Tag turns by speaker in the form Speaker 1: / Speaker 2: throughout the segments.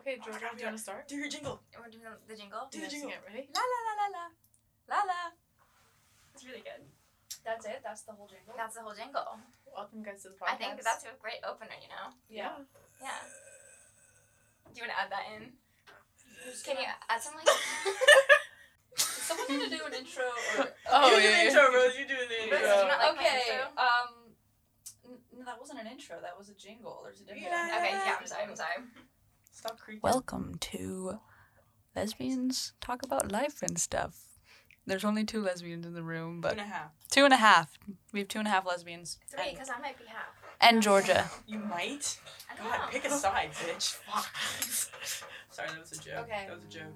Speaker 1: Okay, Jordan, do you want to start?
Speaker 2: Do your jingle.
Speaker 3: And we're doing the- the jingle.
Speaker 2: Do
Speaker 1: Yeah,
Speaker 2: the
Speaker 1: sing
Speaker 2: jingle.
Speaker 1: it, ready?
Speaker 3: La la la la la. La la. It's really good.
Speaker 4: That's it. That's the whole jingle.
Speaker 3: That's the whole jingle.
Speaker 1: Welcome, guys, to the
Speaker 3: I
Speaker 1: podcast.
Speaker 3: think that's a great opener, you know?
Speaker 1: Yeah.
Speaker 3: Yeah. Do you want to add that in? Can you add something?
Speaker 4: Is someone gonna do an intro or?
Speaker 1: Oh, yeah,
Speaker 2: you do the
Speaker 1: yeah.
Speaker 2: intro, Rose. You do the
Speaker 1: Rose,
Speaker 2: intro.
Speaker 1: did you
Speaker 3: not like my
Speaker 4: okay.
Speaker 3: intro?
Speaker 4: Um. n- No, that wasn't an intro. That was a jingle. There's a different.
Speaker 2: Yeah.
Speaker 3: okay, yeah, I'm sorry, I'm sorry.
Speaker 2: Stop creeping.
Speaker 5: Welcome to Lesbians Talk About Life and Stuff. There's only two lesbians in the room,
Speaker 2: Two
Speaker 5: but
Speaker 2: and a half.
Speaker 5: two and a half. We have two and a half lesbians.
Speaker 3: Three, because I might be half.
Speaker 5: And Georgia.
Speaker 2: You might.
Speaker 3: I don't
Speaker 2: God,
Speaker 3: know.
Speaker 2: pick a side, bitch. Fuck. Sorry, that was a joke.
Speaker 4: Okay.
Speaker 2: That was a joke.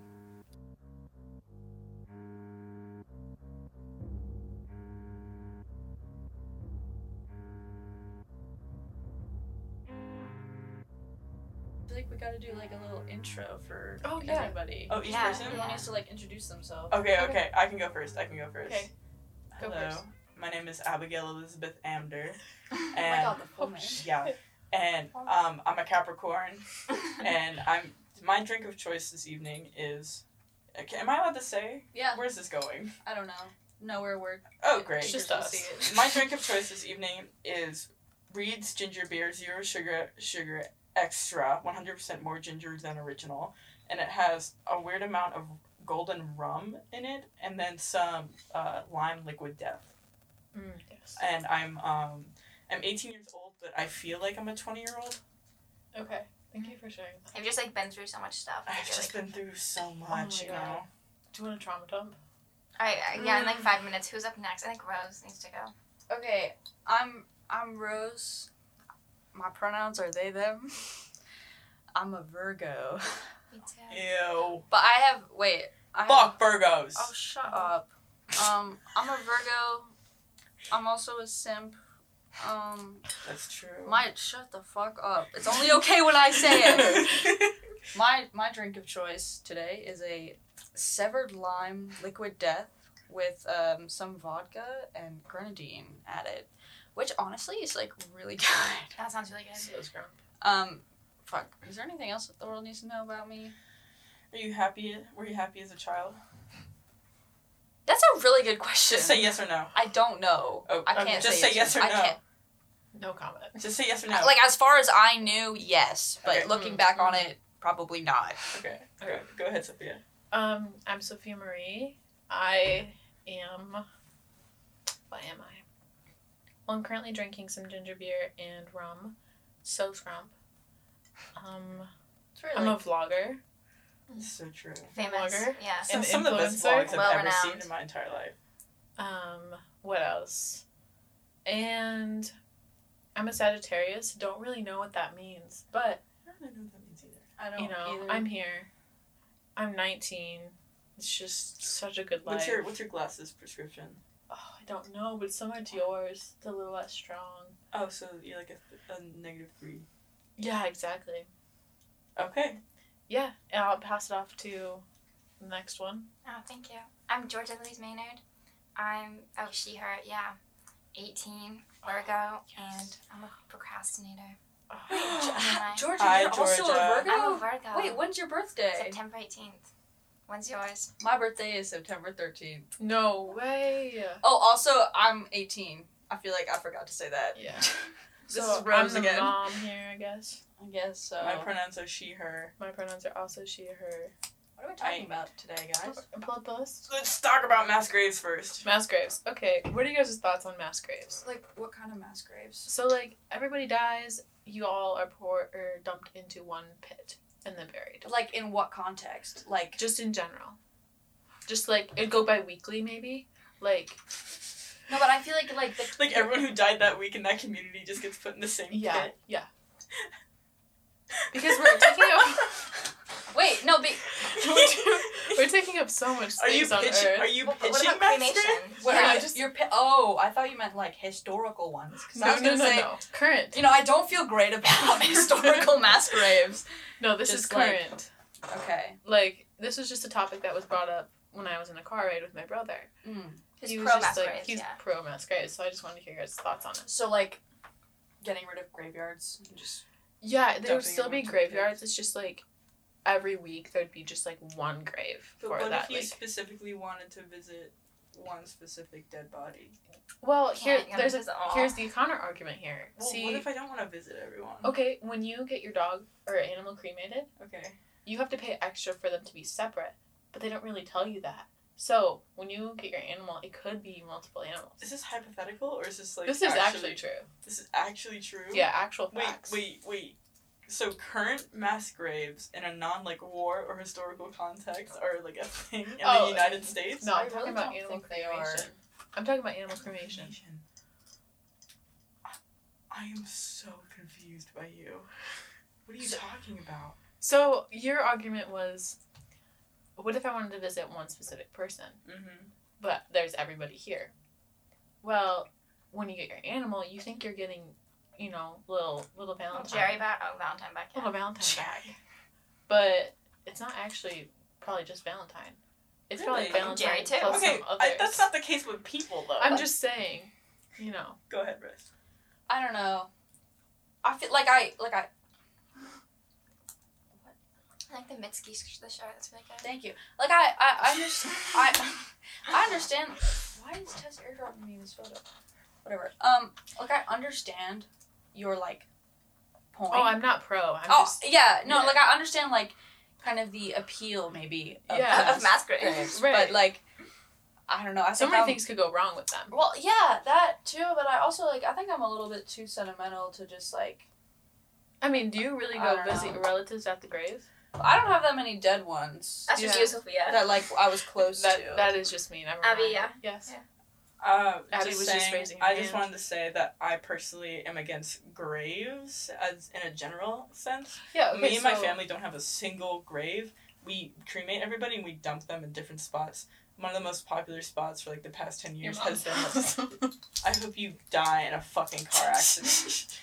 Speaker 4: I feel like we gotta do like a little intro for
Speaker 1: Oh, yeah.
Speaker 4: everybody.
Speaker 2: Oh, each
Speaker 3: Yeah.
Speaker 2: person?
Speaker 4: Everyone needs to like introduce themselves.
Speaker 1: Oh,
Speaker 2: Okay, okay. I can go first. I can go first.
Speaker 1: Okay. Go
Speaker 2: Hello.
Speaker 1: first.
Speaker 2: My name is Abigail Elizabeth Amder.
Speaker 4: Oh my
Speaker 2: And-
Speaker 4: god, the Oh full
Speaker 1: Oh,
Speaker 4: name.
Speaker 1: shit.
Speaker 2: Yeah. And um, I'm a Capricorn, and I'm my drink of choice this evening is. Okay, am I allowed to say?
Speaker 4: Yeah.
Speaker 2: Where's this going?
Speaker 4: I don't know. Nowhere we're.
Speaker 2: Oh, great.
Speaker 1: It's just
Speaker 4: We'll
Speaker 1: us.
Speaker 4: see it.
Speaker 2: my drink of choice this evening is Reed's Ginger Beer Zero Sugar Sugar Extra, 100% more ginger than original, and it has a weird amount of golden rum in it, and then some uh, lime liquid death.
Speaker 1: Mm, yes.
Speaker 2: And I'm um, I'm 18 years old, but I feel like I'm a 20 year old.
Speaker 1: Okay. Thank you for sharing that.
Speaker 3: I've just like been through so much stuff. I
Speaker 2: I've
Speaker 3: feel
Speaker 2: just
Speaker 3: like.
Speaker 2: been through so much,
Speaker 1: my
Speaker 2: you
Speaker 1: God.
Speaker 2: know.
Speaker 1: Do you want a trauma dump?
Speaker 3: Alright, uh, yeah, in like five minutes. Who's up next? I think Rose needs to go.
Speaker 4: Okay, I'm I'm Rose. My pronouns are they them. I'm a Virgo,
Speaker 3: Me too.
Speaker 2: Ew.
Speaker 4: but I have wait. I have-
Speaker 2: Fuck Virgos.
Speaker 4: oh, shut up. Um, I'm a Virgo. I'm also a simp. Um,
Speaker 2: That's true.
Speaker 4: my shut the fuck up. It's only okay when I say it. My my drink of choice today is a severed lime liquid death with um, some vodka and grenadine added, which honestly is like really good.
Speaker 3: That sounds really good.
Speaker 1: So scrum.
Speaker 4: Um, fuck. Is there anything else that the world needs to know about me?
Speaker 2: Are you happy? Were you happy as a child?
Speaker 4: That's a really good question.
Speaker 2: Just say yes or no.
Speaker 4: I don't know.
Speaker 2: Oh,
Speaker 4: I
Speaker 1: okay.
Speaker 4: can't
Speaker 2: Just
Speaker 4: say,
Speaker 2: say yes or
Speaker 4: I
Speaker 2: no.
Speaker 4: can't-
Speaker 1: No comment.
Speaker 2: Just say yes or no.
Speaker 4: Like as far as I knew, yes, but
Speaker 2: Okay.
Speaker 4: looking
Speaker 1: Mm.
Speaker 4: back on it, probably not.
Speaker 2: Okay. Okay. Go ahead, Sophia.
Speaker 1: Um, I'm Sophia Marie. I am. What am I? Well, I'm currently drinking some ginger beer and rum. So scrump. Um,
Speaker 4: It's really
Speaker 1: I'm a vlogger.
Speaker 2: It's so true.
Speaker 3: Famous.
Speaker 1: Vlogger?
Speaker 3: Yeah.
Speaker 2: Some,
Speaker 1: An
Speaker 2: some of the best
Speaker 1: influencer?
Speaker 2: vlogs I've ever
Speaker 3: Well-renowned.
Speaker 2: seen in my entire life.
Speaker 1: Um, what else? And I'm a Sagittarius. Don't really know what that means, but
Speaker 2: I don't really know what that means either.
Speaker 4: I don't
Speaker 1: you know,
Speaker 4: either.
Speaker 1: I'm here. I'm 19. It's just such a good life.
Speaker 2: What's your What's your glasses prescription?
Speaker 1: Oh, I don't know, but so much yours. It's a little less strong.
Speaker 2: Oh, so you're like a, th- a negative three.
Speaker 1: Yeah, exactly.
Speaker 2: Okay.
Speaker 1: Yeah, and I'll pass it off to the next one.
Speaker 3: Oh, thank you. I'm Georgia Louise Maynard. I'm oh she her yeah, eighteen Virgo,
Speaker 1: yes.
Speaker 3: and I'm a procrastinator.
Speaker 1: Oh,
Speaker 3: Gemini.
Speaker 4: Georgia,
Speaker 2: Hi,
Speaker 4: you're also
Speaker 2: Georgia.
Speaker 4: a
Speaker 3: I'm
Speaker 4: Virgo.
Speaker 3: a Virgo.
Speaker 4: Wait, when's your birthday?
Speaker 3: September eighteenth. When's yours?
Speaker 4: My birthday is September thirteenth.
Speaker 1: no way.
Speaker 4: Oh, also I'm eighteen. I feel like I forgot to say that.
Speaker 1: Yeah.
Speaker 4: This
Speaker 1: so
Speaker 4: is Rose
Speaker 1: I'm the
Speaker 4: again.
Speaker 1: mom here, I guess.
Speaker 4: I guess so.
Speaker 2: My pronouns are she, her.
Speaker 1: My pronouns are also she, her.
Speaker 4: what are we
Speaker 2: I-
Speaker 4: talking about today, guys?
Speaker 1: Pull up the list.
Speaker 2: Let's talk about mass graves first.
Speaker 1: Mass graves. Okay, what are you guys' thoughts on mass graves?
Speaker 4: Like what kind of mass graves?
Speaker 1: So like everybody dies, you all are poured or dumped into one pit and then buried.
Speaker 4: Like in what context? Like
Speaker 1: Just in general. Just like it'd go by weekly maybe. Like
Speaker 4: no, but I feel like like the
Speaker 2: Like everyone who died that week in that community just gets put in the same
Speaker 1: yeah,
Speaker 2: pit.
Speaker 1: yeah. Because we're taking up
Speaker 4: wait no but
Speaker 1: we're taking up so much
Speaker 2: are you
Speaker 1: space on
Speaker 2: pitching?
Speaker 1: earth.
Speaker 2: Are you
Speaker 3: What, what
Speaker 2: pitching
Speaker 3: about
Speaker 2: mass graves?
Speaker 3: cremation?
Speaker 4: What
Speaker 1: Yeah,
Speaker 4: are you,
Speaker 1: just-
Speaker 4: your pi- oh, I thought you meant like historical ones. 'cause I
Speaker 1: No,
Speaker 4: was
Speaker 1: no,
Speaker 4: gonna
Speaker 1: no,
Speaker 4: say,
Speaker 1: no. Current.
Speaker 4: You know, I don't feel great about historical mass graves.
Speaker 1: No, this
Speaker 4: just
Speaker 1: is
Speaker 4: like-
Speaker 1: current.
Speaker 4: Okay.
Speaker 1: like this was just a topic that was brought up when I was in a car ride with my brother.
Speaker 4: Mm.
Speaker 3: He's
Speaker 1: he was
Speaker 3: pro
Speaker 1: just
Speaker 3: mass
Speaker 1: like
Speaker 3: graves,
Speaker 1: he's
Speaker 3: yeah.
Speaker 1: pro mass graves, so I just wanted to hear your guys' thoughts on it.
Speaker 4: So like, getting rid of graveyards. and Just
Speaker 1: Yeah, there
Speaker 2: Dumping
Speaker 1: would still
Speaker 2: everyone
Speaker 1: be
Speaker 2: to the
Speaker 1: graveyards. It's just like every week there'd be just like one grave
Speaker 2: But
Speaker 1: for
Speaker 2: what
Speaker 1: that.
Speaker 2: if you
Speaker 1: like-
Speaker 2: specifically wanted to visit one specific dead body?
Speaker 1: well, here
Speaker 3: Can't, you know,
Speaker 1: there's
Speaker 3: this
Speaker 1: a
Speaker 3: is all.
Speaker 1: here's the counter argument here.
Speaker 2: Well,
Speaker 1: See,
Speaker 2: what if I don't want to visit everyone?
Speaker 1: okay, when you get your dog or animal cremated,
Speaker 2: Okay.
Speaker 1: you have to pay extra for them to be separate, but they don't really tell you that. So when you get your animal, it could be multiple animals.
Speaker 2: Is this hypothetical or is this like
Speaker 1: this is actually, true.
Speaker 2: This is actually true.
Speaker 1: Yeah, actual
Speaker 2: Wait,
Speaker 1: facts.
Speaker 2: wait, wait. So current mass graves in a non like war or historical context are like a thing in
Speaker 1: Oh,
Speaker 2: the United States?
Speaker 1: No,
Speaker 4: I
Speaker 1: I'm talking
Speaker 4: really
Speaker 1: about
Speaker 4: don't
Speaker 1: animal
Speaker 4: think they are.
Speaker 1: cremation. I'm talking about animal cremation.
Speaker 2: I- I am so confused by you. What are you
Speaker 1: So-
Speaker 2: talking about?
Speaker 1: So your argument was, what if I wanted to visit one specific person,
Speaker 2: Mm-hmm.
Speaker 1: but there's everybody here? Well, when you get your animal, you think you're getting, you know, little little Valentine, Uh-huh.
Speaker 3: Jerry back. Oh, Valentine back.
Speaker 1: little
Speaker 3: Yeah.
Speaker 1: Valentine back, but it's not actually probably just Valentine. It's
Speaker 2: Really?
Speaker 1: probably Valentine
Speaker 3: Jerry too.
Speaker 1: plus
Speaker 2: Okay,
Speaker 1: some others.
Speaker 2: I, that's not the case with people though.
Speaker 1: I'm just saying, you know,
Speaker 2: Go ahead, Rest.
Speaker 4: I don't know. I feel like I like I
Speaker 3: I like the Mitski, sh- the shark. That's really good.
Speaker 4: thank you. Like I I, I understand I I understand why is Tess airdropping me this photo? Whatever. Um like I understand your like point.
Speaker 1: oh, I'm not pro. I'm
Speaker 4: Oh,
Speaker 1: just
Speaker 4: yeah, no,
Speaker 1: yeah.
Speaker 4: like I understand like kind of the appeal maybe of,
Speaker 1: Yeah.
Speaker 4: mass
Speaker 3: Of mass graves.
Speaker 4: graves,
Speaker 1: Right.
Speaker 4: But like I don't know. I
Speaker 1: so
Speaker 4: think
Speaker 1: many
Speaker 4: I'm-
Speaker 1: things could go wrong with them.
Speaker 4: Well, yeah, that too, but I also like I think I'm a little bit too sentimental to just like
Speaker 1: I mean, do you really
Speaker 4: I
Speaker 1: go
Speaker 4: don't
Speaker 1: visit
Speaker 4: know.
Speaker 1: your relatives at the grave?
Speaker 4: I don't have that many dead ones
Speaker 3: That's just
Speaker 1: Yeah.
Speaker 3: you, Sophia.
Speaker 4: that like I was close
Speaker 1: that,
Speaker 4: to.
Speaker 1: That is just me. Never
Speaker 3: Abby,
Speaker 1: mind.
Speaker 3: yeah.
Speaker 1: Yes.
Speaker 3: Yeah.
Speaker 2: Uh,
Speaker 1: Abby
Speaker 2: just
Speaker 1: was
Speaker 2: saying,
Speaker 1: just raising her
Speaker 2: I just
Speaker 1: hand.
Speaker 2: wanted to say that I personally am against graves as in a general sense.
Speaker 1: Yeah. Okay,
Speaker 2: Me and my
Speaker 1: so-
Speaker 2: family don't have a single grave. We cremate everybody and we dump them in different spots. One of the most popular spots for like the past ten
Speaker 1: Your
Speaker 2: years
Speaker 1: mom.
Speaker 2: has been. I hope you die in a fucking car accident.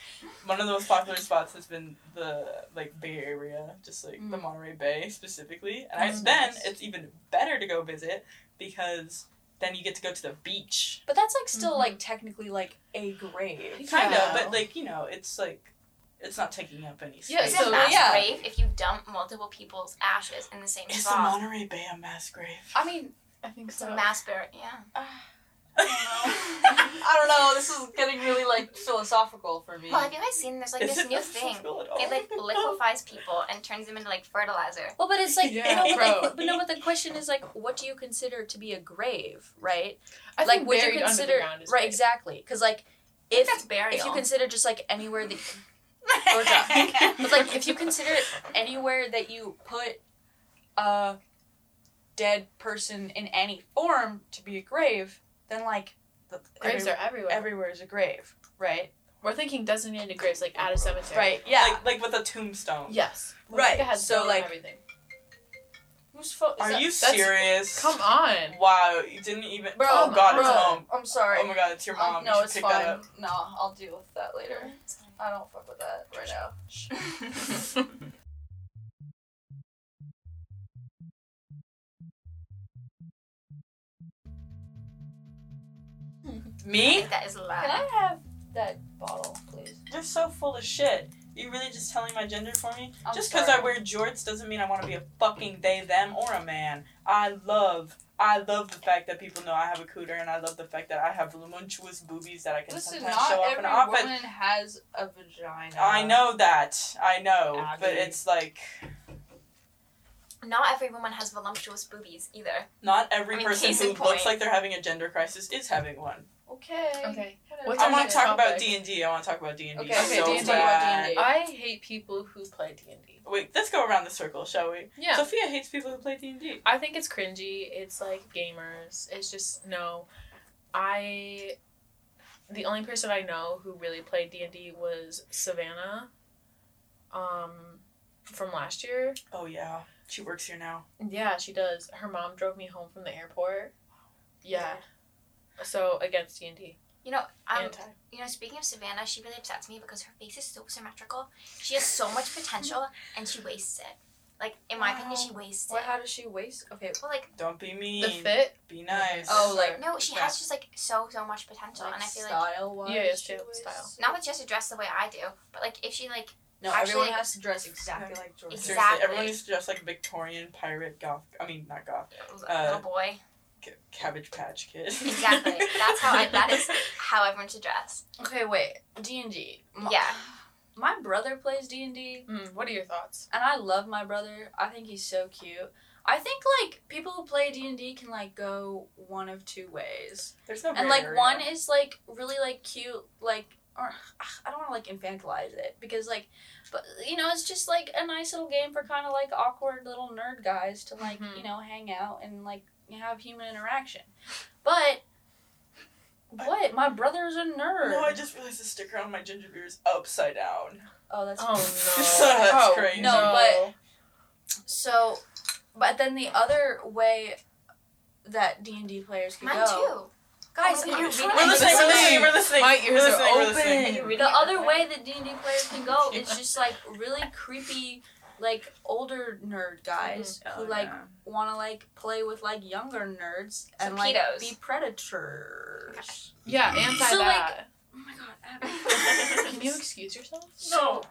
Speaker 2: One of the most popular spots has been the like Bay Area, just like the
Speaker 4: Mm. Oh,
Speaker 2: Monterey Bay specifically. And I,
Speaker 1: That's
Speaker 2: then
Speaker 1: nice.
Speaker 2: it's even better to go visit because then you get to go to the beach.
Speaker 4: But that's like still
Speaker 1: Mhm.
Speaker 4: like technically like a grave.
Speaker 2: Kind
Speaker 1: Yeah.
Speaker 2: of, but like you know, it's like it's not taking up any space.
Speaker 1: Yeah,
Speaker 3: Is
Speaker 1: so-
Speaker 3: it mass
Speaker 4: yeah.
Speaker 3: grave if you dump multiple people's ashes in the same
Speaker 2: Is the
Speaker 3: spot?
Speaker 2: Monterey Bay a mass grave?
Speaker 4: I mean,
Speaker 1: I think
Speaker 3: It's a
Speaker 1: so.
Speaker 3: mass burial. Yeah.
Speaker 4: I don't know. This is getting really like philosophical for me.
Speaker 3: Well, have you guys seen? There's like
Speaker 2: Is
Speaker 3: this
Speaker 2: it
Speaker 3: new
Speaker 2: not
Speaker 3: thing.
Speaker 2: physical at
Speaker 4: Oh.
Speaker 2: all?
Speaker 3: It like liquefies people and turns them into like fertilizer.
Speaker 4: Well, but it's like
Speaker 1: Yeah,
Speaker 4: no,
Speaker 2: bro.
Speaker 4: but, like, but no, but the question is like, what do you consider to be a grave, right?
Speaker 1: I
Speaker 4: like,
Speaker 1: think
Speaker 4: would you
Speaker 1: buried
Speaker 4: consider
Speaker 1: under the ground is
Speaker 4: right
Speaker 1: great.
Speaker 4: exactly? Because like,
Speaker 3: I think
Speaker 4: if
Speaker 3: that's burial.
Speaker 4: if you consider just like anywhere that,
Speaker 3: Or duck.
Speaker 4: but like if you consider anywhere that you put a dead person in any form to be a grave, then like the,
Speaker 1: Graves are everywhere.
Speaker 4: everywhere is a grave, right?
Speaker 1: We're thinking designated graves, like at a cemetery.
Speaker 4: Right? Yeah.
Speaker 2: like like with a tombstone.
Speaker 1: Yes.
Speaker 4: Right,
Speaker 1: It has
Speaker 4: so,
Speaker 1: bone and
Speaker 4: like-
Speaker 1: everything.
Speaker 4: Whose fault?
Speaker 2: Are you
Speaker 1: that's-
Speaker 2: serious?
Speaker 1: Come on.
Speaker 2: Wow, you didn't even.
Speaker 4: Bro,
Speaker 2: oh God, it's
Speaker 4: bro.
Speaker 2: mom.
Speaker 4: I'm sorry.
Speaker 2: Oh my God, it's your
Speaker 4: Um,
Speaker 2: mom. you
Speaker 4: no,
Speaker 2: should
Speaker 4: it's
Speaker 2: pick
Speaker 4: fine.
Speaker 2: that up.
Speaker 4: No, I'll deal with that later. I don't fuck with that right now.
Speaker 2: Me?
Speaker 3: that is loud.
Speaker 4: Can I have that bottle, please?
Speaker 2: You're so full of shit. You really just telling my gender for me?
Speaker 4: I'm
Speaker 2: just because I
Speaker 4: sorry.
Speaker 2: wear jorts doesn't mean I want to be a fucking they, them, or a man. I love, I love the fact that people know I have a cooter, and I love the fact that I have voluptuous boobies that I can
Speaker 4: Listen,
Speaker 2: sometimes
Speaker 4: not
Speaker 2: show off
Speaker 4: every
Speaker 2: in office.
Speaker 4: woman has a vagina.
Speaker 2: I know that, I know, but
Speaker 4: Abby.
Speaker 2: it's like
Speaker 3: Not every woman has voluptuous boobies either.
Speaker 2: not every
Speaker 3: I mean,
Speaker 2: person
Speaker 3: case
Speaker 2: who
Speaker 3: in point.
Speaker 2: looks like they're having a genter crisis is having one.
Speaker 4: Okay.
Speaker 1: Okay.
Speaker 4: Whatever.
Speaker 1: What's
Speaker 2: I
Speaker 1: our
Speaker 2: want
Speaker 1: next
Speaker 2: to talk about
Speaker 1: topic?
Speaker 2: D and D. I want to talk about D and D
Speaker 4: Okay, okay,
Speaker 2: so
Speaker 4: D&D.
Speaker 2: bad.
Speaker 4: D&D.
Speaker 1: I hate people who play D and D.
Speaker 2: Wait, let's go around the circle, shall we?
Speaker 1: Yeah.
Speaker 2: Sophia hates people who play D and D.
Speaker 1: I think it's cringy. It's like gamers. It's just no. I the only person I know who really played D and D was Savannah, um, from last year.
Speaker 2: Oh yeah, she works here now.
Speaker 1: Yeah, she does. Her mom drove me home from the airport. Yeah. So against D and D.
Speaker 3: You know, um,
Speaker 1: Anti.
Speaker 3: you know. Speaking of Savannah, she really upsets me because her face is so symmetrical. She has so much potential, and she wastes it. Like in my opinion, she wastes
Speaker 4: What?
Speaker 3: it.
Speaker 4: How does she waste? Okay.
Speaker 3: Well, like
Speaker 2: Don't be mean.
Speaker 1: The fit.
Speaker 2: Be nice.
Speaker 4: Oh, like
Speaker 3: no, she
Speaker 2: Yeah.
Speaker 3: has just like so so much potential, and I feel like
Speaker 4: style wise.
Speaker 1: Yeah, yeah, style- style.
Speaker 3: not that she has to dress the way I do, but like if she like
Speaker 4: No,
Speaker 3: Actually,
Speaker 4: everyone has to dress exactly like George.
Speaker 2: Seriously,
Speaker 3: Exactly.
Speaker 2: everyone used to dress like a Victorian pirate goth. I mean, not goth.
Speaker 3: It was
Speaker 2: Uh,
Speaker 3: a little boy.
Speaker 2: ca- Cabbage Patch Kid.
Speaker 3: Exactly. That's how I. That is how everyone should dress.
Speaker 4: Okay, wait. D and D.
Speaker 3: Yeah.
Speaker 4: My brother plays D and D,
Speaker 1: hmm,
Speaker 6: Mm, what are your thoughts?
Speaker 4: and I love my brother. I think he's so cute. I think like people who play D and D can like go one of two ways,
Speaker 2: There's no.
Speaker 4: and
Speaker 2: gray
Speaker 4: like
Speaker 2: area.
Speaker 4: one is like really like cute, like or I don't want to like infantilize it because like, but you know it's just like a nice little game for kind of like awkward little nerd guys to like
Speaker 2: Mm-hmm.
Speaker 6: Mhm.
Speaker 4: you know hang out and like have human interaction, but. What? My brother's a nerd.
Speaker 2: No, I just realized the sticker on my ginger beer is upside down.
Speaker 4: oh, that's
Speaker 6: Oh no.
Speaker 2: That's
Speaker 6: oh,
Speaker 2: crazy.
Speaker 4: No, So, but then the other way that D and D players can
Speaker 3: Mine
Speaker 4: go,
Speaker 3: too.
Speaker 4: guys,
Speaker 3: Oh my
Speaker 4: you're
Speaker 3: gosh.
Speaker 4: reading
Speaker 2: We're
Speaker 6: the
Speaker 2: listening. We're listening.
Speaker 6: same.
Speaker 2: We're listening.
Speaker 6: My
Speaker 2: we're
Speaker 6: ears are
Speaker 2: listening, we're
Speaker 6: open.
Speaker 2: listening.
Speaker 6: You're reading
Speaker 4: the
Speaker 6: it,
Speaker 4: other
Speaker 6: right?
Speaker 4: way that D and D players can go
Speaker 2: Yeah.
Speaker 4: is just like really creepy, like older nerd guys
Speaker 2: Mm-hmm. Oh,
Speaker 4: who like want to like play with like younger nerds and like
Speaker 3: pedos.
Speaker 4: be predators.
Speaker 6: Yeah, anti
Speaker 4: So, like-
Speaker 6: that.
Speaker 4: Oh my god. Abby.
Speaker 6: Can you excuse yourself?
Speaker 2: No.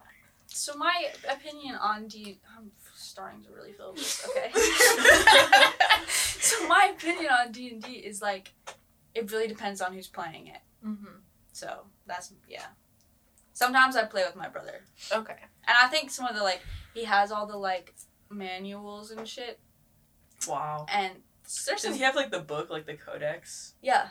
Speaker 4: So my opinion on D, I'm starting to really feel this. Okay.
Speaker 2: Oh,
Speaker 4: so my opinion on D and D is like, it really depends on who's playing it.
Speaker 6: Mm-hmm.
Speaker 4: So that's yeah. Sometimes I play with my brother,
Speaker 6: Okay.
Speaker 4: and I think some of the like he has all the like manuals and shit,
Speaker 2: Wow.
Speaker 4: and there's
Speaker 2: Does
Speaker 4: some
Speaker 2: he have like the book, like the codex?
Speaker 4: yeah.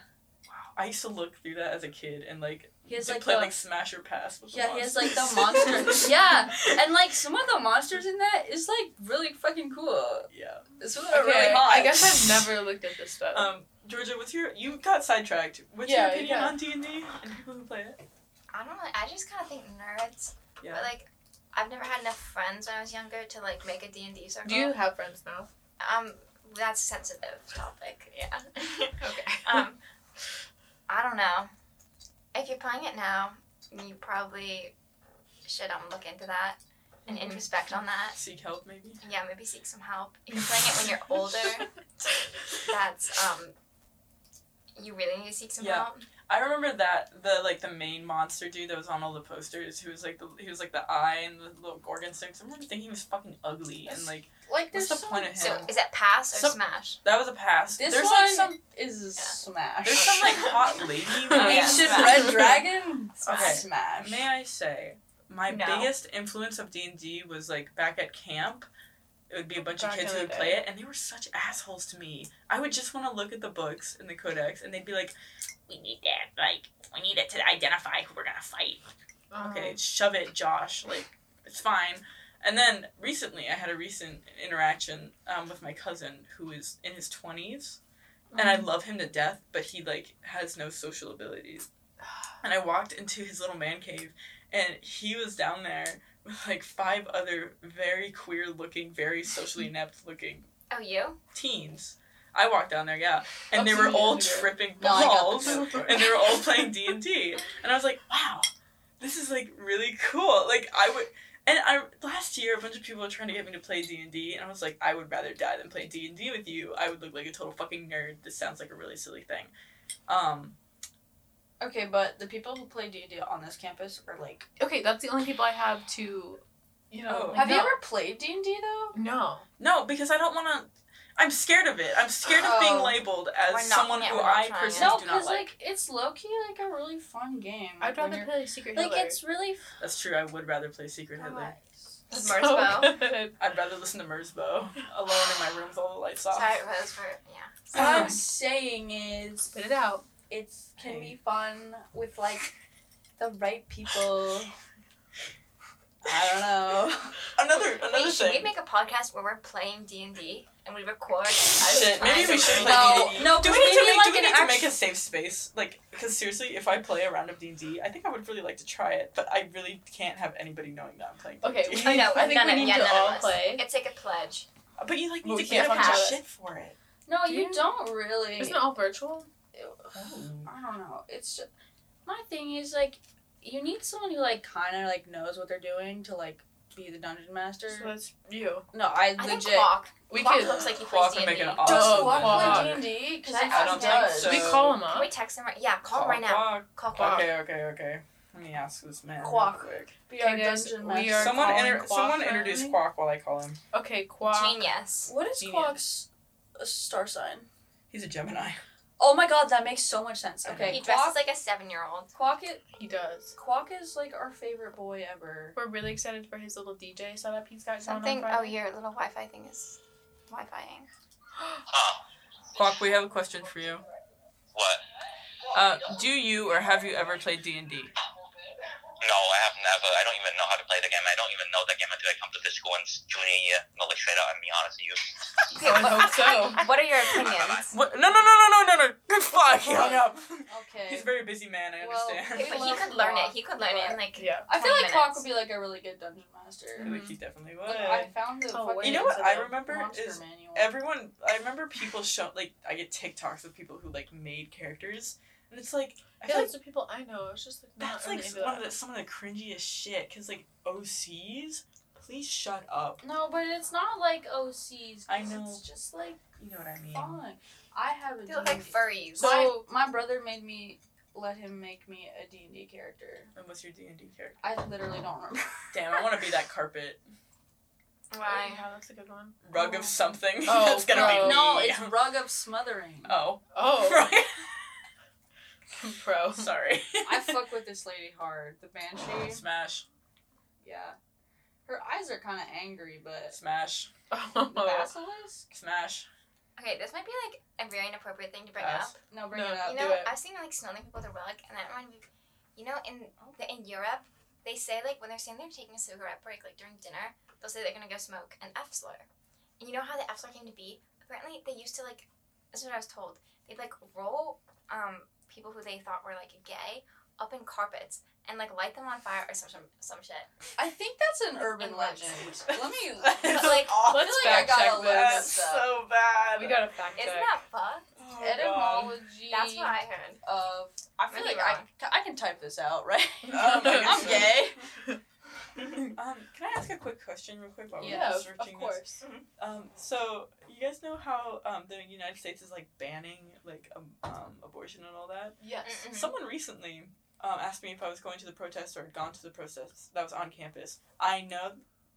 Speaker 2: Wow. I used to look through that as a kid and like
Speaker 4: He has
Speaker 2: to
Speaker 4: like
Speaker 2: play
Speaker 4: the
Speaker 2: like Smash or Pass. With the
Speaker 4: yeah he has like the
Speaker 2: monsters.
Speaker 4: monster yeah, and like some of the monsters in that is like really fucking cool.
Speaker 2: yeah.
Speaker 4: Some of them
Speaker 6: okay.
Speaker 4: are really hot.
Speaker 6: I guess I've never looked at this stuff.
Speaker 2: Um, Georgia, what's your? You got sidetracked. What's
Speaker 6: Yeah,
Speaker 2: your opinion
Speaker 6: yeah.
Speaker 2: on D and D and people who play it?
Speaker 3: I don't know. I just kind of think nerds.
Speaker 2: Yeah.
Speaker 3: But like, I've never had enough friends when I was younger to like make a D and D circle.
Speaker 6: Do you have friends now?
Speaker 3: Um, that's a sensitive topic. Yeah.
Speaker 6: Okay.
Speaker 3: um, I don't know. If you're playing it now, you probably should um look into that and
Speaker 2: Mm-hmm.
Speaker 6: Mhm.
Speaker 3: introspect on that.
Speaker 2: Seek help, maybe.
Speaker 3: Yeah, maybe seek some help. If you're playing it when you're older, that's um, you really need to seek some
Speaker 2: Yeah.
Speaker 3: help.
Speaker 2: I remember that the like the main monster dude that was on all the posters, who was like the, he was like the eye and the little gorgon sticks. I remember thinking he was fucking ugly and like
Speaker 4: like
Speaker 2: what's
Speaker 4: there's
Speaker 2: the
Speaker 4: some,
Speaker 2: point of him?
Speaker 3: So is it pass or
Speaker 2: Some-
Speaker 3: smash?
Speaker 2: that was a pass.
Speaker 4: This
Speaker 2: there's
Speaker 4: one
Speaker 2: like some
Speaker 4: is a
Speaker 2: there's
Speaker 4: smash.
Speaker 2: some like hot lady.
Speaker 6: Oh, yeah.
Speaker 2: Ancient
Speaker 4: Ancient
Speaker 6: Smash.
Speaker 4: Red Dragon
Speaker 2: Okay.
Speaker 4: smash.
Speaker 2: May I say, my
Speaker 3: No.
Speaker 2: biggest influence of D and D was like back at camp. It would be a bunch
Speaker 6: Back
Speaker 2: of kids
Speaker 6: in the
Speaker 2: who would
Speaker 6: day.
Speaker 2: play it, and they were such assholes to me. I would just want to look at the books and the codex, and they'd be like, "We need that, like, we need it to identify who we're gonna fight." okay, shove it, Josh. Like, it's fine. And then recently, I had a recent interaction um, with my cousin who is in his 20s, and I love him to death, but he, like, has no social abilities.
Speaker 6: Um,
Speaker 2: And I walked into his little man cave, and he was down there with, like, five other very queer looking, very socially inept looking
Speaker 3: Oh, you?
Speaker 2: teens. I walked down there, yeah, and they were
Speaker 6: Absolutely.
Speaker 2: all tripping
Speaker 4: No, I got the
Speaker 2: balls,
Speaker 4: joke.
Speaker 2: and they were all playing D and D, and I was like, wow, this is like really cool. Like I would, and I last year a bunch of people were trying to get me to play D and D, and I was like, I would rather die than play D and D with you. I would look like a total fucking nerd. This sounds like a really silly thing. Um,
Speaker 4: Okay, but the people who play D and D on this campus are like.
Speaker 6: Okay, that's the only people I have to, you know.
Speaker 2: Oh.
Speaker 4: Have you
Speaker 6: know.
Speaker 4: ever played D and D though?
Speaker 6: No.
Speaker 2: no, because I don't want to. I'm scared of it. I'm scared of being
Speaker 4: Oh.
Speaker 2: labeled
Speaker 3: We're
Speaker 2: as
Speaker 3: not-
Speaker 2: someone
Speaker 3: yeah,
Speaker 2: who
Speaker 3: we're not
Speaker 2: I
Speaker 3: trying.
Speaker 2: personally
Speaker 4: No,
Speaker 2: do not
Speaker 4: because
Speaker 2: like.
Speaker 4: like it's low key like a really fun game.
Speaker 6: I'd
Speaker 4: when
Speaker 6: rather
Speaker 4: you're-
Speaker 6: play Secret
Speaker 4: like
Speaker 6: Hitler.
Speaker 4: it's really
Speaker 2: That's true. I would rather play Secret Hitler.
Speaker 4: fun.
Speaker 3: With
Speaker 6: so
Speaker 3: Marzbo.
Speaker 6: good.
Speaker 2: I'd rather listen to Merzbow alone in my room with all the lights off.
Speaker 3: Sorry, Rose, for yeah.
Speaker 4: What I'm saying is,
Speaker 6: Spit it out.
Speaker 4: it can
Speaker 2: Okay.
Speaker 4: be fun with like the right people. I don't know.
Speaker 2: Another another
Speaker 3: Wait, should we
Speaker 2: thing.
Speaker 3: make a podcast where we're playing D and D and we record? as
Speaker 2: Shit,
Speaker 3: times
Speaker 2: maybe we
Speaker 3: that
Speaker 2: should
Speaker 3: we're
Speaker 2: play
Speaker 3: playing?
Speaker 4: no,
Speaker 2: D&D.
Speaker 4: no,
Speaker 2: do
Speaker 4: but
Speaker 2: we need to
Speaker 4: maybe
Speaker 2: make, do
Speaker 4: like
Speaker 2: we
Speaker 4: an
Speaker 2: need to make a
Speaker 4: actual-
Speaker 2: safe space? Like, because seriously, if I play a round of D and D, I think I would really like to try it, but I really can't have anybody knowing that I'm playing.
Speaker 6: Okay,
Speaker 2: D&D.
Speaker 6: we-
Speaker 3: I know.
Speaker 6: I think
Speaker 3: none
Speaker 6: we
Speaker 3: of-
Speaker 6: need
Speaker 3: yeah,
Speaker 6: to
Speaker 3: none of
Speaker 6: all
Speaker 3: us.
Speaker 6: play.
Speaker 3: It's like a pledge.
Speaker 2: but you like
Speaker 6: Well,
Speaker 2: need
Speaker 6: we
Speaker 2: to get a
Speaker 6: can't
Speaker 2: bunch of
Speaker 6: have it.
Speaker 2: shit for it.
Speaker 4: No, you
Speaker 6: Dude.
Speaker 4: don't really.
Speaker 6: Isn't it all virtual?
Speaker 4: I don't know. It's just, my thing is like you need someone who like kind of like knows what they're doing to like be the dungeon master.
Speaker 6: So that's you.
Speaker 4: no, I
Speaker 3: I think
Speaker 4: legit.
Speaker 3: Quack.
Speaker 6: We
Speaker 3: Quack
Speaker 6: could-
Speaker 3: looks like he
Speaker 2: Quack
Speaker 3: plays
Speaker 2: would
Speaker 3: D and
Speaker 2: make
Speaker 3: D.
Speaker 2: an
Speaker 6: Does
Speaker 2: awesome.
Speaker 6: Quack play
Speaker 2: dungeon.
Speaker 4: D and D?
Speaker 3: I
Speaker 4: I
Speaker 3: don't think
Speaker 4: does.
Speaker 2: so.
Speaker 6: We call him
Speaker 3: Can we
Speaker 6: up.
Speaker 3: text him right? Yeah, call him right now.
Speaker 2: Quack.
Speaker 3: Call Quack.
Speaker 2: Okay, okay, okay. Let me ask this man. real
Speaker 4: Quack.
Speaker 2: quick.
Speaker 4: Be
Speaker 6: Okay,
Speaker 4: our
Speaker 6: guys,
Speaker 4: dungeon
Speaker 6: we
Speaker 4: master.
Speaker 6: are
Speaker 2: Someone,
Speaker 6: calling
Speaker 2: inter-
Speaker 6: Quack
Speaker 2: someone
Speaker 6: currently?
Speaker 2: introduce Quack while I call him.
Speaker 6: Okay, Quack.
Speaker 3: Genius.
Speaker 4: What is
Speaker 6: Genius.
Speaker 4: Quack's uh, star sign?
Speaker 2: He's a Gemini.
Speaker 4: Oh my god, that makes so much sense. Okay,
Speaker 3: He
Speaker 4: Quack.
Speaker 3: dresses like a seven year old.
Speaker 4: Quack, it,
Speaker 6: He does.
Speaker 4: Quack is like our favorite boy ever.
Speaker 6: We're really excited for his little DJ setup he's got going
Speaker 3: Something.
Speaker 6: on.
Speaker 3: Oh,
Speaker 6: Friday.
Speaker 3: your little Wi Fi thing is Wi Fiing.
Speaker 2: Quack, we have a question for you.
Speaker 7: What?
Speaker 2: Uh, do you or have you ever played D and D?
Speaker 7: No, I have never. I don't even know how to play the game. I don't even know the game until I come to this school in s- junior year. No, like straight up, I'm being honest with you.
Speaker 6: I hope so.
Speaker 3: What are your opinions?
Speaker 2: What? No, no, no, no, no, no, no. Good fuck. He hung up.
Speaker 4: Okay.
Speaker 2: He's a very busy man. I
Speaker 4: Well,
Speaker 2: understand.
Speaker 3: Okay, but he could learn it. He could learn it in like.
Speaker 6: Yeah.
Speaker 4: I feel
Speaker 3: 20
Speaker 4: like Quack
Speaker 3: minutes.
Speaker 4: would be like a really good dungeon master.
Speaker 2: like he definitely would.
Speaker 4: Look, I found the
Speaker 6: Oh, wait,
Speaker 4: fucking
Speaker 6: You know
Speaker 2: what
Speaker 4: it's
Speaker 2: I
Speaker 4: a
Speaker 2: remember
Speaker 4: monster
Speaker 2: is
Speaker 4: manual.
Speaker 2: Everyone, I remember people show like I get TikToks of people who like made characters, and it's like
Speaker 6: Yeah,
Speaker 2: I feel like
Speaker 6: that's the people I know. It's just like not
Speaker 2: that's
Speaker 6: really
Speaker 2: like
Speaker 6: into
Speaker 2: one
Speaker 6: that.
Speaker 2: of the some of the cringiest shit. Cause like OCs, please shut up.
Speaker 4: No, but it's not like OCs. 'cause
Speaker 2: I know.
Speaker 4: It's just like
Speaker 2: You know what I mean?
Speaker 4: fun. I haven't.
Speaker 3: They look like furries.
Speaker 6: So-
Speaker 4: So my, my brother made me let him make me a D and D character.
Speaker 2: And what's your D and D character?
Speaker 4: I literally don't remember.
Speaker 2: Damn, I want to be that carpet
Speaker 6: Oh,
Speaker 3: Why?
Speaker 6: yeah, that's a good one.
Speaker 2: rug of something.
Speaker 6: Oh,
Speaker 2: that's gonna
Speaker 6: bro.
Speaker 2: be
Speaker 4: no,
Speaker 2: me.
Speaker 4: it's rug of smothering.
Speaker 2: oh.
Speaker 6: Oh, pro.
Speaker 2: Sorry.
Speaker 4: I fuck with this lady hard. The banshee.
Speaker 2: Smash.
Speaker 4: Yeah. Her eyes are kind of angry, but
Speaker 2: Smash.
Speaker 3: Oh,
Speaker 4: the
Speaker 2: Oh.
Speaker 4: basilisk.
Speaker 2: Smash.
Speaker 3: Okay, this might be like a very inappropriate thing to bring
Speaker 2: Pass.
Speaker 3: up.
Speaker 4: No, bring
Speaker 6: No,
Speaker 4: it up.
Speaker 3: You
Speaker 6: do
Speaker 3: know,
Speaker 6: it.
Speaker 3: I've seen like smelling people with a rug, and that reminds me. You know, in oh, the, in Europe, they say like when they're saying they're taking a cigarette break, like during dinner, they'll say they're gonna go smoke an F slur. And you know how the F slur came to be? Apparently, they used to like. This is what I was told. They'd like roll um, people who they thought were like gay up in carpets and like light them on fire or some some, some shit.
Speaker 4: I think that's an urban
Speaker 3: And
Speaker 4: legend.
Speaker 3: legs.
Speaker 4: Let me.
Speaker 3: It's like
Speaker 4: I
Speaker 6: Let's
Speaker 4: feel like I
Speaker 6: fact check
Speaker 4: got a little
Speaker 6: this.
Speaker 2: That's
Speaker 4: bit of
Speaker 2: so bad.
Speaker 6: We got a fact
Speaker 3: isn't
Speaker 6: check.
Speaker 3: that fun?
Speaker 2: Oh, God.
Speaker 4: etymology.
Speaker 3: That's what I heard.
Speaker 4: of. I feel
Speaker 3: Maybe
Speaker 4: like I,
Speaker 3: wrong.
Speaker 4: I can type this out, right?
Speaker 2: Oh my
Speaker 4: I'm
Speaker 2: goodness.
Speaker 4: gay.
Speaker 2: um, can I ask a quick question real quick while
Speaker 4: Yeah,
Speaker 2: we're
Speaker 6: yeah,
Speaker 2: searching
Speaker 6: of
Speaker 2: this?
Speaker 6: course.
Speaker 3: Mm-hmm.
Speaker 2: Um, so you guys know how um, the United States is like banning like um, um, abortion and all that.
Speaker 6: Yes.
Speaker 4: Mm-hmm.
Speaker 3: Mm-mm.
Speaker 2: Someone recently um, asked me if I was going to the protest or had gone to the protest that was on campus. I know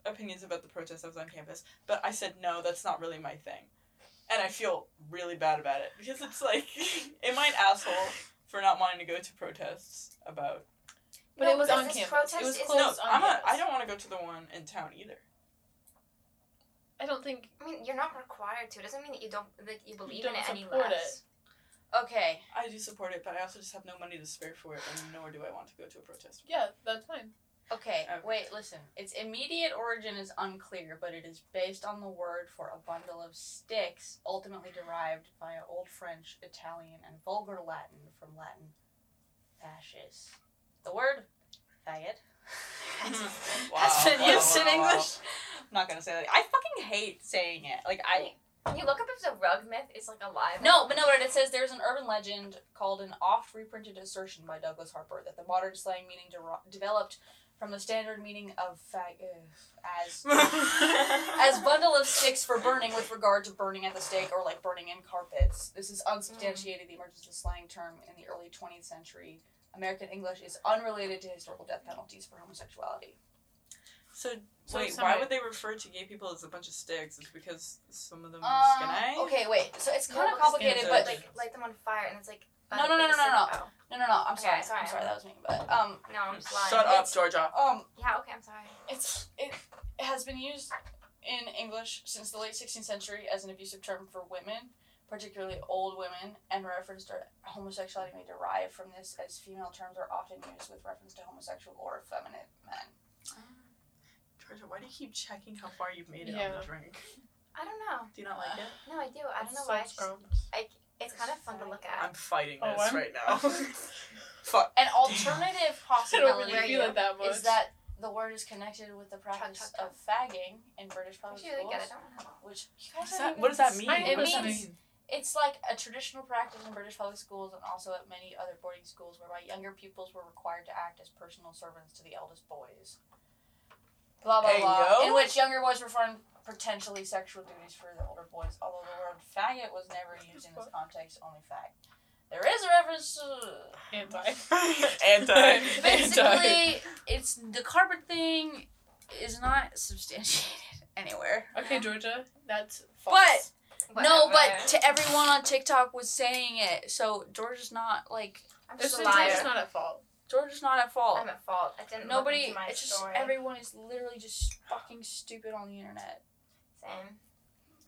Speaker 2: opinions about the protest that was on campus, but I said no, that's not really my thing. And I feel really bad about it because it's like, am I an asshole for not wanting to go to protests about?
Speaker 6: But
Speaker 3: No,
Speaker 6: it was
Speaker 3: because
Speaker 6: on
Speaker 3: this
Speaker 6: campus.
Speaker 3: protest
Speaker 6: it was
Speaker 3: is-
Speaker 6: closed
Speaker 2: no,
Speaker 6: on
Speaker 2: I'm
Speaker 6: campus.
Speaker 2: not. I don't want to go to the one in town either.
Speaker 6: I don't think.
Speaker 3: I mean, you're not required to. It doesn't mean that you don't that you believe
Speaker 6: don't
Speaker 3: in it any
Speaker 6: support
Speaker 3: less.
Speaker 4: Okay.
Speaker 2: I do support it, but I also just have no money to spare for it, and nor do I want to go to a protest.
Speaker 6: Yeah, that's fine.
Speaker 4: Okay.
Speaker 2: Okay.
Speaker 4: Wait. Listen. Its immediate origin is unclear, but it is based on the word for a bundle of sticks, ultimately derived via Old French, Italian, and Vulgar Latin from Latin "fascis." The word "faggot"
Speaker 2: Wow,
Speaker 4: has been
Speaker 2: wow,
Speaker 4: used in
Speaker 2: wow, wow.
Speaker 4: English. I'm not gonna say that. I fucking hate saying it. Like I.
Speaker 3: When you look up if the rug myth is like alive.
Speaker 4: No, but no, but it says there's an urban legend called an oft reprinted assertion by Douglas Harper that the modern slang meaning dero- developed from the standard meaning of fag ugh, as as bundle of sticks for burning with regard to burning at the stake or like burning in carpets. This is unsubstantiated. The emergence of the slang term in the early 20th century. American English is unrelated to historical death penalties for homosexuality.
Speaker 2: So,
Speaker 6: So
Speaker 2: wait,
Speaker 6: sorry.
Speaker 2: why would they refer to gay people as a bunch of sticks? It's because some of them are
Speaker 4: Uh,
Speaker 3: Um,
Speaker 2: skinny.
Speaker 4: okay, wait. So it's
Speaker 3: No,
Speaker 4: kind of
Speaker 3: because
Speaker 4: complicated,
Speaker 2: it's
Speaker 4: but
Speaker 3: like light them on fire and it's like.
Speaker 4: No, no, no, no, no, no. no, no, no. I'm
Speaker 3: Okay,
Speaker 4: sorry.
Speaker 3: sorry.
Speaker 4: I'm sorry. That was me. But um,
Speaker 3: Oh, No, I'm just lying.
Speaker 2: Shut up,
Speaker 4: It's-
Speaker 2: Georgia.
Speaker 4: um.
Speaker 3: Yeah, okay, I'm sorry.
Speaker 4: It's it has been used in English since the late 16th century as an abusive term for women, particularly old women, and reference to homosexuality may derive from this, as female terms are often used with reference to homosexual or effeminate men.
Speaker 2: Georgia, why do you keep checking how far you've made it on
Speaker 6: Yeah.
Speaker 2: the drink?
Speaker 3: I don't know.
Speaker 2: Do you not like it?
Speaker 3: No, I do. I don't know why. It's, just, it's kind of fun to look at.
Speaker 2: I'm fighting
Speaker 6: Oh,
Speaker 2: this
Speaker 6: I'm-
Speaker 2: right now. Fuck.
Speaker 4: An alternative
Speaker 6: I don't really
Speaker 4: possibility
Speaker 6: feel it that much.
Speaker 4: is that the word is connected with the practice
Speaker 3: chug.
Speaker 4: of fagging in British
Speaker 3: I
Speaker 4: public
Speaker 3: should really
Speaker 4: schools,
Speaker 3: get it. I don't know.
Speaker 4: which you
Speaker 2: What
Speaker 4: guys
Speaker 2: does
Speaker 4: haven't
Speaker 2: that,
Speaker 4: even
Speaker 2: what does that mean?
Speaker 6: I-
Speaker 4: it
Speaker 2: what does
Speaker 4: means-
Speaker 2: that mean?
Speaker 4: It's like a traditional practice in British public schools and also at many other boarding schools whereby younger pupils were required to act as personal servants to the eldest boys. Blah blah
Speaker 2: Hey,
Speaker 4: blah.
Speaker 2: yo.
Speaker 4: In which younger boys performed potentially sexual duties for the older boys, although the word faggot was never used in this context, only fag. There is a reference.
Speaker 6: Anti.
Speaker 4: To...
Speaker 2: Anti.
Speaker 4: Basically, it's the carbon thing is not substantiated anywhere.
Speaker 6: Okay, Georgia, that's
Speaker 4: But-
Speaker 6: false.
Speaker 4: No,
Speaker 3: Whatever.
Speaker 4: but to everyone on TikTok was saying it, so George is not like
Speaker 3: I'm
Speaker 6: This
Speaker 3: just a
Speaker 6: is
Speaker 3: liar.
Speaker 6: Georgia's not at fault.
Speaker 4: George is not at fault.
Speaker 3: I'm at fault. I didn't Look
Speaker 4: Nobody.
Speaker 3: into my
Speaker 4: It's just
Speaker 3: story.
Speaker 4: everyone is literally just fucking stupid on the internet.
Speaker 3: Same.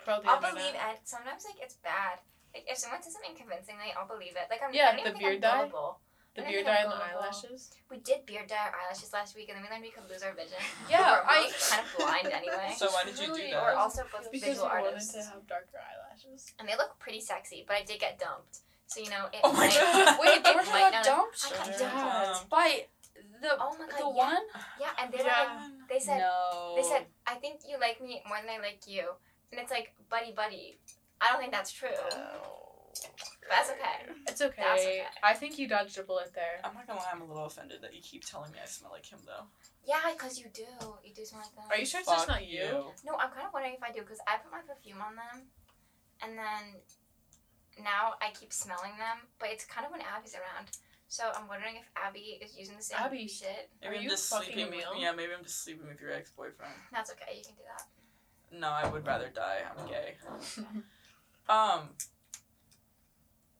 Speaker 6: Probably.
Speaker 3: I'll believe it. Sometimes like it's bad. Like if someone says something convincingly, I'll believe it. Like I'm.
Speaker 6: Yeah,
Speaker 3: I don't
Speaker 6: the
Speaker 3: think
Speaker 6: beard
Speaker 3: I'm
Speaker 6: dye.
Speaker 3: gullible.
Speaker 6: The
Speaker 3: I don't
Speaker 6: beard
Speaker 3: think
Speaker 6: dye
Speaker 3: I'm
Speaker 6: and the
Speaker 3: gullible.
Speaker 6: eyelashes.
Speaker 3: We did beard dye our eyelashes last week, and then we learned we could lose our vision.
Speaker 4: Yeah,
Speaker 3: we're
Speaker 4: I.
Speaker 3: both kind of blind anyway.
Speaker 2: So why did you do
Speaker 4: Really,
Speaker 2: that?
Speaker 3: We're also both
Speaker 6: Because you
Speaker 3: visual
Speaker 6: wanted
Speaker 3: artists,
Speaker 6: to have darker eyelashes.
Speaker 3: and they look pretty sexy. But I did get dumped, so you know it.
Speaker 2: Oh my
Speaker 3: might-
Speaker 2: God.
Speaker 4: Wait,
Speaker 3: it
Speaker 4: George
Speaker 3: might
Speaker 4: got
Speaker 3: not-
Speaker 4: dumped
Speaker 3: I got
Speaker 2: Yeah.
Speaker 3: dumped.
Speaker 4: by the
Speaker 3: Oh my God,
Speaker 4: the
Speaker 3: yeah.
Speaker 4: one.
Speaker 3: Yeah, and they were like,
Speaker 6: Yeah.
Speaker 3: they said,
Speaker 4: no.
Speaker 3: They said, I think you like me more than I like you. And it's like, buddy, buddy. I don't think that's true. But that's okay.
Speaker 6: It's okay.
Speaker 3: That's okay.
Speaker 6: I think you dodged a bullet there.
Speaker 2: I'm not gonna lie, I'm a little offended that you keep telling me I smell like him though.
Speaker 3: Yeah, because you do. You do smell like them.
Speaker 6: Are you sure it's just
Speaker 2: Fuck
Speaker 6: not you?
Speaker 3: No, I'm kind of wondering if I do because I put my perfume on them and then now I keep smelling them, but it's kind of when Abby's around. So I'm wondering if Abby is using the same
Speaker 6: Abby.
Speaker 3: shit.
Speaker 2: Maybe
Speaker 6: Are
Speaker 2: I'm
Speaker 6: you
Speaker 2: just
Speaker 6: fucking
Speaker 2: sleeping with
Speaker 6: real?
Speaker 2: yeah, maybe I'm just sleeping with your ex boyfriend.
Speaker 3: That's okay. You can do that.
Speaker 2: No, I would rather die. I'm gay. Um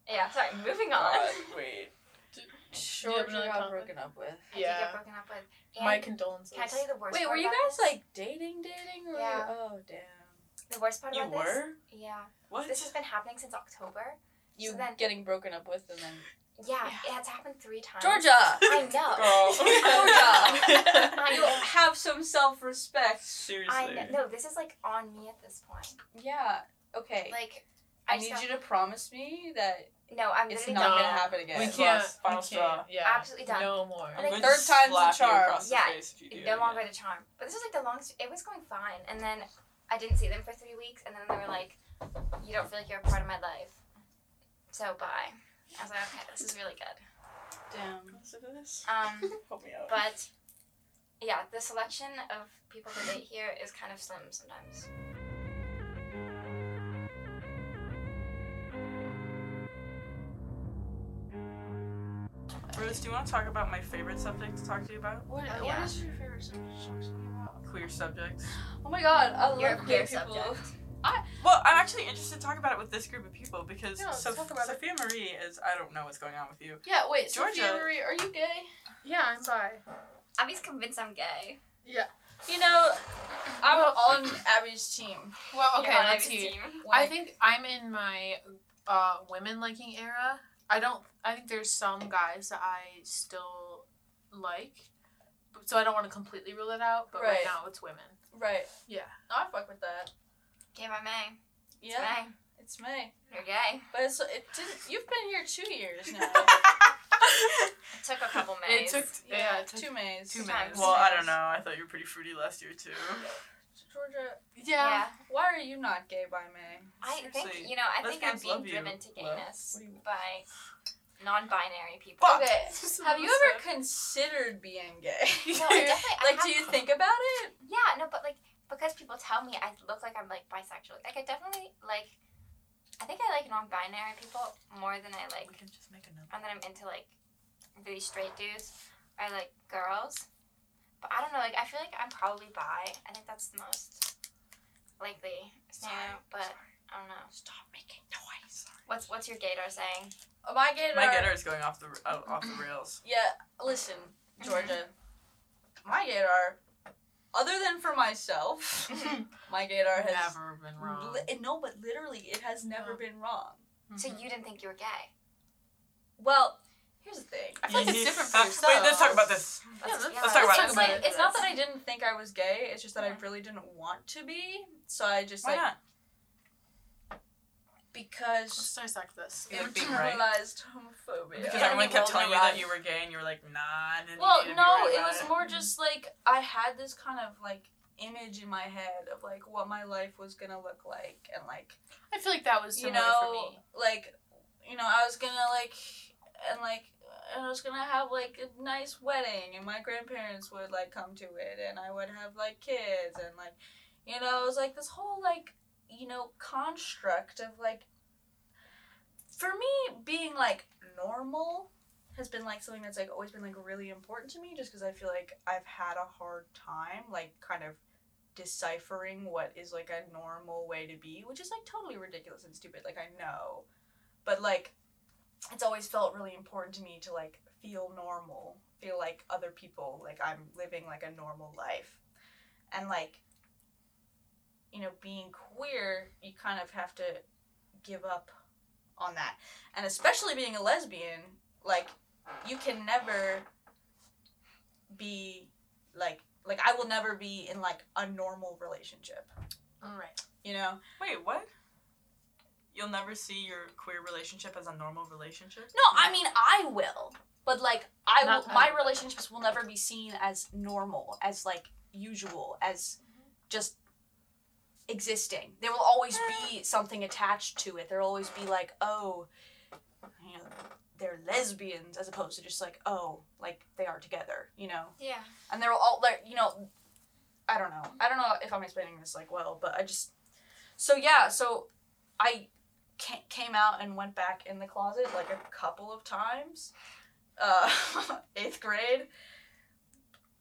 Speaker 3: Yeah, sorry. Moving on.
Speaker 2: God, wait.
Speaker 6: Do you
Speaker 4: George
Speaker 6: have another
Speaker 4: got
Speaker 6: comment?
Speaker 4: broken up with.
Speaker 3: I did get
Speaker 6: Yeah.
Speaker 3: broken up with.
Speaker 6: My
Speaker 3: And
Speaker 6: condolences.
Speaker 3: can I tell you the worst
Speaker 4: Wait,
Speaker 3: part
Speaker 4: were you
Speaker 3: about
Speaker 4: guys
Speaker 3: this?
Speaker 4: like dating, dating, or
Speaker 3: Yeah.
Speaker 4: oh damn.
Speaker 3: The worst part
Speaker 2: You
Speaker 3: about this?
Speaker 2: were?
Speaker 3: Yeah.
Speaker 2: What?
Speaker 3: This has been happening since October.
Speaker 4: You
Speaker 3: So then-
Speaker 4: getting broken up with and then
Speaker 3: Yeah, it has happened three times.
Speaker 4: Georgia,
Speaker 3: I
Speaker 2: Girl.
Speaker 3: know. Georgia.
Speaker 4: you have some self-respect.
Speaker 2: Seriously.
Speaker 3: I know. No, this is like on me at this point.
Speaker 4: Yeah. Okay.
Speaker 3: Like,
Speaker 4: I,
Speaker 3: I
Speaker 4: need
Speaker 3: just
Speaker 4: you to promise me that
Speaker 3: don't- No, I'm
Speaker 4: it's
Speaker 3: literally
Speaker 4: not
Speaker 3: not
Speaker 4: gonna
Speaker 6: done.
Speaker 4: happen again.
Speaker 6: we
Speaker 2: Lost,
Speaker 6: can't.
Speaker 2: final
Speaker 6: we
Speaker 2: straw.
Speaker 6: can't. Yeah.
Speaker 3: Absolutely done.
Speaker 6: No more.
Speaker 2: I'm
Speaker 3: Like,
Speaker 2: going to
Speaker 4: third time's the
Speaker 2: slap you
Speaker 4: charm.
Speaker 2: across the
Speaker 3: Yeah,
Speaker 2: face if you do it
Speaker 3: no
Speaker 2: again.
Speaker 3: longer the charm. But this was like the longest. It was going fine, and then I didn't see them for three weeks, and then they were like, "You don't feel like you're a part of my life, so bye." I was like, "Okay, this is really good."
Speaker 4: Damn.
Speaker 2: Listen to this.
Speaker 3: Um,
Speaker 2: Help me out.
Speaker 3: but yeah, the selection of people to date here is kind of slim sometimes.
Speaker 2: Bruce, do you want to talk about my favorite subject to talk to you about?
Speaker 4: What,
Speaker 3: Oh,
Speaker 4: what
Speaker 3: yeah.
Speaker 4: is your favorite subject to talk to me about?
Speaker 2: Queer subjects.
Speaker 4: Oh my god, I love
Speaker 3: You're a
Speaker 4: queer
Speaker 3: queer
Speaker 4: people.
Speaker 3: subject.
Speaker 2: Well, I'm actually interested to talk about it with this group of people because
Speaker 4: Yeah, let's
Speaker 2: Sof-
Speaker 4: talk about it.
Speaker 2: Sophia Marie is. I don't know what's going on with you.
Speaker 4: Yeah, wait, Sophia
Speaker 2: Georgia.
Speaker 4: Marie, are you gay?
Speaker 6: yeah, I'm bi.
Speaker 3: Abby's convinced I'm gay.
Speaker 4: You know, I'm on Abby's team.
Speaker 6: Well, okay,
Speaker 3: You're on
Speaker 6: let's
Speaker 3: Abby's
Speaker 6: see.
Speaker 3: team.
Speaker 6: I think I'm in my uh, women liking era. I don't. I think there's some guys that I still like, so I don't want to completely rule it out. But right,
Speaker 4: Right.
Speaker 6: now it's women.
Speaker 4: Right.
Speaker 6: Yeah.
Speaker 4: No, I fuck with that.
Speaker 3: Gay by May. It's
Speaker 4: Yeah,
Speaker 3: May.
Speaker 4: it's May.
Speaker 3: You're gay.
Speaker 4: But it's it didn't. You've been here two years now.
Speaker 3: It took a couple
Speaker 6: It
Speaker 3: Mays.
Speaker 6: took. Yeah. it took-
Speaker 4: two Mays.
Speaker 6: two
Speaker 4: Time.
Speaker 6: Mays.
Speaker 2: Well, I don't know. I thought you were pretty fruity last year too.
Speaker 4: Georgia,
Speaker 6: yeah.
Speaker 4: why are you not gay by May?
Speaker 3: I
Speaker 2: Seriously,
Speaker 3: think you know. I think I'm
Speaker 2: lesbians love
Speaker 3: being
Speaker 2: you.
Speaker 3: driven to
Speaker 2: Well,
Speaker 3: gayness
Speaker 2: what do you-
Speaker 3: by non-binary people.
Speaker 2: Fuck.
Speaker 4: Okay.
Speaker 6: So
Speaker 4: Have you
Speaker 6: sad.
Speaker 4: ever considered being gay?
Speaker 3: No, I definitely. I
Speaker 4: like, do
Speaker 3: have-
Speaker 4: you think about it?
Speaker 3: Yeah, no, but like because people tell me I look like I'm like bisexual. Like I definitely like. I think I like non-binary people more than I like,
Speaker 2: We can just make another.
Speaker 3: and then I'm into like really straight dudes or like girls. But I don't know. Like I feel like I'm probably bi. I think that's the most likely scenario. But I don't know.
Speaker 4: Stop making noise.
Speaker 3: What's what's your gator saying?
Speaker 4: My gator.
Speaker 2: My gator is going off the uh, off the rails.
Speaker 4: Yeah, listen,
Speaker 2: Mm-hmm.
Speaker 4: Georgia. My gator. Other than for myself, my gator has
Speaker 6: Never been wrong.
Speaker 4: Li- eh, no, but literally, it has never
Speaker 6: No.
Speaker 4: been wrong.
Speaker 3: So you didn't think you were gay?
Speaker 4: Well, here's the thing.
Speaker 6: I feel like it's different for
Speaker 2: Wait, let's talk
Speaker 6: yourself.
Speaker 2: about this.
Speaker 6: let's-
Speaker 3: yeah,
Speaker 2: let's talk
Speaker 4: It's
Speaker 2: about it.
Speaker 4: just like- it's not that I didn't think I was gay. It's just that
Speaker 3: Yeah.
Speaker 4: I really didn't want to be. So I just
Speaker 2: Why
Speaker 4: like
Speaker 2: not?
Speaker 4: because
Speaker 6: Let's dissect this.
Speaker 2: You're being right.
Speaker 4: internalized homophobia.
Speaker 2: Because
Speaker 3: Yeah,
Speaker 2: everyone
Speaker 3: you
Speaker 2: kept
Speaker 3: rolled
Speaker 2: telling
Speaker 3: the
Speaker 2: you that
Speaker 3: rug.
Speaker 2: you were gay, and you were like, nah. I didn't
Speaker 4: well,
Speaker 2: need to be
Speaker 4: no,
Speaker 2: right
Speaker 4: it
Speaker 2: about
Speaker 4: was more just like I had this kind of like image in my head of like what my life was gonna look like and like
Speaker 6: I feel like that was
Speaker 4: you
Speaker 6: similar
Speaker 4: know like you know I was gonna like and like and I was gonna have like a nice wedding and my grandparents would like come to it and I would have like kids and like you know it was like this whole like you know construct of like for me being like normal has been like something that's like always been like really important to me just because I feel like I've had a hard time like kind of deciphering what is like a normal way to be, which is like totally ridiculous and stupid. Like I know. But like it's always felt really important to me to like feel normal, feel like other people, like I'm living like a normal life. And like you know, being queer, you kind of have to give up on that. And especially being a lesbian, like you can never be like like I will never be in like a normal relationship,
Speaker 6: All right.
Speaker 4: you know?
Speaker 2: Wait, what? You'll never see your queer relationship as a normal relationship?
Speaker 4: No, I mean I will, but like I
Speaker 6: Not
Speaker 4: will,
Speaker 6: I
Speaker 4: my
Speaker 6: will.
Speaker 4: relationships will never be seen as normal, as like usual, as just existing. There will always be something attached to it. There'll always be like, oh, you know, they're lesbians, as opposed to just like, oh, like they are together, you know.
Speaker 3: Yeah.
Speaker 4: and they're all like you know i don't know i don't know if i'm explaining this like well but i just so yeah so i ca- came out and went back in the closet like a couple of times uh eighth grade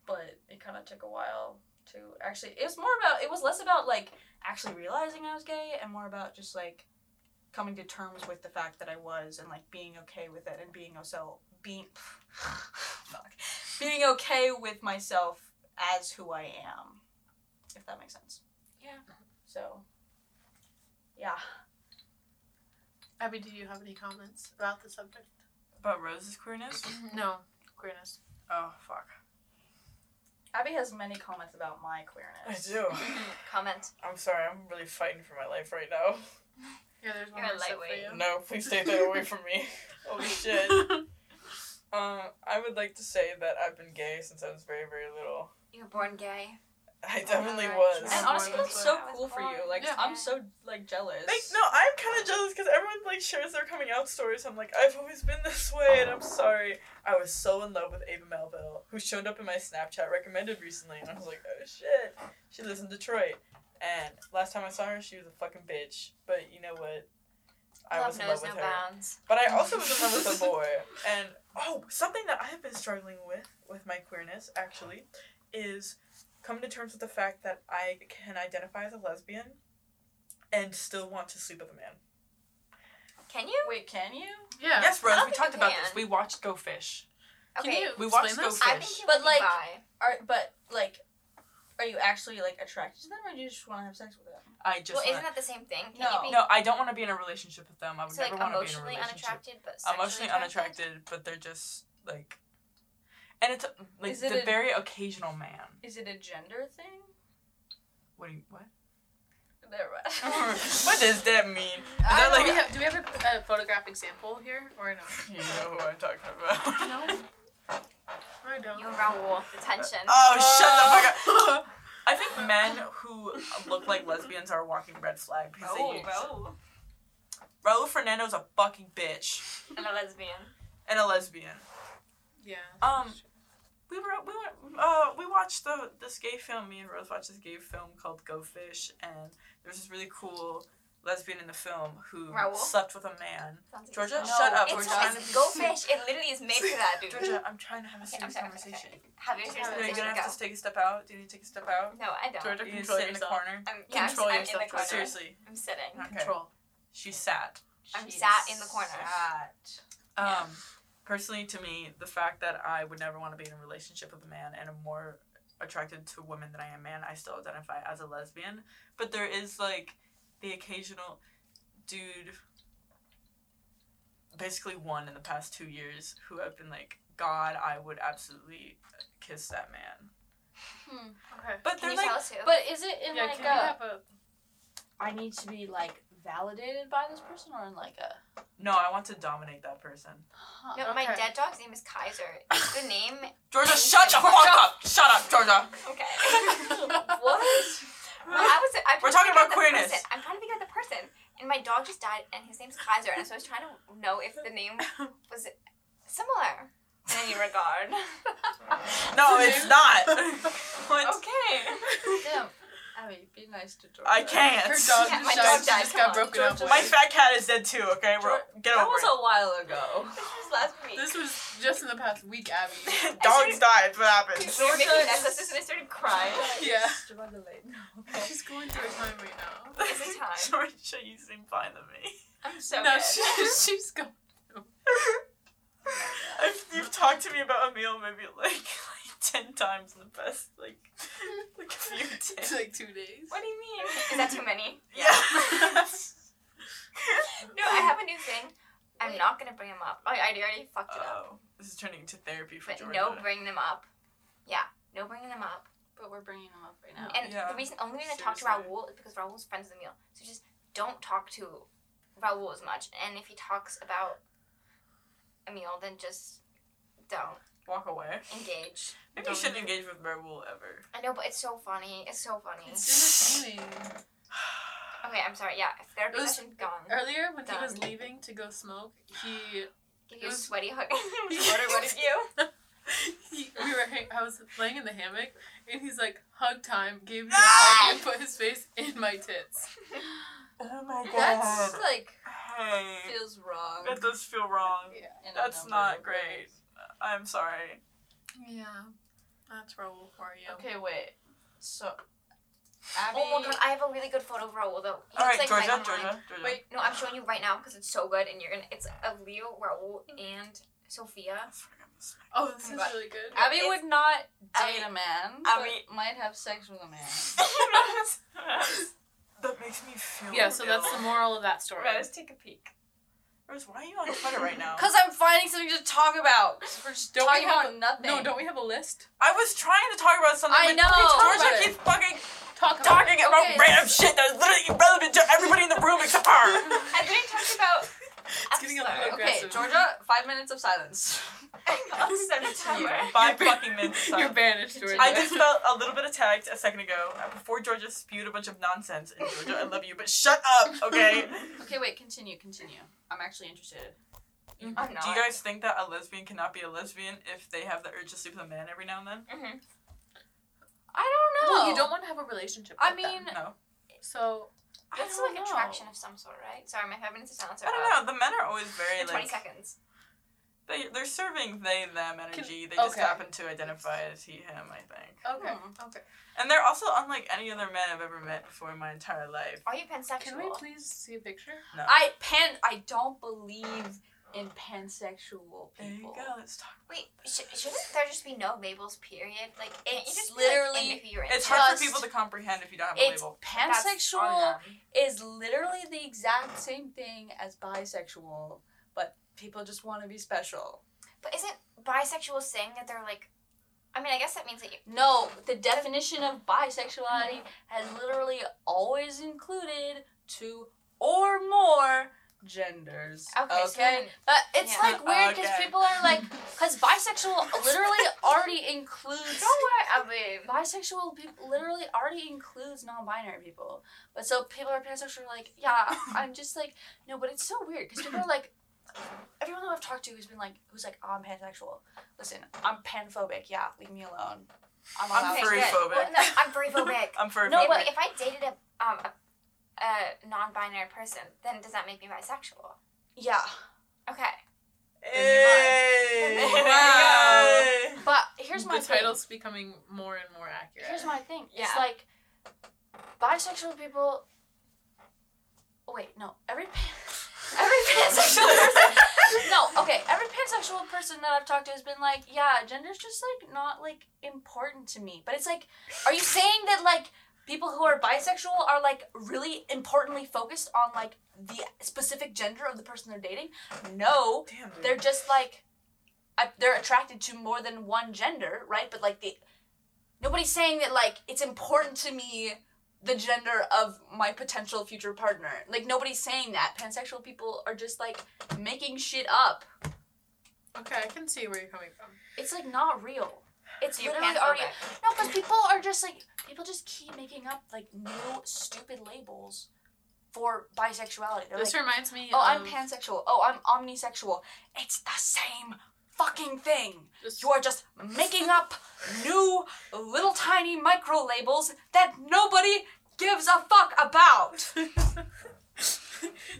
Speaker 4: but it kind of took a while to actually it was more about it was less about like actually realizing i was gay and more about just like coming to terms with the fact that i was and like being okay with it and being also being fuck being okay with myself as who I am, if that makes sense.
Speaker 3: Yeah.
Speaker 4: So, yeah.
Speaker 6: Abby, do you have any comments about the subject?
Speaker 2: About Rose's queerness?
Speaker 6: No. Queerness.
Speaker 2: Oh, fuck.
Speaker 4: Abby has many comments about my queerness.
Speaker 2: do.
Speaker 3: Comment.
Speaker 2: I'm sorry, I'm really fighting for my life right now.
Speaker 6: Yeah, there's one
Speaker 3: You're a
Speaker 6: more step
Speaker 3: lightweight.
Speaker 6: for you.
Speaker 2: No, please take that away from me. Holy shit. Uh, I would like to say that I've been gay since I was very, very little.
Speaker 3: You were born gay.
Speaker 2: I definitely
Speaker 3: Alright.
Speaker 2: was.
Speaker 4: And honestly,
Speaker 6: Born
Speaker 4: that's
Speaker 6: with
Speaker 4: so
Speaker 3: what I was
Speaker 4: cool for you.
Speaker 3: born.
Speaker 4: Like,
Speaker 6: Yeah.
Speaker 4: I'm so like jealous.
Speaker 2: Like, no, I'm kind of jealous because everyone like shares their coming out stories. I'm like, I've always been this way, and I'm sorry. I was so in love with Ava Melville, who showed up in my Snapchat recommended recently, and I was like, oh shit, she lives in Detroit. And last time I saw her, she was a fucking bitch. But you know what? I
Speaker 3: Love
Speaker 2: was in
Speaker 3: knows
Speaker 2: love with
Speaker 3: no
Speaker 2: her.
Speaker 3: bounds.
Speaker 2: But I also was in love with a boy. And oh, something that I have been struggling with with my queerness actually is coming to terms with the fact that I can identify as a lesbian and still want to sleep with a man.
Speaker 3: Can you?
Speaker 4: Wait, can you?
Speaker 6: Yeah.
Speaker 2: Yes,
Speaker 3: I
Speaker 2: Rose,
Speaker 3: don't
Speaker 2: we
Speaker 3: think
Speaker 2: talked
Speaker 3: you
Speaker 2: about
Speaker 3: can.
Speaker 2: this. We watched Go Fish.
Speaker 6: Can
Speaker 3: Okay.
Speaker 6: you
Speaker 2: We watched
Speaker 6: explain
Speaker 2: Go
Speaker 6: this?
Speaker 3: I
Speaker 2: Fish.
Speaker 3: think you
Speaker 4: But,
Speaker 3: would
Speaker 4: like-
Speaker 3: be bi.
Speaker 4: Are but like, are you actually like attracted to them, or do you just want to have sex with them?
Speaker 2: I just
Speaker 3: well,
Speaker 2: wanna-
Speaker 3: isn't that the same thing? Can
Speaker 4: No.
Speaker 3: you be
Speaker 2: no, I don't want to be in a relationship with them. I would
Speaker 3: so like
Speaker 2: never want to be in a
Speaker 3: emotionally
Speaker 2: relationship.
Speaker 3: unattracted but sexually
Speaker 2: emotionally
Speaker 3: attracted?
Speaker 2: unattracted, but they're just like, and it's like
Speaker 4: Is it
Speaker 2: the
Speaker 4: a-
Speaker 2: very occasional man.
Speaker 4: Is it a gender thing?
Speaker 2: What do you what?
Speaker 4: Never mind.
Speaker 2: what does that mean? Is
Speaker 6: I don't
Speaker 2: that
Speaker 6: know,
Speaker 2: like
Speaker 6: we have- do we have a, a photograph example here or no?
Speaker 2: You know who I'm talking about.
Speaker 6: No. I don't.
Speaker 3: You and Raoul, the tension.
Speaker 2: Oh,
Speaker 6: Uh,
Speaker 2: shut the fuck up. I think men who look like lesbians are a walking red flag because
Speaker 3: Oh,
Speaker 2: they use.
Speaker 3: Raoul.
Speaker 2: Raul Fernando's a fucking bitch
Speaker 3: And a lesbian.
Speaker 2: and a lesbian.
Speaker 6: Yeah.
Speaker 2: Um, we were we went uh we watched the this gay film. Me and Rose watched this gay film called Go Fish, and there's this really cool lesbian in the film who
Speaker 3: Raoul?
Speaker 2: slept with a man.
Speaker 3: Sounds like
Speaker 2: Georgia,
Speaker 3: a-
Speaker 2: shut up.
Speaker 3: It's,
Speaker 2: We're
Speaker 3: not-
Speaker 2: trying to
Speaker 3: it's
Speaker 2: be
Speaker 3: go
Speaker 2: serious.
Speaker 3: fish. It literally is made for that, dude.
Speaker 2: Georgia, I'm trying to have a serious
Speaker 3: sorry, okay,
Speaker 2: conversation.
Speaker 3: Have your
Speaker 6: No,
Speaker 3: serious
Speaker 2: No, you're
Speaker 3: conversation.
Speaker 2: gonna have to take a step out. Do you need to take a step out?
Speaker 3: go. No, I don't.
Speaker 6: Georgia,
Speaker 2: You need to
Speaker 6: control
Speaker 2: sit in the
Speaker 6: yourself.
Speaker 2: corner.
Speaker 3: I'm, yeah, I'm-
Speaker 6: Control
Speaker 3: I'm,
Speaker 6: yourself,
Speaker 3: in the corner.
Speaker 6: Georgia.
Speaker 2: Seriously.
Speaker 3: I'm sitting.
Speaker 6: Control.
Speaker 2: She sat.
Speaker 3: I'm
Speaker 4: She
Speaker 3: sat in the corner.
Speaker 4: sat.
Speaker 2: Um,
Speaker 3: Yeah.
Speaker 2: personally, to me, the fact that I would never want to be in a relationship with a man and I'm more attracted to women than I am man, I still identify as a lesbian. But there is like the occasional dude, basically one in the past two years, who I've been like, God, I would absolutely kiss that man.
Speaker 6: Okay.
Speaker 2: But
Speaker 3: Can
Speaker 2: they're
Speaker 3: you
Speaker 2: like,
Speaker 3: tell us who?
Speaker 4: But is it in
Speaker 6: Yeah,
Speaker 4: like
Speaker 6: can
Speaker 4: a?
Speaker 6: we have a
Speaker 4: I need to be like validated by this person, or in like a?
Speaker 2: no, I want to dominate that person.
Speaker 4: Huh.
Speaker 3: no, my
Speaker 6: okay.
Speaker 3: dead dog's name is Kaiser. It's the name.
Speaker 2: Georgia, shut the fuck up! Shut up, Georgia!
Speaker 3: Okay.
Speaker 4: What?
Speaker 3: Well, I was. I'm
Speaker 2: We're
Speaker 3: trying
Speaker 2: talking
Speaker 3: to figure
Speaker 2: about
Speaker 3: out the
Speaker 2: queerness.
Speaker 3: person. I'm trying to figure out the person, and my dog just died, and his name's Kaiser, and so I was trying to know if the name was similar in any regard.
Speaker 2: Oh, No, it's not! what?
Speaker 3: okay.
Speaker 4: Damn. Abby, be nice to Georgia.
Speaker 2: I can't.
Speaker 4: Her dog
Speaker 3: Yeah,
Speaker 4: just
Speaker 3: my
Speaker 4: died.
Speaker 3: dog
Speaker 4: she
Speaker 3: died,
Speaker 4: just
Speaker 3: come
Speaker 4: got
Speaker 3: on.
Speaker 4: broken up
Speaker 2: Georgia-
Speaker 4: with.
Speaker 2: My fat cat is dead too. Okay, We're, get
Speaker 4: that
Speaker 2: over
Speaker 4: was
Speaker 2: it.
Speaker 4: a while ago.
Speaker 3: This was last week.
Speaker 4: This was just in the past week, Abby.
Speaker 2: Dogs died. What happens?
Speaker 3: we were making
Speaker 4: Georgia
Speaker 3: necklaces
Speaker 4: is-
Speaker 3: and I started crying.
Speaker 4: yeah.
Speaker 1: She's going through a time right now.
Speaker 3: It's a time.
Speaker 2: Georgia, you seem fine to me.
Speaker 3: I'm so
Speaker 1: no,
Speaker 3: mad.
Speaker 1: she's she's going.
Speaker 2: I've, you've talked to me about Emil maybe like like ten times in the past like like a few
Speaker 1: It's
Speaker 2: days.
Speaker 1: like two days.
Speaker 3: What do you mean? Is that too many?
Speaker 2: Yeah.
Speaker 3: No, I have a new thing. I'm not gonna bring them up. I, I already fucked it up.
Speaker 2: oh, this is turning into therapy for
Speaker 3: But
Speaker 2: Georgia.
Speaker 3: no, bring them up. Yeah, no, bringing them up.
Speaker 4: But we're bringing them up right now.
Speaker 3: And
Speaker 2: Yeah.
Speaker 3: the reason, only reason I talk to
Speaker 2: Seriously.
Speaker 3: Raul is because Raul's friends with Emil. So just don't talk to Raul as much. And if he talks about Emil, then just don't
Speaker 2: Walk away.
Speaker 3: engage.
Speaker 2: Maybe you shouldn't engage with Merwool ever.
Speaker 3: I know, but it's so funny. It's so funny.
Speaker 1: It's entertaining.
Speaker 3: Okay, I'm sorry. Yeah, if therapy
Speaker 1: It was- er,
Speaker 3: session gone.
Speaker 1: Earlier, when he was
Speaker 3: Done.
Speaker 1: leaving to go smoke, he,
Speaker 3: Give
Speaker 1: it
Speaker 3: you a
Speaker 1: was-
Speaker 3: sweaty hug. Water, what is you?
Speaker 1: he we were hang- I was laying in the hammock, and he's like hug time, gave me
Speaker 4: Ah!
Speaker 1: a hug, and put his face in my tits.
Speaker 2: Oh my
Speaker 4: That's like
Speaker 2: Hey,
Speaker 4: feels wrong.
Speaker 2: that does feel wrong.
Speaker 1: Yeah,
Speaker 4: in a
Speaker 2: That's
Speaker 4: number
Speaker 2: not
Speaker 4: of
Speaker 2: great.
Speaker 4: ways.
Speaker 2: I'm sorry.
Speaker 1: yeah, that's Raul for you.
Speaker 4: Okay, wait. So, Abby.
Speaker 3: Oh my god, I have a really good photo of Raul though. He
Speaker 2: All right,
Speaker 3: looks like
Speaker 2: Georgia,
Speaker 3: Michael Myers.
Speaker 2: Georgia, Georgia.
Speaker 4: Wait,
Speaker 3: No, I'm showing you right now because it's so good, and you're gonna. It's a Leo, Raul, and Sophia.
Speaker 1: Oh, this
Speaker 3: Oh
Speaker 1: is
Speaker 3: my
Speaker 1: really good.
Speaker 4: Abby
Speaker 3: It's-
Speaker 4: would not
Speaker 3: Abby-
Speaker 4: date a man.
Speaker 2: Abby-
Speaker 4: but might have sex with a man.
Speaker 2: that makes me feel.
Speaker 1: Yeah, so that's the
Speaker 2: ill.
Speaker 1: moral of that story.
Speaker 3: Rose, take a peek.
Speaker 2: Rose, why are you on Twitter right now?
Speaker 4: Cause I'm finding something to talk about. We're just
Speaker 1: Don't we
Speaker 4: talking
Speaker 1: have
Speaker 4: about nothing.
Speaker 1: No, don't we have a list?
Speaker 2: I was trying to talk about something.
Speaker 4: I
Speaker 2: but
Speaker 4: know.
Speaker 2: fucking
Speaker 4: Talk about
Speaker 2: Georgia
Speaker 4: it.
Speaker 2: keeps fucking
Speaker 1: Talk about
Speaker 2: talking about
Speaker 4: Okay.
Speaker 2: random shit that is literally irrelevant to everybody in the room except her.
Speaker 3: I didn't talk about.
Speaker 1: It's getting a little
Speaker 3: Sorry.
Speaker 4: Okay,
Speaker 1: aggressive.
Speaker 4: Georgia, five minutes of silence.
Speaker 3: I'm so tired.
Speaker 2: Five fucking minutes.
Speaker 1: You're
Speaker 2: Of silence.
Speaker 1: banished, Georgia.
Speaker 2: I just felt a little bit attacked a second ago uh, before Georgia spewed a bunch of nonsense. And Georgia, I love you, but shut up, okay?
Speaker 4: Okay, wait, continue, continue. I'm actually interested.
Speaker 3: I'm not.
Speaker 2: Mm-hmm. Do you guys think that a lesbian cannot be a lesbian if they have the urge to sleep with a man every now and then?
Speaker 3: Mhm.
Speaker 4: I don't know.
Speaker 1: Well, you don't want to have a relationship.
Speaker 4: I
Speaker 1: with them.
Speaker 4: mean-
Speaker 2: No.
Speaker 1: so
Speaker 3: That's
Speaker 4: I don't
Speaker 3: like
Speaker 4: know.
Speaker 3: attraction of some sort, right? Sorry, my five minutes of silence are
Speaker 2: I
Speaker 3: up.
Speaker 2: don't know. The men are always very
Speaker 3: In 20
Speaker 2: like
Speaker 3: seconds.
Speaker 2: they they're serving they them energy. they just
Speaker 1: okay.
Speaker 2: happen to identify as he him. I think.
Speaker 1: okay,
Speaker 4: Hmm.
Speaker 1: okay.
Speaker 2: And they're also unlike any other men I've ever met before in my entire life.
Speaker 3: Are you pansexual?
Speaker 1: Can we please see a picture?
Speaker 2: No.
Speaker 4: I pan. I don't believe in pansexual people.
Speaker 2: There you go. Let's talk.
Speaker 3: Wait, sh- shouldn't there just be no labels? Period. Like, it,
Speaker 4: It's
Speaker 3: you just
Speaker 4: literally-
Speaker 3: Be, like, into who you're into.
Speaker 2: It's hard for
Speaker 4: Just-
Speaker 2: people to comprehend if you don't have a
Speaker 4: It's
Speaker 2: label.
Speaker 3: That's
Speaker 4: pansexual
Speaker 3: on them.
Speaker 4: is literally the exact same thing as bisexual, but people just want to be special.
Speaker 3: But isn't bisexual saying that they're like? I mean, I guess that means that you.
Speaker 4: No, the definition of bisexuality has literally always included two or more genders.
Speaker 3: Okay, so then-
Speaker 4: but it's
Speaker 3: yeah.
Speaker 4: like weird because
Speaker 2: Okay.
Speaker 4: people are like, because bisexual literally already includes.
Speaker 3: Don't worry, Abby.
Speaker 4: Bisexual people literally already includes non-binary people, but so people are pansexual. Are like, yeah, I'm just like, no, but it's so weird because people are like, everyone that I've talked to who's been like, who's like, oh, I'm pansexual. Listen, I'm panphobic. Yeah, leave me alone. I'm
Speaker 2: I'm
Speaker 4: allowed.
Speaker 3: Okay,
Speaker 2: furry
Speaker 3: good.
Speaker 2: phobic.
Speaker 3: Well, no, I'm furry phobic.
Speaker 2: I'm furry
Speaker 4: No,
Speaker 3: if,
Speaker 2: phobic.
Speaker 4: but-
Speaker 3: if I dated a um a, a non-binary person, then does that make me bisexual?
Speaker 4: Yeah,
Speaker 3: Okay.
Speaker 2: Hey!
Speaker 3: Then you lied.
Speaker 2: Wow.
Speaker 4: but here's my
Speaker 1: the
Speaker 4: thing.
Speaker 1: title's becoming more and more accurate.
Speaker 4: Here's my thing. It's
Speaker 3: Yeah.
Speaker 4: like bisexual people. oh, Wait, no. Every pan- every pansexual person. No, okay. Every pansexual person that I've talked to has been like, yeah, gender's just like not like important to me. But it's like, are you saying that like people who are bisexual are like really importantly focused on like the specific gender of the person they're dating? No
Speaker 2: Damn, dude.
Speaker 4: they're just like I, they're attracted to more than one gender right but like the nobody's saying that like it's important to me the gender of my potential future partner like nobody's saying that pansexual people are just like making shit up
Speaker 1: okay, I can see where you're coming from.
Speaker 4: it's like not real it's
Speaker 3: So you're
Speaker 4: literally
Speaker 3: panphobic.
Speaker 4: already no because people are just like people just keep making up like new stupid labels for bisexuality they're
Speaker 1: This
Speaker 4: like
Speaker 3: um,
Speaker 1: reminds me.
Speaker 4: oh i'm
Speaker 1: of-
Speaker 4: pansexual oh i'm omnisexual it's the same fucking thing.
Speaker 8: Just-
Speaker 4: You are just making up new little tiny micro labels that nobody gives a fuck about.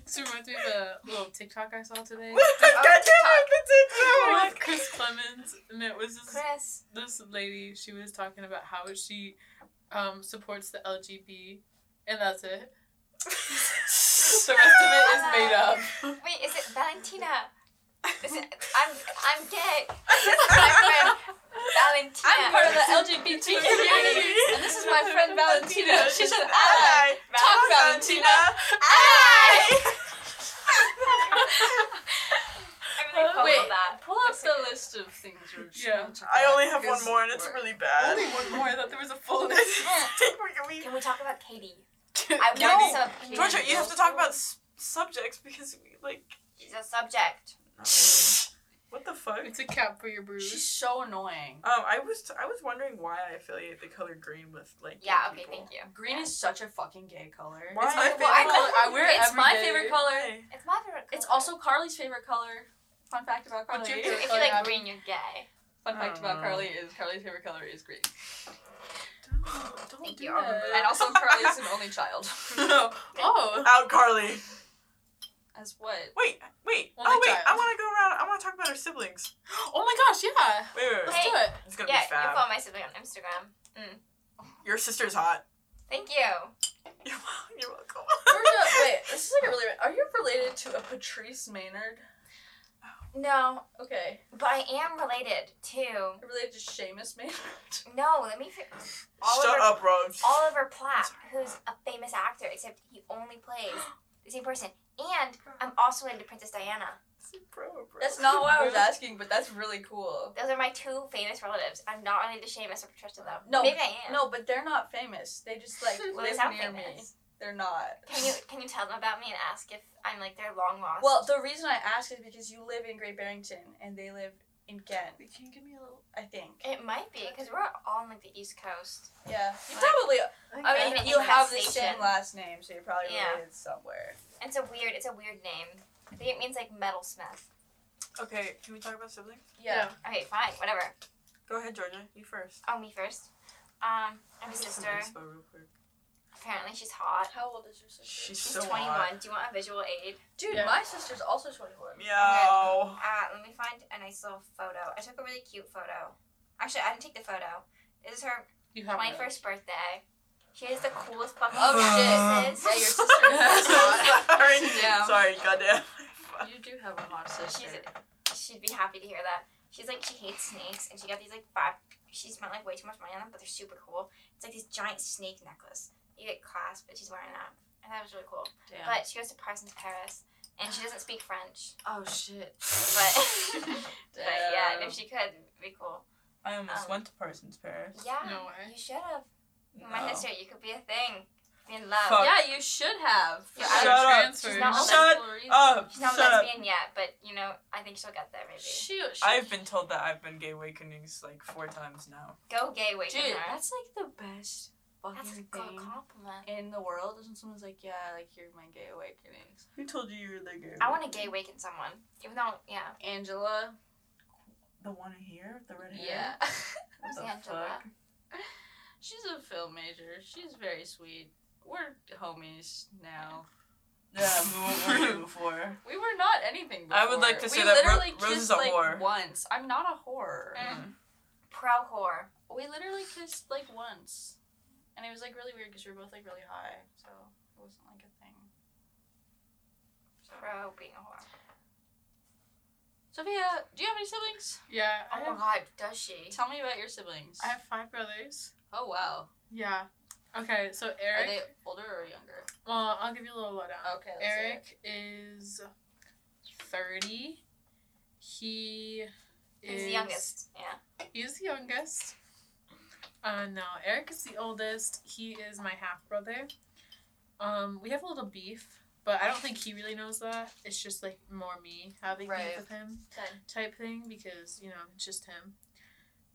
Speaker 1: This reminds me of a little TikTok I saw today
Speaker 8: God
Speaker 2: Oh
Speaker 1: with Chris Clemens, and it was this
Speaker 3: Chris.
Speaker 1: this lady. She was talking about how she um, supports the LGB, and that's it. the rest of it is made up.
Speaker 3: Wait, is it Valentina? Is it, I'm I'm gay. That's my friend Valentina.
Speaker 4: I'm part of the LGBT community, and this is my friend Valentina. She's an ally. Talk, Valentina.
Speaker 3: I really follow
Speaker 4: Wait.
Speaker 3: that.
Speaker 4: Pull up the list of things we're
Speaker 1: Yeah.
Speaker 8: I only have one more and it's really bad.
Speaker 1: Only one more. I thought there was a full list.
Speaker 8: Georgia,
Speaker 3: Can we talk about Katie? I
Speaker 8: Katie.
Speaker 3: want some Katie.
Speaker 8: you have to talk about s- subjects because, we, like,
Speaker 3: She's a subject.
Speaker 8: what the fuck?
Speaker 1: It's a cap for your bruise.
Speaker 4: She's so annoying.
Speaker 8: Um, I was t- I was wondering why I affiliate the color green with like. gay
Speaker 3: Yeah. Okay.
Speaker 8: people.
Speaker 3: Thank you.
Speaker 4: Green is such a fucking gay color.
Speaker 8: Why?
Speaker 4: It's my favorite
Speaker 8: Well, I
Speaker 4: color. I wear it It's
Speaker 1: every
Speaker 4: my
Speaker 1: day.
Speaker 4: favorite color.
Speaker 8: Why?
Speaker 3: It's my favorite.
Speaker 4: It's
Speaker 3: color.
Speaker 4: also Carly's favorite color. Fun fact about
Speaker 1: What's
Speaker 4: Carly.
Speaker 1: your
Speaker 3: if you
Speaker 1: color,
Speaker 3: like
Speaker 1: Abby?
Speaker 3: green, you're gay.
Speaker 4: Fun fact about
Speaker 8: Oh.
Speaker 4: Carly is Carly's favorite color is green.
Speaker 8: Don't, don't
Speaker 3: Thank
Speaker 8: do
Speaker 3: you.
Speaker 8: that.
Speaker 4: And also Carly's an only child.
Speaker 1: oh,
Speaker 8: Out, Carly.
Speaker 4: As what?
Speaker 8: Wait, wait.
Speaker 1: Only
Speaker 8: oh, wait.
Speaker 1: child.
Speaker 8: I want to go around. I want to talk about our siblings.
Speaker 1: oh my gosh, yeah.
Speaker 8: Wait, wait, wait.
Speaker 1: Let's do it.
Speaker 8: It's gonna
Speaker 3: Yeah.
Speaker 8: be
Speaker 3: You
Speaker 8: fab.
Speaker 3: follow my sibling on Instagram.
Speaker 8: Your sister's hot.
Speaker 3: Thank you.
Speaker 8: You're welcome. You're welcome.
Speaker 4: Georgia, wait, this is like a really. Are you related to a Patrice Maynard?
Speaker 3: No,
Speaker 4: Okay.
Speaker 3: but I am related to.
Speaker 4: You're related to Seamus Maynard?
Speaker 3: No, let me. fi-
Speaker 8: Shut
Speaker 3: Oliver
Speaker 8: up, Robes.
Speaker 3: Oliver Platt, who's a famous actor, except he only plays the same person. And I'm also into Princess Diana.
Speaker 8: Bro, bro.
Speaker 4: That's not why I was asking, but that's really cool.
Speaker 3: Those are my two famous relatives. I'm not related to Seamus or Patricia though.
Speaker 4: No,
Speaker 3: maybe I am.
Speaker 4: No, but they're not famous. They just like
Speaker 3: well, they
Speaker 4: live
Speaker 3: sound
Speaker 4: near me.
Speaker 3: famous.
Speaker 4: They're not.
Speaker 3: Can you can you tell them about me and ask if I'm like their long lost?
Speaker 4: Well, the reason I ask is because you live in Great Barrington and they live in Kent.
Speaker 8: Can you give me a little?
Speaker 4: I think.
Speaker 3: it might be because we're all on like the East Coast.
Speaker 4: Yeah. You probably. I mean,
Speaker 3: Definitely
Speaker 4: you have the
Speaker 3: Station.
Speaker 4: same last name, so you're probably
Speaker 3: Yeah.
Speaker 4: related somewhere.
Speaker 3: And it's a weird. It's a weird name. I think it means like metalsmith.
Speaker 8: Okay, can we talk about siblings?
Speaker 4: Yeah.
Speaker 3: Okay, fine, whatever.
Speaker 8: Go ahead, Georgia. You first.
Speaker 3: Oh, me first. Um, I have a sister.
Speaker 8: Inspo real quick.
Speaker 3: Apparently, she's hot.
Speaker 4: How old is your sister?
Speaker 8: She's,
Speaker 3: She's
Speaker 8: so
Speaker 3: 21.
Speaker 8: hot.
Speaker 3: Do you want a visual aid?
Speaker 4: Dude,
Speaker 1: Yeah.
Speaker 4: my sister's also 21.
Speaker 8: Meow.
Speaker 3: Uh, let me find a nice little photo. I took a really cute photo. Actually, I didn't take the photo. This is her
Speaker 1: You have
Speaker 3: twenty first birthday. She has the coolest fucking
Speaker 4: Oh, shit.
Speaker 3: dresses.
Speaker 4: Yeah, your sister is
Speaker 8: sorry.
Speaker 4: Yeah.
Speaker 8: Sorry, goddamn.
Speaker 4: You do have a hot sister.
Speaker 3: She's- She'd be happy to hear that. She's like she hates snakes, and she got these like five. She spent like way too much money on them, but they're super cool. It's like this giant snake necklace. You get clasped, but she's wearing that. And that was really cool.
Speaker 4: Damn.
Speaker 3: But she goes to Parsons Paris, and she doesn't speak French.
Speaker 4: oh shit.
Speaker 3: But, but yeah, and if she could, it'd be cool.
Speaker 8: I almost
Speaker 3: Um,
Speaker 8: went to Parsons Paris.
Speaker 3: Yeah,
Speaker 1: No way.
Speaker 3: you should have. My
Speaker 8: No.
Speaker 3: sister, you could be a thing. Be in love.
Speaker 8: Fuck.
Speaker 4: Yeah, you should have.
Speaker 3: Yeah,
Speaker 8: Shut
Speaker 3: I-
Speaker 8: up.
Speaker 1: transfer.
Speaker 3: She's not
Speaker 8: Shut Oh,
Speaker 3: She's not
Speaker 8: shut
Speaker 3: a
Speaker 8: up.
Speaker 3: lesbian yet, but you know, I think she'll get there maybe.
Speaker 4: Shoot.
Speaker 8: I've been told that I've been gay awakenings like four times now.
Speaker 3: Go gay, wait
Speaker 4: Dude,
Speaker 3: her.
Speaker 4: that's like the best fucking
Speaker 3: That's a
Speaker 4: thing
Speaker 3: good compliment.
Speaker 4: in the world. Is when someone's like, "Yeah, like you're my gay awakenings."
Speaker 8: Who told you you were the gay?
Speaker 3: I want to gay awaken someone, even though yeah,
Speaker 4: Angela.
Speaker 8: The one here, the red hair.
Speaker 4: Yeah.
Speaker 8: What
Speaker 3: Who's
Speaker 8: the
Speaker 3: Angela?
Speaker 8: fuck?
Speaker 4: She's a film major. She's very sweet. We're homies now.
Speaker 8: Yeah, who were you before?
Speaker 4: We were not anything before.
Speaker 8: I would like to say
Speaker 4: we
Speaker 8: that Ro-
Speaker 4: literally
Speaker 8: Rose is
Speaker 4: kissed,
Speaker 8: a
Speaker 4: like,
Speaker 8: whore.
Speaker 4: Once. I'm not a whore.
Speaker 1: Eh.
Speaker 3: Mm. pro whore.
Speaker 4: We literally kissed like once, and it was like really weird because we were both like really high, so it wasn't like a thing.
Speaker 3: Pro being a whore.
Speaker 4: Sophia, do you have any siblings?
Speaker 1: Yeah, I
Speaker 3: Oh
Speaker 1: have,
Speaker 3: my god, does she?
Speaker 4: Tell me about your siblings.
Speaker 1: I have five brothers.
Speaker 4: Oh wow.
Speaker 1: Yeah. Okay, so
Speaker 4: Are
Speaker 1: Eric.
Speaker 4: they older or younger?
Speaker 1: Well, I'll give you a little lowdown.
Speaker 4: Okay. let's hear it.
Speaker 1: Eric is 30. He is
Speaker 3: He's the youngest. Yeah.
Speaker 1: He is the youngest. Uh, no, Eric is the oldest. He is my half brother. Um, we have a little beef, but I don't think he really knows that. It's just like more me having
Speaker 4: Right.
Speaker 1: beef with him
Speaker 4: Okay.
Speaker 1: type thing because you know it's just him.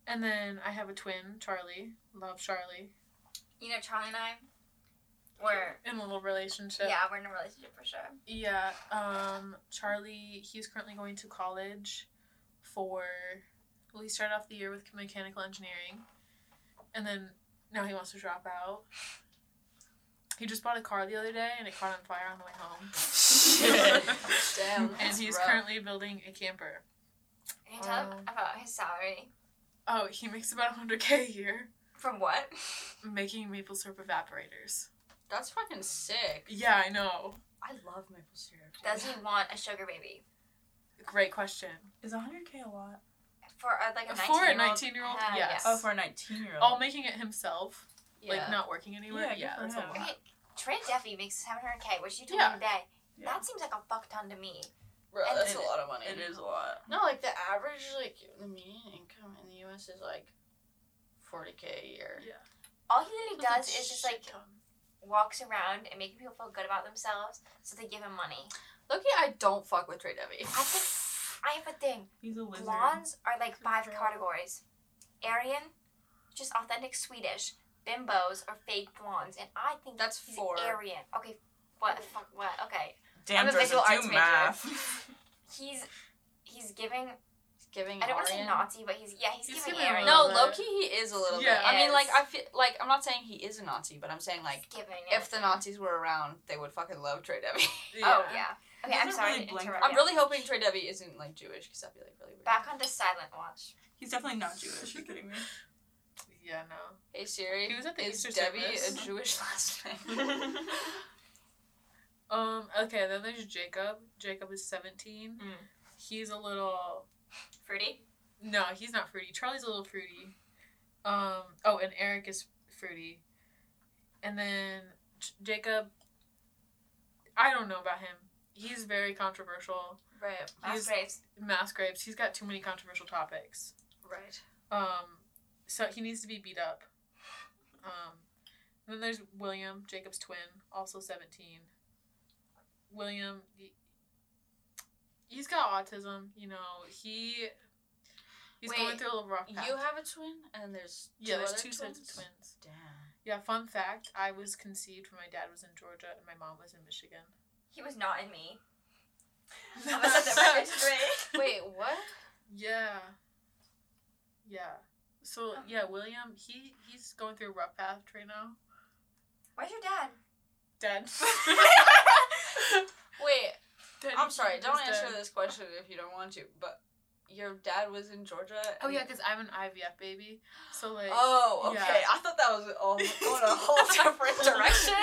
Speaker 1: And then I have a twin, Charlie. Love Charlie.
Speaker 3: You know, Charlie and I, we're
Speaker 1: In a little relationship.
Speaker 3: yeah, we're in a relationship for sure.
Speaker 1: Yeah, um, Charlie, he's currently going to college for. Well, he started off the year with mechanical engineering, and then now he wants to drop out. He just bought a car the other day, and it caught on fire on the way home.
Speaker 4: Damn.
Speaker 1: and
Speaker 4: that's
Speaker 1: he's
Speaker 4: rough.
Speaker 1: currently building a camper.
Speaker 3: Can you tell
Speaker 1: Um,
Speaker 3: about his salary?
Speaker 1: Oh, he makes about 100k a year
Speaker 3: From what?
Speaker 1: making maple syrup evaporators.
Speaker 4: That's fucking sick.
Speaker 1: Yeah, I know.
Speaker 4: I love maple syrup. dude.
Speaker 3: Does he want a sugar baby?
Speaker 1: Great question.
Speaker 8: Is 100k a lot?
Speaker 3: For uh, like a 19
Speaker 1: For a
Speaker 3: year old?
Speaker 1: 19 year old,
Speaker 3: Ah,
Speaker 1: yes.
Speaker 3: yeah.
Speaker 8: Oh, for a 19 year old.
Speaker 1: All making it himself,
Speaker 4: yeah.
Speaker 1: like not working anywhere.
Speaker 8: Yeah, good
Speaker 1: Yeah,
Speaker 8: for
Speaker 1: that's a
Speaker 8: him.
Speaker 1: lot.
Speaker 3: Okay, Trey Duffy makes 700k, which you told
Speaker 1: Yeah.
Speaker 3: me today.
Speaker 8: Yeah.
Speaker 3: That seems like a fuck ton to me.
Speaker 4: Bro,
Speaker 3: and
Speaker 4: that's
Speaker 8: it-
Speaker 4: a lot of money.
Speaker 8: It is a lot.
Speaker 4: No, like the average, like the median income in the U.S. is like forty k a year.
Speaker 3: All he literally does
Speaker 1: That's a
Speaker 3: is just
Speaker 1: shit
Speaker 3: like
Speaker 1: ton.
Speaker 3: walks around and making people feel good about themselves, so they give him money.
Speaker 4: Lucky I don't fuck with Trey Debbie.
Speaker 3: I think I have a thing.
Speaker 8: He's a wizard.
Speaker 3: Blondes are like five
Speaker 1: Control.
Speaker 3: categories: Aryan, just authentic Swedish, bimbos, or fake blondes. And I think
Speaker 4: That's
Speaker 3: he's
Speaker 4: four.
Speaker 3: Aryan. Okay, what the fuck? What? Okay,
Speaker 8: Damn,
Speaker 3: I'm a
Speaker 8: Joseph,
Speaker 3: visual arts
Speaker 8: do
Speaker 3: major.
Speaker 8: math.
Speaker 3: he's he's giving.
Speaker 4: Giving
Speaker 3: I don't want to say
Speaker 4: Aryan-
Speaker 3: Nazi, but he's yeah, he's,
Speaker 1: He's
Speaker 3: giving,
Speaker 1: giving a
Speaker 3: Aryan.
Speaker 1: little
Speaker 4: No,
Speaker 1: bit.
Speaker 4: low key he is a little
Speaker 1: Yeah.
Speaker 4: bit. I mean, like
Speaker 3: Yes.
Speaker 4: I feel like I'm not saying he is a Nazi, but I'm saying like
Speaker 3: He's giving.
Speaker 4: if
Speaker 3: it.
Speaker 4: the Nazis were around, they would fucking love Trey Debbie.
Speaker 3: Oh yeah. Okay, I'm
Speaker 8: doesn't
Speaker 3: sorry
Speaker 8: really
Speaker 3: to
Speaker 8: blink.
Speaker 3: interrupt.
Speaker 4: I'm
Speaker 3: you.
Speaker 4: really hoping Trey Debbie isn't like Jewish because that'd be like really weird.
Speaker 3: back onto silent watch.
Speaker 8: He's definitely not Jewish. You're kidding me.
Speaker 1: Yeah, no.
Speaker 4: hey Siri,
Speaker 1: He was at the
Speaker 4: is
Speaker 1: Easter
Speaker 4: Debbie
Speaker 1: service.
Speaker 4: a Jewish last name?
Speaker 1: Um. Okay. Then there's Jacob. Jacob is 17.
Speaker 3: Mm.
Speaker 1: He's a little.
Speaker 3: Fruity.
Speaker 1: No, he's not fruity. Charlie's a little fruity. Um. Oh, and Eric is fruity. And then J- Jacob. I don't know about him. He's very controversial.
Speaker 4: right,
Speaker 3: Mass
Speaker 1: He's-
Speaker 3: graves.
Speaker 1: mass grapes. He's got too many controversial topics.
Speaker 4: right.
Speaker 1: Um, so he needs to be beat up. Um, and then there's William, Jacob's twin, also 17. William, he, he's got autism. You know, he he's going
Speaker 4: Wait,
Speaker 1: through a little rough patch.
Speaker 4: You have a twin, and there's
Speaker 1: yeah,
Speaker 4: two
Speaker 1: there's
Speaker 4: other
Speaker 1: two
Speaker 4: twins?
Speaker 1: sets of twins.
Speaker 4: Damn.
Speaker 1: Yeah, fun fact: I was conceived when my dad was in Georgia and my mom was in Michigan.
Speaker 3: He was not in me.
Speaker 4: Oh,
Speaker 3: I'm gonna set the record straight.
Speaker 4: Wait, what?
Speaker 1: Yeah. Yeah. So
Speaker 4: Um,
Speaker 1: yeah, William, he he's going through a rough patch right now.
Speaker 3: Where's your dad?
Speaker 1: Dead.
Speaker 4: Wait,
Speaker 1: Dead.
Speaker 4: I'm sorry. Don't
Speaker 1: He's
Speaker 4: answer
Speaker 1: dead.
Speaker 4: this question if you don't want to. But your dad was in Georgia.
Speaker 1: Oh
Speaker 4: and-
Speaker 1: yeah, because I'm an IVF baby. So like.
Speaker 4: Oh, okay.
Speaker 1: Yeah.
Speaker 4: I thought that was all going a whole different direction.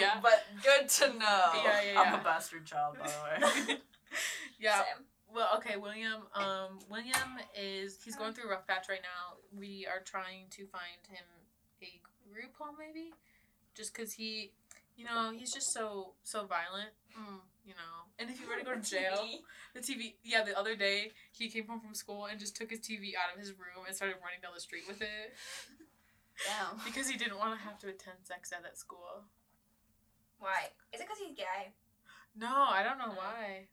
Speaker 1: yeah.
Speaker 4: But good to know.
Speaker 1: Yeah, yeah,
Speaker 8: Oh, I'm
Speaker 1: yeah.
Speaker 8: a bastard child, by the way.
Speaker 1: yeah.
Speaker 3: Sam.
Speaker 1: Well, okay, William. Um, William is he's going through a rough patch right now. We are trying to find him a group home, maybe, just because he, you know, he's just so so violent.
Speaker 4: Mm.
Speaker 1: You know, and if you were to go to jail. The TV. Yeah, the other day he came home from school and just took his TV out of his room and started running down the street with it
Speaker 4: Damn.
Speaker 1: because he didn't want to have to attend sex ed at school.
Speaker 3: Why? Is it because he's gay?
Speaker 1: No, I don't know why.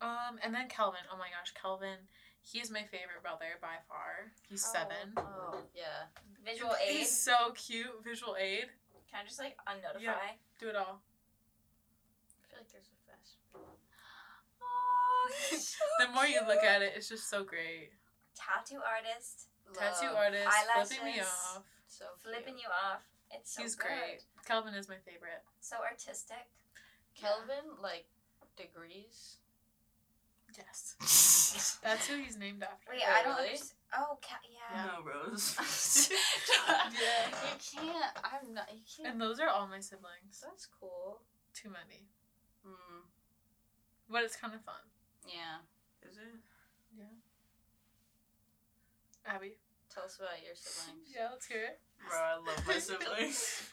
Speaker 1: Um, and then Kelvin. Oh my gosh, Kelvin. He is my favorite brother by far. He's
Speaker 3: Oh.
Speaker 1: seven.
Speaker 4: Oh yeah.
Speaker 3: Visual aid.
Speaker 1: He's so cute. Visual aid.
Speaker 3: Can I just like unnotify?
Speaker 1: Yeah. Do it all.
Speaker 4: I feel like there's a fast.
Speaker 1: The more you look at it, it's just so great.
Speaker 3: Tattoo artist.
Speaker 1: Tattoo artist flipping me
Speaker 3: Eyelashes.
Speaker 1: off.
Speaker 4: So
Speaker 3: Flipping
Speaker 4: cute.
Speaker 3: you off. It's so
Speaker 1: He's
Speaker 3: good.
Speaker 1: great. Kelvin is my favorite.
Speaker 3: So artistic.
Speaker 4: Kelvin like degrees.
Speaker 1: Yes. That's who he's named after.
Speaker 3: Wait,
Speaker 4: Wait,
Speaker 3: I don't
Speaker 4: really?
Speaker 3: understand. Oh, ca- yeah.
Speaker 8: no, Rose.
Speaker 4: yeah. You can't. I'm not. You can't.
Speaker 1: And those are all my siblings.
Speaker 4: That's cool.
Speaker 1: Too many.
Speaker 4: Mm.
Speaker 1: But it's kind of fun.
Speaker 4: Yeah.
Speaker 8: Is it?
Speaker 1: Abby?
Speaker 4: Tell us about your siblings.
Speaker 1: Yeah, let's hear it.
Speaker 8: Bro, I love my siblings.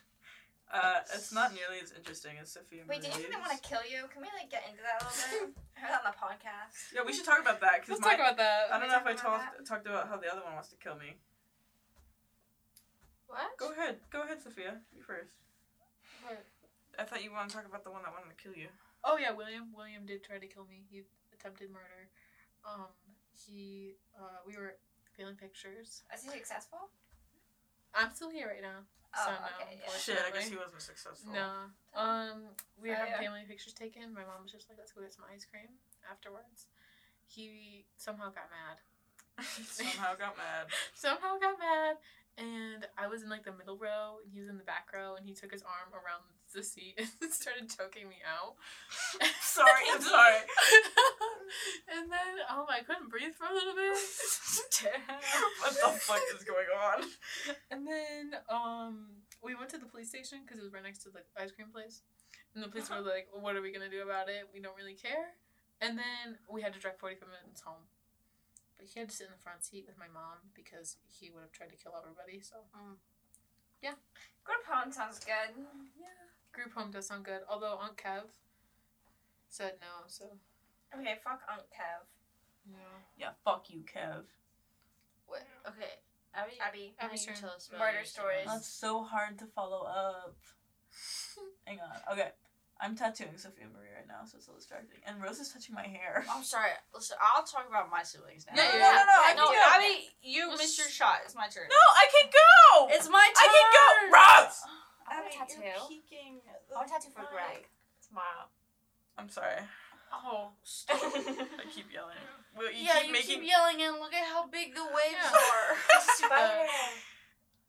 Speaker 8: Uh, it's not nearly as interesting as Sophia and
Speaker 3: Wait, did you think they
Speaker 8: Marie's.
Speaker 3: want to kill you? Can we like get into that a little bit? I heard that on the podcast.
Speaker 8: Yeah, we should talk about that because
Speaker 1: Let's
Speaker 8: my
Speaker 1: talk about that.
Speaker 8: I don't know if I
Speaker 3: Talk about
Speaker 8: talked talked about how the other one wants to kill me.
Speaker 4: What?
Speaker 8: Go ahead, go ahead, Sophia. You first.
Speaker 1: What?
Speaker 8: I thought you want to talk about the one that wanted to kill you.
Speaker 1: Oh yeah, William. William did try to kill me. He attempted murder. Um, he uh, we were feeling pictures.
Speaker 3: Is he successful?
Speaker 1: I'm still here right now.
Speaker 3: Oh,
Speaker 1: so
Speaker 3: okay,
Speaker 1: no,
Speaker 3: yeah.
Speaker 8: Shit, I guess
Speaker 1: unfortunately.
Speaker 8: he wasn't successful.
Speaker 1: No. Um, we were having
Speaker 3: Fair.
Speaker 1: family pictures taken. My mom was just like, "Let's go get some ice cream afterwards." He somehow got mad
Speaker 8: Somehow got mad.
Speaker 1: somehow got mad and I was in like the middle row and he was in the back row and he took his arm around the seat and started choking me out.
Speaker 8: Sorry, I'm sorry.
Speaker 1: and then oh I couldn't breathe for a little bit.
Speaker 8: What the fuck is going on?
Speaker 1: And then um we went to the police station because it was right next to the ice cream place. And the police were
Speaker 8: Uh-huh.
Speaker 1: like, "What are we gonna do about it? We don't really care." And then we had to drive forty five minutes home. But he had to sit in the front seat with my mom because he would have tried to kill everybody. So
Speaker 3: Group home sounds good.
Speaker 1: yeah, group home does sound good. Although Aunt Kev said no, so
Speaker 3: Okay, fuck Aunt Kev.
Speaker 1: yeah.
Speaker 8: Yeah, fuck you, Kev.
Speaker 4: Wait, okay. Abby,
Speaker 3: Abby,
Speaker 4: how do
Speaker 1: Abby's
Speaker 4: you
Speaker 1: turn.
Speaker 4: tell us about
Speaker 3: Murder
Speaker 4: yours?
Speaker 3: stories.
Speaker 8: That's so hard to follow up. Hang on. Okay. I'm tattooing Sophia Marie right now, so it's a little distracting. And Rose is touching my hair.
Speaker 4: I'm sorry. Listen, I'll talk about my siblings now.
Speaker 8: No, no, no, no,
Speaker 3: yeah.
Speaker 8: I can
Speaker 4: No,
Speaker 8: go.
Speaker 4: Abby, you
Speaker 1: Well,
Speaker 4: missed
Speaker 1: sh-
Speaker 4: your shot. It's my turn.
Speaker 8: No, I can go!
Speaker 4: It's my turn.
Speaker 8: I can go! Rose!
Speaker 3: I have a tattoo.
Speaker 8: peeking.
Speaker 3: I want a tattoo for Greg tomorrow.
Speaker 8: I'm sorry.
Speaker 1: Oh,
Speaker 8: I keep yelling. Will you
Speaker 4: yeah,
Speaker 8: keep
Speaker 4: you
Speaker 8: making
Speaker 4: keep yelling, and look at how big the waves
Speaker 1: Yeah.
Speaker 4: are.
Speaker 3: spider.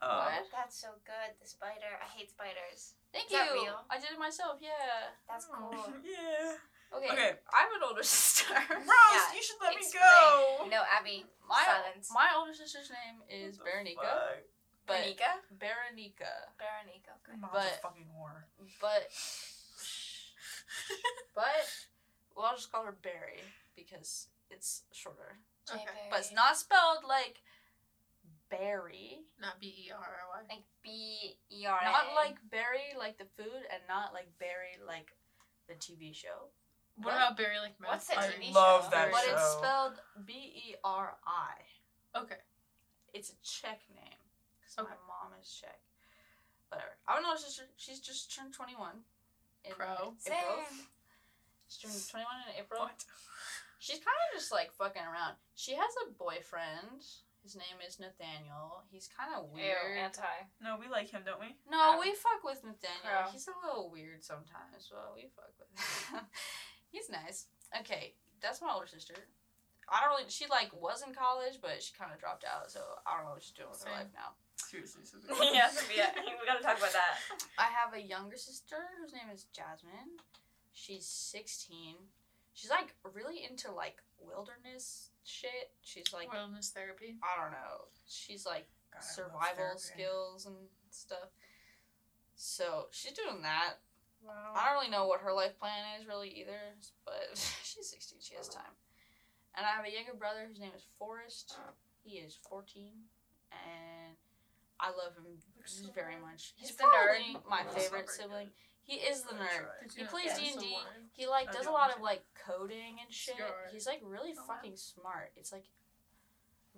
Speaker 8: Oh.
Speaker 3: That's so good. The spider. I hate spiders.
Speaker 4: Thank
Speaker 3: Is that
Speaker 4: you.
Speaker 3: real?
Speaker 4: I did it myself. Yeah.
Speaker 3: That's
Speaker 1: Oh.
Speaker 3: cool.
Speaker 8: Yeah.
Speaker 4: Okay.
Speaker 8: Okay.
Speaker 4: I'm an older sister.
Speaker 8: Rose,
Speaker 3: Yeah,
Speaker 8: you should let me
Speaker 3: explain.
Speaker 8: go.
Speaker 3: No, Abby.
Speaker 4: My
Speaker 3: silence.
Speaker 4: my older sister's name
Speaker 8: The
Speaker 4: is Berenica,
Speaker 8: fuck?
Speaker 4: but
Speaker 3: Berenica?
Speaker 4: Berenica,
Speaker 3: Berenica. Okay.
Speaker 8: Mom's
Speaker 4: But-
Speaker 8: a fucking whore.
Speaker 4: but but well, I'll just call her Barry because it's shorter.
Speaker 1: Okay.
Speaker 3: Jay
Speaker 4: But it's
Speaker 3: Barry.
Speaker 4: not spelled like Barry.
Speaker 1: not B E R R Y.
Speaker 3: like B E R A.
Speaker 4: Not like Barry, like the food, and not like Barry, like the TV show.
Speaker 1: What,
Speaker 4: What?
Speaker 1: about Barry like
Speaker 3: What's the
Speaker 1: Mouse?
Speaker 3: TV
Speaker 1: Barry?
Speaker 3: show?
Speaker 8: love that
Speaker 4: but
Speaker 8: show.
Speaker 4: it's spelled B E R I.
Speaker 1: Okay.
Speaker 4: It's a Czech name because
Speaker 1: Okay.
Speaker 4: my mom is Czech. Whatever. I don't know. She's just, she's just turned twenty one. In
Speaker 1: Pro.
Speaker 4: April.
Speaker 3: Same.
Speaker 4: She turned twenty one in April.
Speaker 8: What?
Speaker 4: She's kind of just like fucking around. She has a boyfriend. His name is Nathaniel. He's kind of
Speaker 3: Ew,
Speaker 4: weird.
Speaker 3: anti.
Speaker 8: No, we like him, don't we?
Speaker 4: No,
Speaker 3: Um,
Speaker 4: we fuck with Nathaniel.
Speaker 3: Crow.
Speaker 4: He's a little weird sometimes, but we fuck with him. He's nice. Okay, that's my older sister. I don't really. She like was in college, but she kind of dropped out. So I don't know what she's doing with
Speaker 1: Same.
Speaker 4: her life now.
Speaker 8: Seriously, Sophia.
Speaker 3: yeah, Sophia. We gotta talk about that.
Speaker 4: I have a younger sister whose name is Jasmine. She's sixteen. She's like really into like wilderness shit. She's like
Speaker 1: Wellness therapy.
Speaker 4: I don't know. She's like
Speaker 8: God, I love
Speaker 4: survival
Speaker 8: therapy.
Speaker 4: skills and stuff. So she's doing that. I
Speaker 1: Wow.
Speaker 4: don't really know what her life plan is really either, but she's 16. She has time. And I have a younger brother whose name is Forrest. He is 14, and I love him very much. He's
Speaker 3: He's the
Speaker 4: probably
Speaker 3: nerd.
Speaker 4: my
Speaker 8: That's not
Speaker 4: favorite
Speaker 8: very
Speaker 4: sibling.
Speaker 8: good.
Speaker 4: He is the
Speaker 8: I
Speaker 4: nerd.
Speaker 8: tried.
Speaker 1: Did
Speaker 4: He
Speaker 1: you-
Speaker 4: plays
Speaker 1: yeah, so
Speaker 4: D&D.
Speaker 1: why?
Speaker 4: He like
Speaker 8: I
Speaker 4: does a
Speaker 8: don't
Speaker 4: lot
Speaker 8: know.
Speaker 4: of like coding and shit.
Speaker 1: Sure.
Speaker 4: He's like really
Speaker 3: wow.
Speaker 4: fucking smart. It's like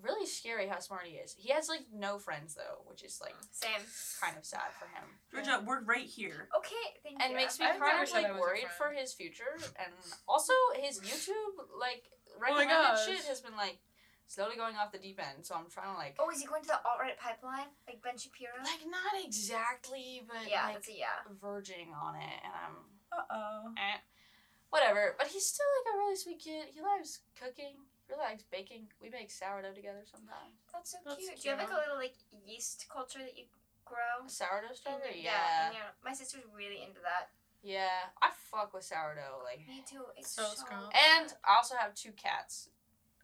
Speaker 4: really scary how smart he is. He has like no friends though, which is like
Speaker 3: Same.
Speaker 4: kind of sad for him.
Speaker 8: Georgia, we're right here.
Speaker 3: Okay, thank
Speaker 4: and
Speaker 3: you.
Speaker 4: makes me
Speaker 1: I've
Speaker 4: kind
Speaker 1: never
Speaker 4: of
Speaker 1: said I
Speaker 4: like
Speaker 1: was a
Speaker 4: worried for
Speaker 1: friend.
Speaker 4: his future and also his YouTube like
Speaker 1: my
Speaker 4: recommended
Speaker 1: gosh.
Speaker 4: shit has been like slowly going off the deep end. So I'm trying to like
Speaker 3: Oh, is he going to the alt right pipeline like Ben Shapiro?
Speaker 4: like not exactly, but
Speaker 3: yeah,
Speaker 4: like
Speaker 3: that's a yeah.
Speaker 4: verging on it, and I'm
Speaker 8: Uh oh.
Speaker 4: eh, whatever. But he's still like a really sweet kid. He loves cooking. He really likes baking. We make sourdough together sometimes.
Speaker 3: That's so
Speaker 1: That's
Speaker 3: cute. Do you have like
Speaker 1: cute.
Speaker 3: a little like yeast culture that you grow?
Speaker 4: Sourdough
Speaker 3: In
Speaker 4: starter,
Speaker 3: your-
Speaker 4: yeah,
Speaker 3: in your- my sister's really into that.
Speaker 4: yeah. I fuck with sourdough, like.
Speaker 3: Me too. It's
Speaker 1: So
Speaker 3: so,
Speaker 1: scrum.
Speaker 4: And I also have two cats.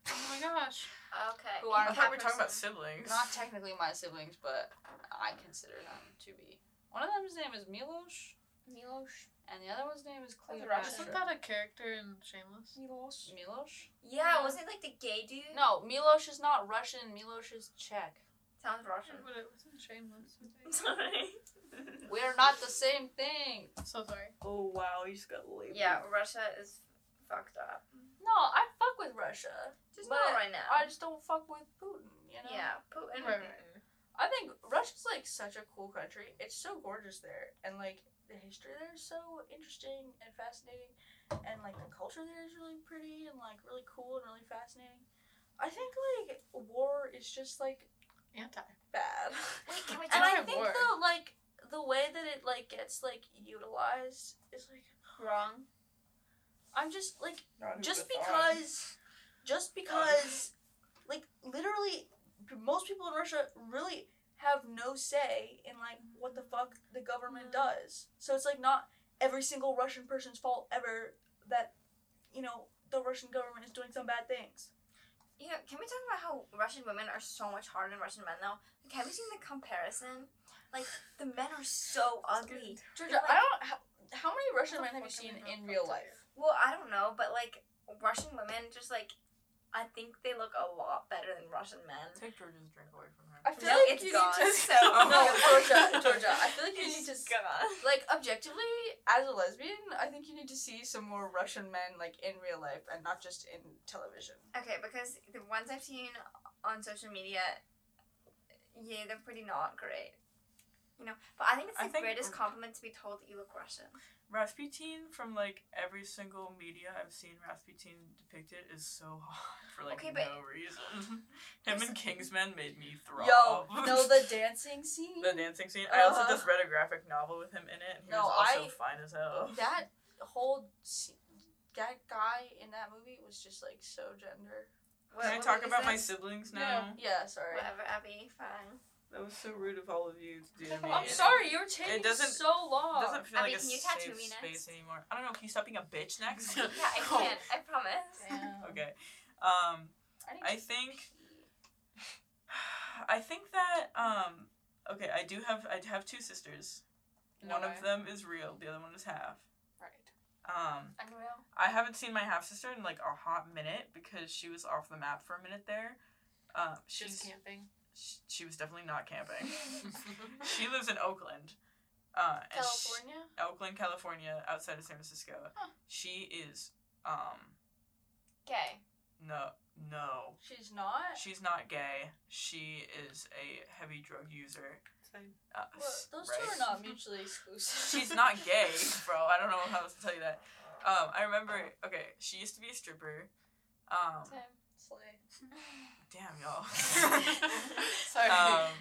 Speaker 1: Oh my gosh.
Speaker 3: okay.
Speaker 4: Who are-
Speaker 8: I
Speaker 3: Cat
Speaker 8: thought we were talking about
Speaker 3: person.
Speaker 8: siblings.
Speaker 4: Not technically my siblings, but I consider them to be. One of them's name is Milos,
Speaker 3: Milosh.
Speaker 4: and the other one's name is
Speaker 3: Who's
Speaker 1: Isn't
Speaker 4: Cleopatra.
Speaker 1: that a character in Shameless?
Speaker 3: Milosh.
Speaker 4: Milos?
Speaker 3: Yeah, wasn't it like the gay dude?
Speaker 4: No, Milos is not Russian. Milos is Czech.
Speaker 3: Sounds Russian.
Speaker 1: But it wasn't Shameless. was it?
Speaker 3: Sorry.
Speaker 4: We are not the same thing.
Speaker 1: so sorry.
Speaker 8: Oh wow, you just got labeled.
Speaker 3: Yeah, Russia is fucked up.
Speaker 4: No, I fuck with Russia.
Speaker 3: Just
Speaker 4: But
Speaker 3: not right now.
Speaker 4: I just don't fuck with Putin. You know.
Speaker 3: yeah, Putin.
Speaker 1: Right, right, right.
Speaker 4: I think Russia's like such a cool country. It's so gorgeous there, and like the history there is so interesting and fascinating, and like the culture there is really pretty and like really cool and really fascinating. I think like war is just like
Speaker 1: Anti.
Speaker 4: bad,
Speaker 3: Wait, can we
Speaker 4: and
Speaker 3: talk
Speaker 4: I
Speaker 1: Why
Speaker 4: think
Speaker 1: war?
Speaker 4: though like the way that it like gets like utilized is like
Speaker 3: wrong?
Speaker 4: I'm just like
Speaker 8: Not who
Speaker 4: just
Speaker 8: the fuck.
Speaker 4: because just because
Speaker 9: like literally most people in Russia really have no say in like what the fuck the government
Speaker 4: Mm-hmm.
Speaker 9: does. So it's like not every single Russian person's fault ever that you know the Russian government is doing some bad things.
Speaker 3: You know, can we talk about how Russian women are so much harder than Russian men though? Like, have you seen the comparison? Like, the men are so ugly.
Speaker 4: Georgia, I don't. How, how many Russian men have you seen in real life?
Speaker 3: Well, I don't know, but like Russian women, just like I think they look a lot better than Russian men.
Speaker 2: Take Georgia's drink away from her.
Speaker 4: I feel
Speaker 3: No,
Speaker 4: like
Speaker 3: it's
Speaker 4: you
Speaker 3: gone.
Speaker 4: need to.
Speaker 3: so
Speaker 4: No, Georgia, Georgia. I feel like you need to.
Speaker 3: It's gone.
Speaker 4: Like objectively, as a lesbian, I think you need to see some more Russian men like in real life and not just in television.
Speaker 3: Okay, because the ones I've seen on social media, yeah, they're pretty not great. You know, but I think it's
Speaker 2: I
Speaker 3: the
Speaker 2: think-
Speaker 3: greatest compliment to be told that you look Russian.
Speaker 2: Rasputin from like every single media I've seen Rasputin depicted is so hot for like
Speaker 3: Okay, but-
Speaker 2: no reason. Him and Kingsman made me throb.
Speaker 4: Yo, no, the dancing scene.
Speaker 2: The dancing scene. I also
Speaker 4: Uh-huh.
Speaker 2: just read a graphic novel with him in it, and he
Speaker 4: No,
Speaker 2: was also
Speaker 4: I-
Speaker 2: fine as hell.
Speaker 4: that whole se- that guy in that movie was just like so gender.
Speaker 3: What-
Speaker 2: Can I
Speaker 3: what
Speaker 2: talk
Speaker 3: movie is
Speaker 2: about my
Speaker 3: this?
Speaker 2: siblings now?
Speaker 4: Yeah, sorry.
Speaker 3: Whatever, Abby, fine.
Speaker 2: That was so rude of all of you to do to me.
Speaker 4: I'm sorry, you were taking
Speaker 2: doesn't-
Speaker 4: so long.
Speaker 2: It doesn't feel
Speaker 3: Abby,
Speaker 2: like a
Speaker 3: can you
Speaker 2: safe
Speaker 3: tattoo me next?
Speaker 2: space anymore. I don't know. Can you stop being a bitch next? Oh,
Speaker 3: Yeah, I can. I promise.
Speaker 2: okay. Um, I think. I think that um, okay. I do have I have two sisters. one of them is real. The other one is half.
Speaker 4: Right.
Speaker 2: Um,
Speaker 3: Unreal.
Speaker 2: I haven't seen my half sister in like a hot minute because she was off the map for a minute there. Um,
Speaker 1: She's
Speaker 2: she's
Speaker 1: camping.
Speaker 2: she, she was definitely not camping. she lives in Oakland. Uh, and she-
Speaker 4: California.
Speaker 2: Oakland, California, outside of San Francisco.
Speaker 4: Huh.
Speaker 2: She is um
Speaker 3: Okay.
Speaker 2: no no.
Speaker 4: She's not.
Speaker 2: She's not gay. She is a heavy drug user.
Speaker 1: Same.
Speaker 2: Uh,
Speaker 4: Well, those two
Speaker 2: right.
Speaker 4: are not mutually exclusive.
Speaker 2: She's not gay, bro. I don't know how else to tell you that. Um, I remember. Okay, she used to be a stripper. Um, damn y'all.
Speaker 1: Sorry.
Speaker 2: um,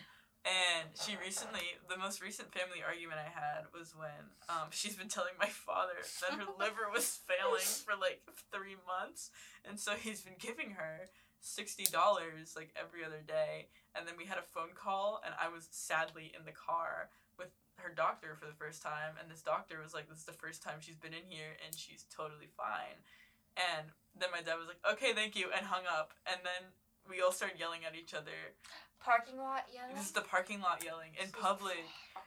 Speaker 2: and she recently, the most recent family argument I had was when um, she's been telling my father that her liver was failing for like three months, and so he's been giving her sixty dollars like every other day. And then we had a phone call, and I was sadly in the car with her doctor for the first time, and this doctor was like, "This is the first time she's been in here, and she's totally fine." And then my dad was like, "Okay, thank you," and hung up. And then we all started yelling at each other
Speaker 3: Parking lot yellow.
Speaker 2: this is the parking lot yelling in public,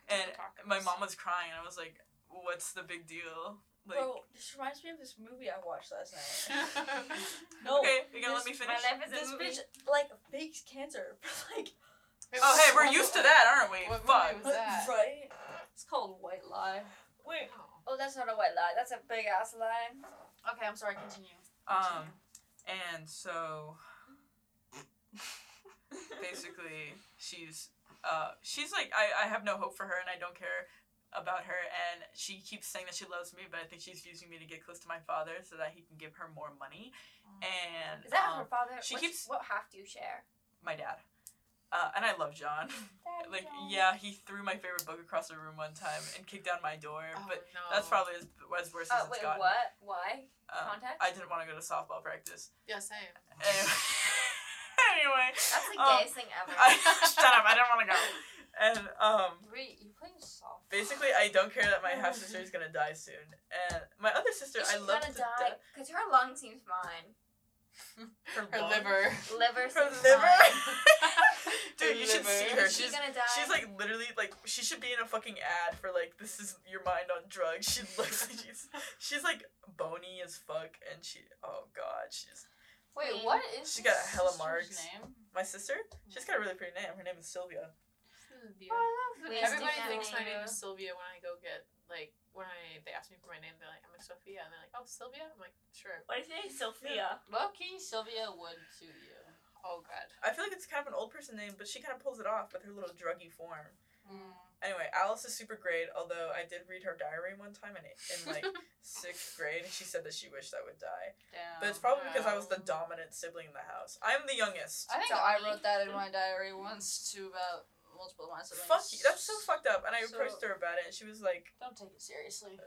Speaker 2: and my mom was crying, and I was like, "What's the big deal?" Like,
Speaker 4: Bro, this reminds me of this movie I watched last night.
Speaker 2: no, okay, you gonna let
Speaker 4: this-
Speaker 2: me
Speaker 3: My
Speaker 2: finish?
Speaker 3: life is
Speaker 4: this
Speaker 3: a movie.
Speaker 4: bitch like fakes cancer for like
Speaker 2: Oh, hey, we're used to that, aren't we?
Speaker 1: What movie
Speaker 2: Fuck.
Speaker 1: was that?
Speaker 4: right. It's called white lie.
Speaker 8: Wait,
Speaker 3: Oh, that's not a white lie. That's a big ass lie.
Speaker 4: Okay, I'm sorry. Continue.
Speaker 2: Um, and so basically, she's uh, she's like, I, I have no hope for her, and I don't care about her, and she keeps saying that she loves me, but I think she's using me to get close to my father so that he can give her more money, and
Speaker 3: Is that
Speaker 2: um,
Speaker 3: her father?
Speaker 2: she
Speaker 3: Which-
Speaker 2: keeps-
Speaker 3: What half do you share?
Speaker 2: my dad. Uh, and I love John. Like, yeah, he threw my favorite book across the room one time and kicked down my door,
Speaker 1: Oh,
Speaker 2: but
Speaker 1: no.
Speaker 2: that's probably as, as worse as
Speaker 3: Oh
Speaker 2: it's
Speaker 3: wait,
Speaker 2: gotten.
Speaker 3: what? Why?
Speaker 2: Um,
Speaker 3: Context?
Speaker 2: I didn't want to go to softball practice.
Speaker 1: Yeah, same.
Speaker 2: Anyway, anyway
Speaker 3: That's the
Speaker 2: um,
Speaker 3: gayest thing ever.
Speaker 2: I, shut up! I didn't want to go. And um,
Speaker 4: Wait, you playing soft?
Speaker 2: basically, I don't care that my half sister is gonna die soon, and my other sister,
Speaker 3: Oh,
Speaker 2: I
Speaker 3: Is she
Speaker 2: love
Speaker 3: gonna
Speaker 2: to
Speaker 3: die?
Speaker 2: death.
Speaker 3: Cause her lung seems fine.
Speaker 2: Her,
Speaker 1: Her
Speaker 2: lung-
Speaker 1: liver.
Speaker 3: Liver
Speaker 2: Her
Speaker 3: seems fine.
Speaker 2: liver. Dude,
Speaker 1: Her
Speaker 2: you should see
Speaker 1: liver.
Speaker 2: her.
Speaker 3: Is she
Speaker 2: She's
Speaker 3: gonna die?
Speaker 2: She's like literally like she should be in a fucking ad for like this is your mind on drugs. She looks like she's she's like bony as fuck and she oh god she's
Speaker 4: Wait, what is?
Speaker 2: She got
Speaker 4: this
Speaker 2: hella
Speaker 4: sister's
Speaker 2: marks.
Speaker 4: Name?
Speaker 2: my sister. She's got a really pretty name. Her name is Sylvia.
Speaker 4: Oh,
Speaker 3: Wasting
Speaker 1: Everybody
Speaker 3: that
Speaker 1: thinks my
Speaker 3: money.
Speaker 1: name is Sylvia when I go get like when I they ask me for my name. They're like, I'm a Sophia, and they're like, Oh, Sylvia. I'm like, Sure.
Speaker 8: what if you say Sophia?
Speaker 4: Lucky Sylvia would sue you.
Speaker 1: Oh God.
Speaker 2: I feel like it's kind of an old person name, but she kind of pulls it off with her little druggy form.
Speaker 4: Mm.
Speaker 2: Anyway, Alice is super great. Although I did read her diary one time in in like sixth grade, and she said that she wished I would die.
Speaker 4: Damn.
Speaker 2: But it's probably
Speaker 4: Oh,
Speaker 2: because I was the
Speaker 1: Um,
Speaker 2: dominant sibling in the house. I'm the youngest.
Speaker 4: I think
Speaker 3: Sorry.
Speaker 4: I wrote that in my diary once too about multiple of my siblings.
Speaker 2: Fuck you. That's so fucked up. And I
Speaker 4: So-
Speaker 2: approached her about it, and she was like,
Speaker 4: Don't take it seriously.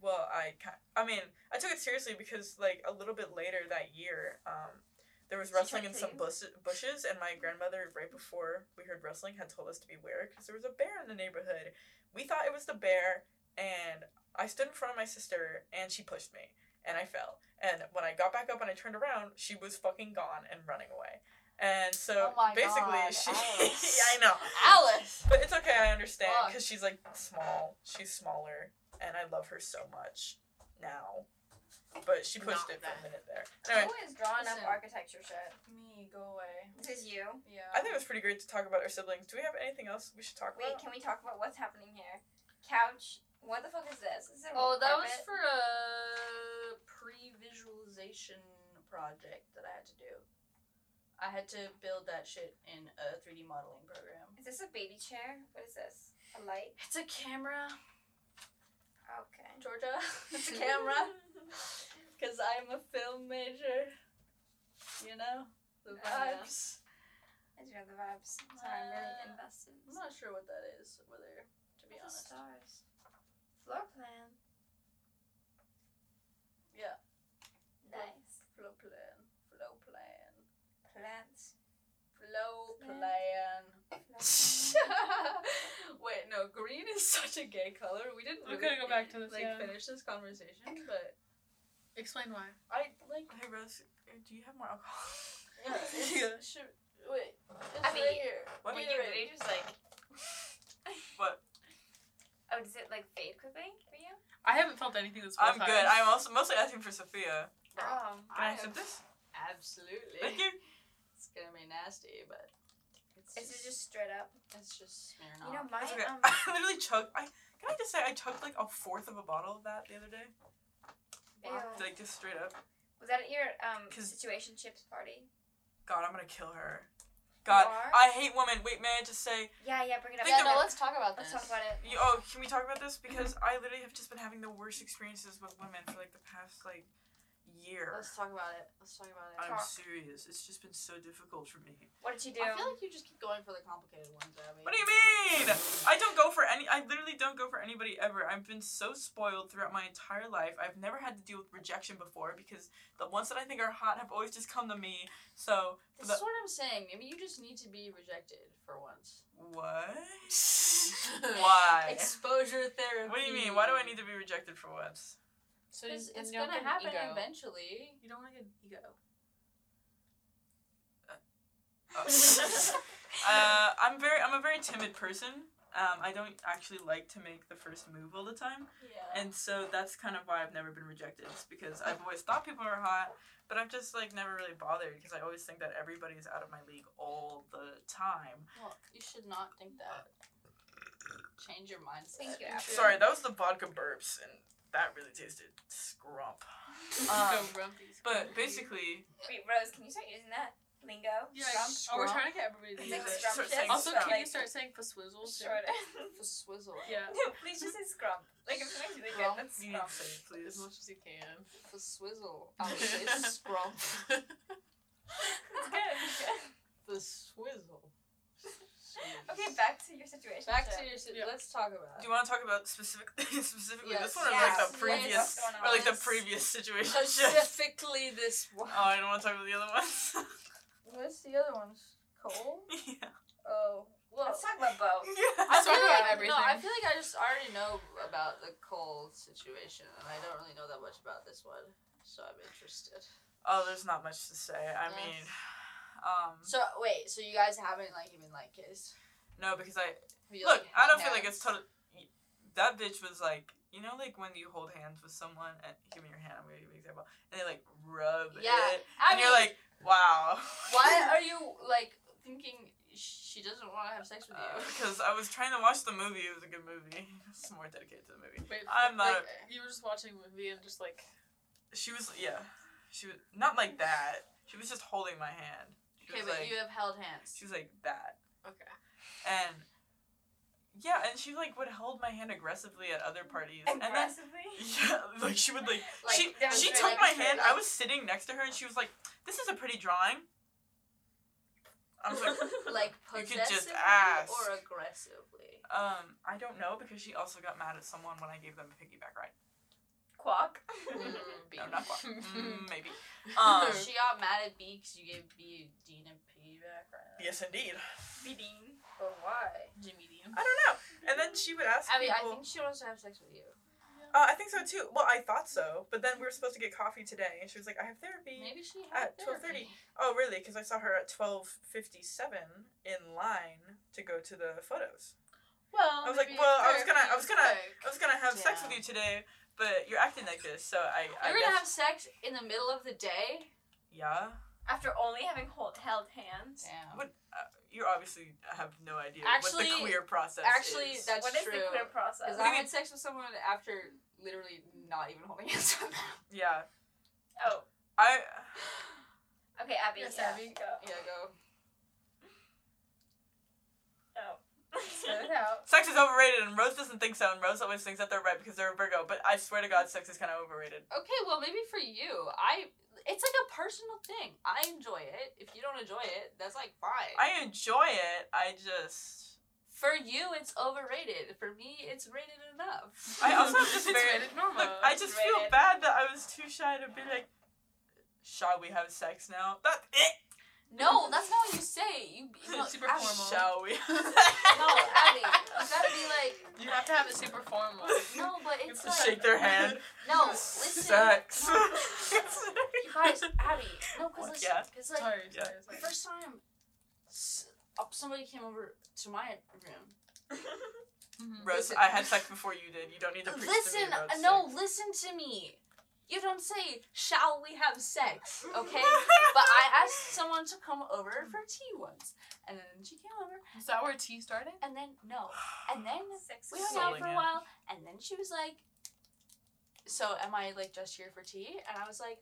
Speaker 2: well i ki- i mean i took it seriously because like a little bit later that year um There was
Speaker 9: She tried
Speaker 2: rustling in
Speaker 9: to
Speaker 2: some
Speaker 9: you?
Speaker 2: bus- bushes, and my grandmother, right before we heard rustling, had told us to beware because there was a bear in the neighborhood. We thought it was the bear, and I stood in front of my sister, and she pushed me, and I fell. And when I got back up and I turned around, she was fucking gone and running away. And so
Speaker 4: Oh my
Speaker 2: basically,
Speaker 4: God, Oh.
Speaker 2: she.
Speaker 4: Alice.
Speaker 2: yeah, I know.
Speaker 4: Alice.
Speaker 2: But it's okay, I understand
Speaker 4: Fuck.
Speaker 2: because she's like small. She's smaller, and I love her so much now. But she pushed
Speaker 1: Not
Speaker 2: it for
Speaker 1: that.
Speaker 2: a minute there. Anyway,
Speaker 3: Who is drawing
Speaker 4: Listen.
Speaker 3: up architecture shit?
Speaker 4: Me, go away.
Speaker 3: This is you.
Speaker 4: Yeah.
Speaker 2: I think it was pretty great to talk about our siblings. Do we have anything else we should talk
Speaker 3: Wait,
Speaker 2: about?
Speaker 3: can we talk about what's happening here? Couch. What the fuck is this? Is it a
Speaker 4: Oh,
Speaker 3: red
Speaker 4: that was
Speaker 3: carpet?
Speaker 4: for a pre-visualization project that I had to do. I had to build that shit in a 3D modeling program.
Speaker 3: Is this a baby chair? What is this? A light?
Speaker 4: It's a camera,
Speaker 3: Okay.
Speaker 4: Georgia. It's a camera. Because I'm a film major. You know? The
Speaker 3: I know.
Speaker 4: vibes.
Speaker 3: I do have the vibes. Sorry, I'm really
Speaker 4: Uh,
Speaker 3: invested.
Speaker 4: I'm not sure what that is, whether, to be
Speaker 3: What the
Speaker 4: honest.
Speaker 3: stars. Floor plan.
Speaker 4: Yeah.
Speaker 3: Nice.
Speaker 4: Flow plan. Flow plan.
Speaker 3: Plants.
Speaker 4: Flow
Speaker 3: Plan.
Speaker 4: plan.
Speaker 3: Floor plan.
Speaker 4: Wait, no, green is such a gay color. We didn't.
Speaker 1: I'm gonna go back to this,
Speaker 4: Like
Speaker 1: yeah.
Speaker 4: finish this conversation, but
Speaker 1: Explain why.
Speaker 4: I like.
Speaker 2: Hey Rose, do you have more alcohol?
Speaker 4: Yeah,
Speaker 2: Yeah.
Speaker 4: it's, should, wait, it's
Speaker 3: I mean,
Speaker 4: right here.
Speaker 2: What?
Speaker 3: Were
Speaker 4: Wait,
Speaker 3: you
Speaker 4: wait.
Speaker 3: really just like?
Speaker 2: What?
Speaker 3: Oh, does it like fade quickly for you?
Speaker 1: I haven't felt anything this whole
Speaker 2: I'm
Speaker 1: time.
Speaker 2: good. I'm also mostly asking for Sophia.
Speaker 3: Oh.
Speaker 2: Can
Speaker 4: I
Speaker 2: I, sip
Speaker 4: have-
Speaker 2: this? Thank
Speaker 4: Absolutely.
Speaker 2: you.
Speaker 4: It's gonna be nasty, but it's
Speaker 3: Is it just straight up?
Speaker 4: it's just smearing
Speaker 3: You know, my
Speaker 2: It's okay.
Speaker 3: um,
Speaker 2: I literally chugged. I can I just say I chugged like a fourth of a bottle of that the other day,
Speaker 3: ew.
Speaker 2: like just straight up.
Speaker 3: was that at your um
Speaker 2: 'Cause-
Speaker 3: situation chips party?
Speaker 2: God, I'm gonna kill her. God,
Speaker 3: are?
Speaker 2: I hate women. Wait, may I just say?
Speaker 3: Yeah, yeah, bring it up.
Speaker 2: Think
Speaker 4: Yeah,
Speaker 2: of
Speaker 4: no,
Speaker 2: it.
Speaker 4: let's talk about
Speaker 3: Let's
Speaker 4: this.
Speaker 3: talk about it.
Speaker 2: You, oh, can we talk about this? Because I literally have just been having the worst experiences with women for like the past like year.
Speaker 4: Let's talk about it. Let's talk about it.
Speaker 2: I'm
Speaker 3: talk.
Speaker 2: serious. It's just been so difficult for me.
Speaker 3: What did you do?
Speaker 4: I feel like you just keep going for the complicated ones, Abby.
Speaker 2: What do you mean? I don't go for any. I literally don't go for anybody ever. I've been so spoiled throughout my entire life. I've never had to deal with rejection before because the ones that I think are hot have always just come to me. So
Speaker 4: This is
Speaker 2: the-
Speaker 4: what I'm saying. Maybe you just need to be rejected for once.
Speaker 2: what? Why?
Speaker 4: Exposure therapy.
Speaker 2: What do you mean? Why do I need to be rejected for once?
Speaker 1: So
Speaker 4: Because
Speaker 1: you-
Speaker 4: it's
Speaker 1: you don't
Speaker 4: gonna
Speaker 1: get an
Speaker 4: happen
Speaker 1: ego.
Speaker 4: eventually.
Speaker 1: You don't want to get an ego.
Speaker 2: Oh. uh, I'm very. I'm a very timid person. Um, I don't actually like to make the first move all the time.
Speaker 4: Yeah.
Speaker 2: And so that's kind of why I've never been rejected. It's because I've always thought people are hot, but I've just like never really bothered because I always think that everybody's out of my league all the time.
Speaker 4: Well, you should not think that. Change your mindset.
Speaker 3: Thank you, Abby.
Speaker 2: Sorry, that was the vodka burps, and that really tasted scrump. Um,
Speaker 1: grumpy.
Speaker 2: But basically,
Speaker 3: Wait, Rose, can you start using that lingo?
Speaker 1: Yeah,
Speaker 3: Scrum?
Speaker 1: oh, we're
Speaker 4: scrump.
Speaker 1: trying to get everybody to
Speaker 3: It's
Speaker 1: use
Speaker 2: Yeah.
Speaker 3: like
Speaker 1: it.
Speaker 3: scrum
Speaker 2: Start
Speaker 3: shit.
Speaker 2: saying
Speaker 1: Also,
Speaker 2: scrum.
Speaker 1: can
Speaker 3: like,
Speaker 1: you start saying faswizzle? too?
Speaker 3: shorter?
Speaker 4: For swizzle.
Speaker 1: Yeah,
Speaker 3: no, please just say scrum. Like if something's really good,
Speaker 4: Scrum.
Speaker 3: that's
Speaker 2: you need
Speaker 3: scrum.
Speaker 2: to say, it,
Speaker 1: as
Speaker 2: please.
Speaker 1: much as you can.
Speaker 4: For swizzle. I'll say scrum.
Speaker 3: That's good. that's good.
Speaker 4: For swizzle.
Speaker 3: Okay, back to your situation.
Speaker 4: Back to your. si-
Speaker 1: Yeah.
Speaker 4: Let's talk about.
Speaker 2: Do
Speaker 4: it.
Speaker 2: you want to talk about specific specifically
Speaker 4: Yes.
Speaker 2: this one or
Speaker 3: Yes.
Speaker 2: like the previous
Speaker 3: Yes. What's going
Speaker 2: or like the
Speaker 4: Yes.
Speaker 2: previous situation?
Speaker 4: Specifically, this one.
Speaker 2: Oh, I don't want to talk about the other ones.
Speaker 4: What's the other one's coal?
Speaker 2: yeah.
Speaker 4: Oh, well.
Speaker 3: Let's talk about both.
Speaker 4: I
Speaker 1: Let's
Speaker 4: feel
Speaker 1: talk about
Speaker 4: like, No, I
Speaker 1: everything.
Speaker 4: feel like I just already know about the coal situation, and I don't really know that much about this one, so I'm interested.
Speaker 2: Oh, there's not much to say. I
Speaker 4: Yes.
Speaker 2: mean, um,
Speaker 4: So wait, so you guys haven't like even like kissed?
Speaker 2: no, because I
Speaker 4: Have you,
Speaker 2: Look,
Speaker 4: like,
Speaker 2: I don't feel
Speaker 4: had-
Speaker 2: like it's total. That bitch was like, you know, like when you hold hands with someone and give me your hand. I'm gonna give you an example, and they like rub
Speaker 4: Yeah,
Speaker 2: it,
Speaker 4: I
Speaker 2: and
Speaker 4: mean,
Speaker 2: you're like, wow.
Speaker 4: why are you like thinking she doesn't want to have sex with you?
Speaker 2: Because Uh, I was trying to watch the movie. It was a good movie. It's more dedicated to the movie.
Speaker 1: Wait,
Speaker 2: I'm
Speaker 1: like,
Speaker 2: not.
Speaker 1: you were just watching a movie and just like
Speaker 2: she was yeah. She was not like that. She was just holding my hand. She
Speaker 4: okay,
Speaker 2: was
Speaker 4: but
Speaker 2: like,
Speaker 4: you have held hands.
Speaker 2: she was like that.
Speaker 1: okay.
Speaker 2: and yeah, and she like would hold my hand aggressively at other parties, and then
Speaker 3: Aggressively.
Speaker 2: yeah, like she would like,
Speaker 4: Like,
Speaker 2: she
Speaker 3: that was
Speaker 2: she
Speaker 3: very
Speaker 2: took my
Speaker 4: accurate,
Speaker 2: hand. I
Speaker 4: like-
Speaker 2: was sitting next to her, and she was like, "This is a pretty drawing." I was like,
Speaker 4: Like
Speaker 2: You could
Speaker 4: possessively
Speaker 2: just ask.
Speaker 4: or aggressively.
Speaker 2: um, I don't know because she also got mad at someone when I gave them a piggyback ride.
Speaker 3: Quack.
Speaker 4: Mm, being
Speaker 2: No, not not quite. Mm, maybe. Um,
Speaker 4: she got mad at B because you gave B Dean and P back, right?
Speaker 2: yes, indeed.
Speaker 8: Beating.
Speaker 4: But why?
Speaker 1: Jimmy Dean.
Speaker 2: I don't know. And then she would ask
Speaker 4: I mean, I
Speaker 2: people-
Speaker 4: think she wants to have sex with you.
Speaker 2: Uh, I think so too. Well, I thought so, but then we were supposed to get coffee today, and she was like, "I have therapy."
Speaker 4: Maybe she had
Speaker 2: At 12:30. Oh, really? Because I saw her at twelve fifty-seven in line to go to the photos.
Speaker 1: Well,
Speaker 2: I was like,
Speaker 1: maybe
Speaker 2: well, I
Speaker 1: therapy
Speaker 2: was gonna- I was
Speaker 1: is
Speaker 2: gonna-
Speaker 1: quick.
Speaker 2: I was gonna have sex
Speaker 4: Yeah.
Speaker 2: with you today, but you're acting like this, so I. I
Speaker 4: You're
Speaker 2: guess,
Speaker 4: gonna have sex in the middle of the day?
Speaker 2: Yeah.
Speaker 8: After only having hold, held hands.
Speaker 4: Damn.
Speaker 2: What? Uh, you obviously have no idea what
Speaker 4: Actually-
Speaker 2: the queer process
Speaker 4: Actually,
Speaker 2: is.
Speaker 4: that's
Speaker 8: what is
Speaker 4: true.
Speaker 8: the queer process?
Speaker 4: Because I had sex with someone after literally not even holding hands with them.
Speaker 2: yeah.
Speaker 8: Oh,
Speaker 2: I.
Speaker 3: Okay, Abby.
Speaker 1: Yes,
Speaker 3: yeah.
Speaker 1: Abby.
Speaker 8: go.
Speaker 4: Yeah, go.
Speaker 3: Oh.
Speaker 1: Spit it out.
Speaker 2: Sex is overrated, and Rose doesn't think so, and Rose always thinks that they're right because they're a Virgo, but I swear to God, sex is kind of overrated.
Speaker 4: Okay, well maybe for you, I it's like a personal thing. I enjoy it. If you don't enjoy it, that's like fine.
Speaker 2: I enjoy it, I just.
Speaker 4: for you, it's overrated. For me, it's rated enough.
Speaker 2: I also have this
Speaker 1: It's
Speaker 2: very
Speaker 1: rated normal.
Speaker 2: Look, I just feel
Speaker 8: rated.
Speaker 2: bad that I was too shy to be like, "Shall we have sex now?" That it.
Speaker 4: no, that's not what you say. You no,
Speaker 1: Super
Speaker 4: Abby,
Speaker 1: formal.
Speaker 2: Shall we?
Speaker 4: No, Abby, you gotta be like
Speaker 1: You have to have it super formal.
Speaker 4: no, but it's
Speaker 2: To
Speaker 4: like
Speaker 2: shake their hand.
Speaker 4: no. Listen,
Speaker 2: Sex.
Speaker 4: No, you guys, Abby, no, because listen,
Speaker 2: Yeah.
Speaker 4: because like
Speaker 1: Sorry,
Speaker 2: Yeah.
Speaker 1: sorry,
Speaker 4: the
Speaker 1: sorry.
Speaker 4: first time, s- up somebody came over to my room.
Speaker 1: Mhm.
Speaker 2: Rose,
Speaker 4: Listen.
Speaker 2: I had sex before you did. You don't need to preach to me
Speaker 4: Listen, uh,
Speaker 2: about
Speaker 4: no,
Speaker 2: sex.
Speaker 4: listen to me. You don't say, shall we have sex, okay? but I asked someone to come over for tea once. And then she came over,
Speaker 1: Is that where tea started?
Speaker 4: and then no. And then
Speaker 8: Sex
Speaker 4: we
Speaker 8: is
Speaker 4: hung out
Speaker 2: Selling
Speaker 4: for a
Speaker 2: it.
Speaker 4: while, and then she was like, so am I like just here for tea? And I was like,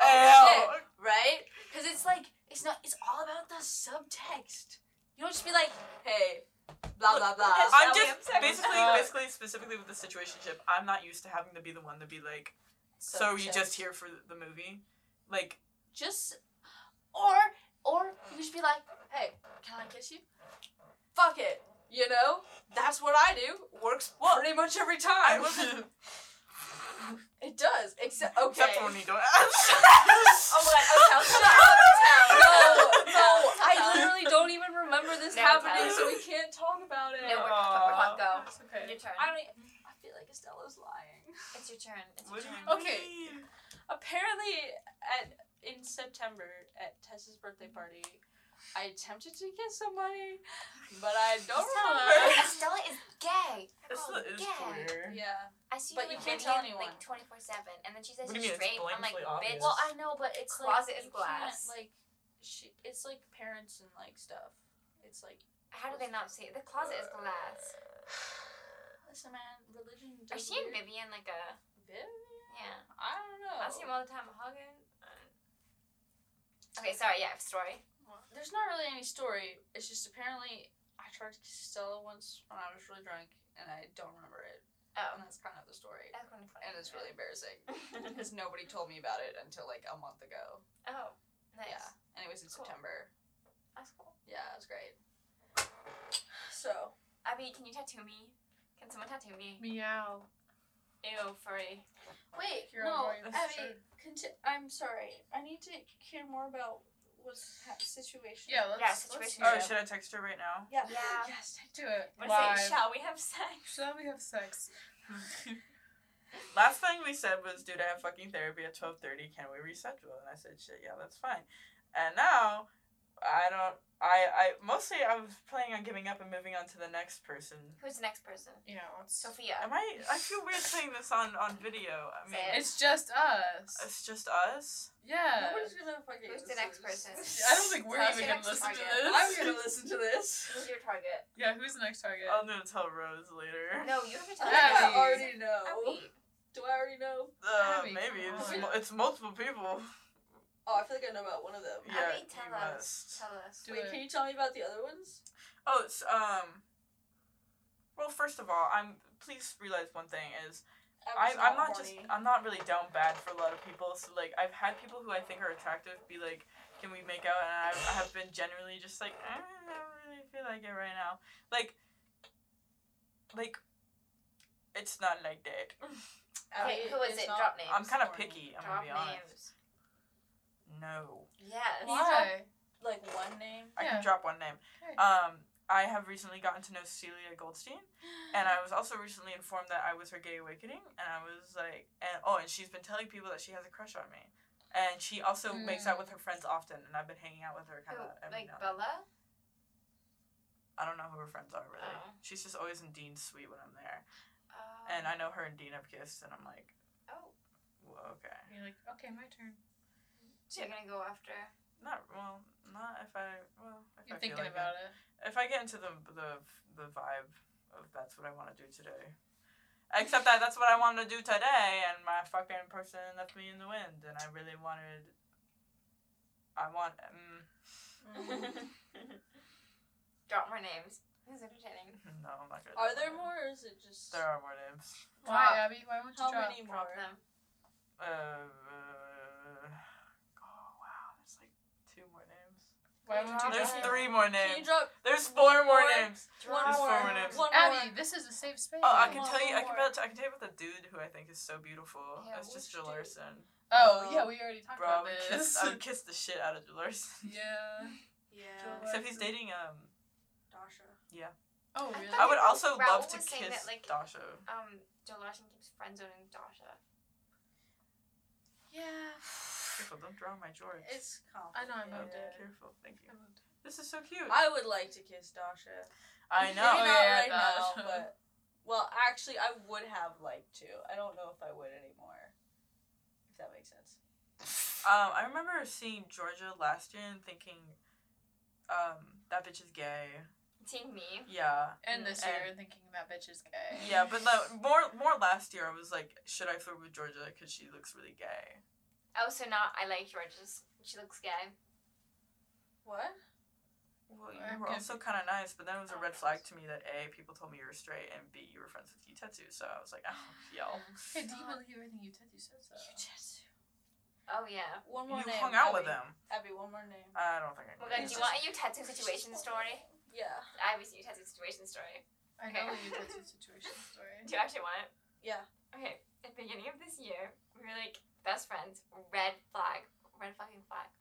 Speaker 4: oh,
Speaker 2: Ew.
Speaker 4: right? Because it's like, it's not, it's all about the subtext. You don't just be like, hey, blah, blah, blah.
Speaker 8: Look, Shall
Speaker 2: I'm
Speaker 8: we
Speaker 2: just
Speaker 8: have sex?
Speaker 2: basically,
Speaker 1: Uh,
Speaker 2: basically, specifically with the situationship. I'm not used to having to be the one to be like, "So you just here for the movie?" Like,
Speaker 4: just or or you could just be like, hey, can I kiss you? Fuck it. You know? That's what I do. Works pretty much every
Speaker 2: I
Speaker 4: time.
Speaker 2: wasn't.
Speaker 4: it does. Except okay.
Speaker 2: Except for when you don't.
Speaker 8: Oh my god, okay, I'll shut up.
Speaker 4: no, no, I literally don't even remember this
Speaker 3: No,
Speaker 4: happening,
Speaker 3: tell.
Speaker 4: so we can't talk about it.
Speaker 3: No, we're we're hot. Go.
Speaker 1: That's okay.
Speaker 3: Your turn.
Speaker 4: I don't. e- I feel like Estella's lying.
Speaker 3: It's your turn. It's
Speaker 2: What
Speaker 3: your
Speaker 2: do
Speaker 3: turn.
Speaker 2: you
Speaker 1: Okay.
Speaker 2: mean?
Speaker 4: Apparently, at in September at Tessa's birthday party, I attempted to kiss somebody, but I don't
Speaker 1: Estella.
Speaker 4: remember.
Speaker 3: Estella is gay. That
Speaker 2: This
Speaker 3: girl
Speaker 2: is
Speaker 3: gay.
Speaker 2: queer.
Speaker 4: Yeah.
Speaker 3: I see
Speaker 4: But
Speaker 3: her
Speaker 4: you
Speaker 3: with
Speaker 4: can't
Speaker 3: her
Speaker 4: tell
Speaker 3: hand,
Speaker 4: anyone.
Speaker 3: Like twenty four seven, and then she says
Speaker 2: What do you
Speaker 3: she's
Speaker 2: mean? It's
Speaker 3: straight. I'm like,
Speaker 2: blatantly
Speaker 3: bitch.
Speaker 2: obvious.
Speaker 3: Well, I know, but it's closet
Speaker 4: like,
Speaker 3: is
Speaker 4: you
Speaker 3: glass.
Speaker 4: can't, like she, it's like parents and like stuff. It's like
Speaker 3: How do they not see it? The closet is glass.
Speaker 4: listen, man, religion.
Speaker 3: Are
Speaker 4: does
Speaker 3: she and
Speaker 4: weird- Oh.
Speaker 3: Vivian like a?
Speaker 4: Viv?
Speaker 3: Yeah.
Speaker 4: I don't know.
Speaker 3: I see him all the time hugging. uh, Okay, sorry. Yeah, story.
Speaker 4: There's not really any story. It's just apparently I tried to kiss Stella once when I was really drunk and I don't remember it.
Speaker 3: Oh,
Speaker 4: And that's kind of the story.
Speaker 3: that's kind of funny.
Speaker 4: And it's Mm. really embarrassing because nobody told me about it until like a month ago.
Speaker 3: Oh, nice.
Speaker 4: Yeah. And it was in
Speaker 3: Cool.
Speaker 4: September.
Speaker 3: That's cool.
Speaker 4: Yeah, it was great.
Speaker 8: So,
Speaker 3: Abby, can you tattoo me? Can someone tattoo me?
Speaker 1: Meow.
Speaker 3: Ew, furry.
Speaker 4: Wait,
Speaker 1: You're
Speaker 4: no,
Speaker 1: on board.
Speaker 4: Abby, conti- I'm sorry. I need to hear more about what's ha- situation.
Speaker 1: Yeah, let's,
Speaker 3: Yeah,
Speaker 1: let's
Speaker 3: situation.
Speaker 1: do
Speaker 2: Oh,
Speaker 1: it.
Speaker 2: should I text her right now?
Speaker 4: Yeah.
Speaker 3: Yeah.
Speaker 4: Yes.
Speaker 1: do it.
Speaker 3: What
Speaker 1: Live.
Speaker 3: is it? Shall we have sex?
Speaker 1: Shall we have sex?
Speaker 2: Last thing we said was, dude, I have fucking therapy at 12.30. Can we reschedule? And I said, shit, yeah, that's fine. And now, I don't, I, I, mostly I was planning on giving up and moving on to the next person.
Speaker 3: Who's the next person?
Speaker 1: Yeah, let's.
Speaker 3: Sophia.
Speaker 2: Am I, I feel weird saying this on, on video. I mean,
Speaker 3: Say it.
Speaker 1: It's just us.
Speaker 2: it's just us.
Speaker 1: Yeah.
Speaker 4: Nobody's gonna fucking
Speaker 3: Who's the
Speaker 4: listen
Speaker 3: next
Speaker 4: to this.
Speaker 3: person?
Speaker 1: I don't think we're
Speaker 3: Who's
Speaker 1: even
Speaker 3: your
Speaker 1: gonna
Speaker 3: next
Speaker 1: listen to
Speaker 3: target?
Speaker 1: this.
Speaker 4: I'm gonna listen to this.
Speaker 3: Who's your target?
Speaker 1: Yeah, who's the next target?
Speaker 2: I'll need to tell Rose later.
Speaker 3: No, you haven't
Speaker 4: I
Speaker 3: told me.
Speaker 1: Abby.
Speaker 4: think I
Speaker 3: that.
Speaker 4: already know.
Speaker 3: Abby.
Speaker 4: Do I already know?
Speaker 2: Uh,
Speaker 1: Abby,
Speaker 2: maybe.
Speaker 1: come
Speaker 2: It's,
Speaker 1: on.
Speaker 2: mu- it's multiple people.
Speaker 4: Oh, I feel like I know about one of them.
Speaker 2: Yeah,
Speaker 3: Abby,
Speaker 2: you
Speaker 3: tell us.
Speaker 2: must.
Speaker 3: Tell us.
Speaker 1: Do
Speaker 4: Wait,
Speaker 1: it.
Speaker 4: can you tell me about the other ones?
Speaker 2: Oh, it's, um, well, first of all, I'm, please realize one thing is, I,
Speaker 4: Abby's
Speaker 2: I'm not just uh,
Speaker 4: horny.
Speaker 2: I'm not really down bad for a lot of people. So like I've had people who I think are attractive be like, "Can we make out?" And I, I have been generally just like, "Eh, I don't really feel like it right now. Like, like, it's not like that.
Speaker 3: Okay,
Speaker 1: Abby
Speaker 3: who is
Speaker 1: is
Speaker 3: it?
Speaker 1: not-
Speaker 3: Drop names.
Speaker 1: I'm
Speaker 2: I'm kind of
Speaker 1: Sorry.
Speaker 2: picky. I'm
Speaker 3: Drop
Speaker 2: gonna be honest.
Speaker 3: names.
Speaker 2: No,
Speaker 3: Yes.
Speaker 1: Why?
Speaker 8: Like one name.
Speaker 2: I
Speaker 1: Yeah.
Speaker 2: can drop one name.
Speaker 1: Okay.
Speaker 2: Um, I have recently gotten to know Celia Goldstein, and I was also recently informed that I was her gay awakening, and I was like, and oh, and she's been telling people that she has a crush on me, and she also makes out with her friends often, and I've been hanging out with her kind
Speaker 3: Who,
Speaker 2: of every
Speaker 3: like
Speaker 2: now. and
Speaker 3: Bella?
Speaker 2: then. I don't know who her friends are really.
Speaker 3: Oh.
Speaker 2: She's just always in Dean's suite when I'm there,
Speaker 3: Oh.
Speaker 2: and I know her and Dean have kissed, and I'm like,
Speaker 3: Oh.
Speaker 2: well, okay,
Speaker 1: You're like, okay, my turn.
Speaker 3: So you're gonna go after.
Speaker 2: not well, not if I well if
Speaker 1: You're
Speaker 2: I
Speaker 1: thinking
Speaker 2: feel like it.
Speaker 1: about it.
Speaker 2: if I get into the the the vibe of that's what I want to do today. Except that that's what I wanted to do today, and my fucking person left me in the wind, and I really wanted. I want. Um,
Speaker 3: Mm-hmm. Drop more names. Who's entertaining?
Speaker 2: no, I'm not gonna.
Speaker 8: Are
Speaker 2: do
Speaker 8: there
Speaker 2: that.
Speaker 8: more, or is it just
Speaker 2: There are more names.
Speaker 1: Why,
Speaker 8: Drop.
Speaker 1: Abby? Why won't you
Speaker 8: how
Speaker 1: drop?
Speaker 8: many more?
Speaker 3: Drop them.
Speaker 2: Uh, uh, oh wow, there's like two more names.
Speaker 1: Why won't you
Speaker 2: There's
Speaker 1: drop?
Speaker 2: three more
Speaker 8: Can you
Speaker 2: names.
Speaker 8: drop
Speaker 2: There's four more
Speaker 8: Four?
Speaker 2: names.
Speaker 8: one
Speaker 2: There's
Speaker 8: more?
Speaker 2: four more names.
Speaker 8: One
Speaker 1: Abby,
Speaker 8: more.
Speaker 1: this is a safe space.
Speaker 2: Oh, I can
Speaker 8: One
Speaker 2: tell you. I can
Speaker 8: more.
Speaker 2: tell. I can tell you about the dude who I think is so beautiful.
Speaker 3: Yeah,
Speaker 2: it's just
Speaker 3: which dude?
Speaker 2: Jalerson.
Speaker 1: Oh, yeah, we already talked
Speaker 2: Bro, I
Speaker 1: about
Speaker 2: would
Speaker 1: this.
Speaker 2: kiss. I would kiss the shit out of Jalerson.
Speaker 1: yeah.
Speaker 3: Yeah.
Speaker 2: Except he's dating um.
Speaker 8: Dasha.
Speaker 1: Oh,
Speaker 3: I
Speaker 1: really?
Speaker 3: thought
Speaker 2: I would
Speaker 3: Raoul
Speaker 2: also love to
Speaker 3: was
Speaker 2: kiss
Speaker 3: saying that, like-
Speaker 2: Dasha.
Speaker 3: Um, Joe Larson keeps friend zoning Dasha.
Speaker 1: yeah.
Speaker 2: Careful, don't draw my George.
Speaker 8: It's
Speaker 1: I
Speaker 8: complicated.
Speaker 1: know I'm
Speaker 2: Oh,
Speaker 1: not dead.
Speaker 2: careful, thank you. This is so cute.
Speaker 8: I would like to kiss Dasha.
Speaker 2: I
Speaker 8: Maybe not
Speaker 2: know.
Speaker 1: yeah,
Speaker 8: right now,
Speaker 1: Dasha.
Speaker 8: but well, actually, I would have liked to. I don't know if I would anymore. If that makes sense.
Speaker 2: Um, I remember seeing Georgia last year and thinking, um, that bitch is gay.
Speaker 3: Seeing me.
Speaker 2: Yeah,
Speaker 1: And this
Speaker 2: And-
Speaker 1: year, thinking that bitch is gay.
Speaker 2: yeah, but the, more more last year, I was like, should I flirt with Georgia because she looks really gay?
Speaker 3: Oh, so now I like George's. She looks gay.
Speaker 8: What?
Speaker 2: Well,
Speaker 1: I
Speaker 2: you were
Speaker 1: could-
Speaker 2: also kind of nice, but then it was a
Speaker 3: Oh,
Speaker 2: red
Speaker 3: nice.
Speaker 2: flag to me that a people told me you were straight and b you were friends with Kitetsu, so I was like, oh, yo.
Speaker 1: Hey, do you believe everything you said? You said so.
Speaker 3: Oh yeah.
Speaker 8: One
Speaker 2: You
Speaker 8: more name.
Speaker 2: hung out with
Speaker 8: Abby.
Speaker 2: him.
Speaker 8: Abby, one more name.
Speaker 2: I don't think I
Speaker 3: Oh
Speaker 2: can. do
Speaker 3: my god, do
Speaker 2: this.
Speaker 3: you want a you tattoo situation story?
Speaker 8: Yeah.
Speaker 3: I have a you tattoo situation story.
Speaker 1: I
Speaker 3: Okay.
Speaker 1: know you did some situation story.
Speaker 3: Do you actually want it?
Speaker 8: Yeah.
Speaker 3: Okay. At the beginning of this year, we were like best friends. Red flag. Red fucking flag.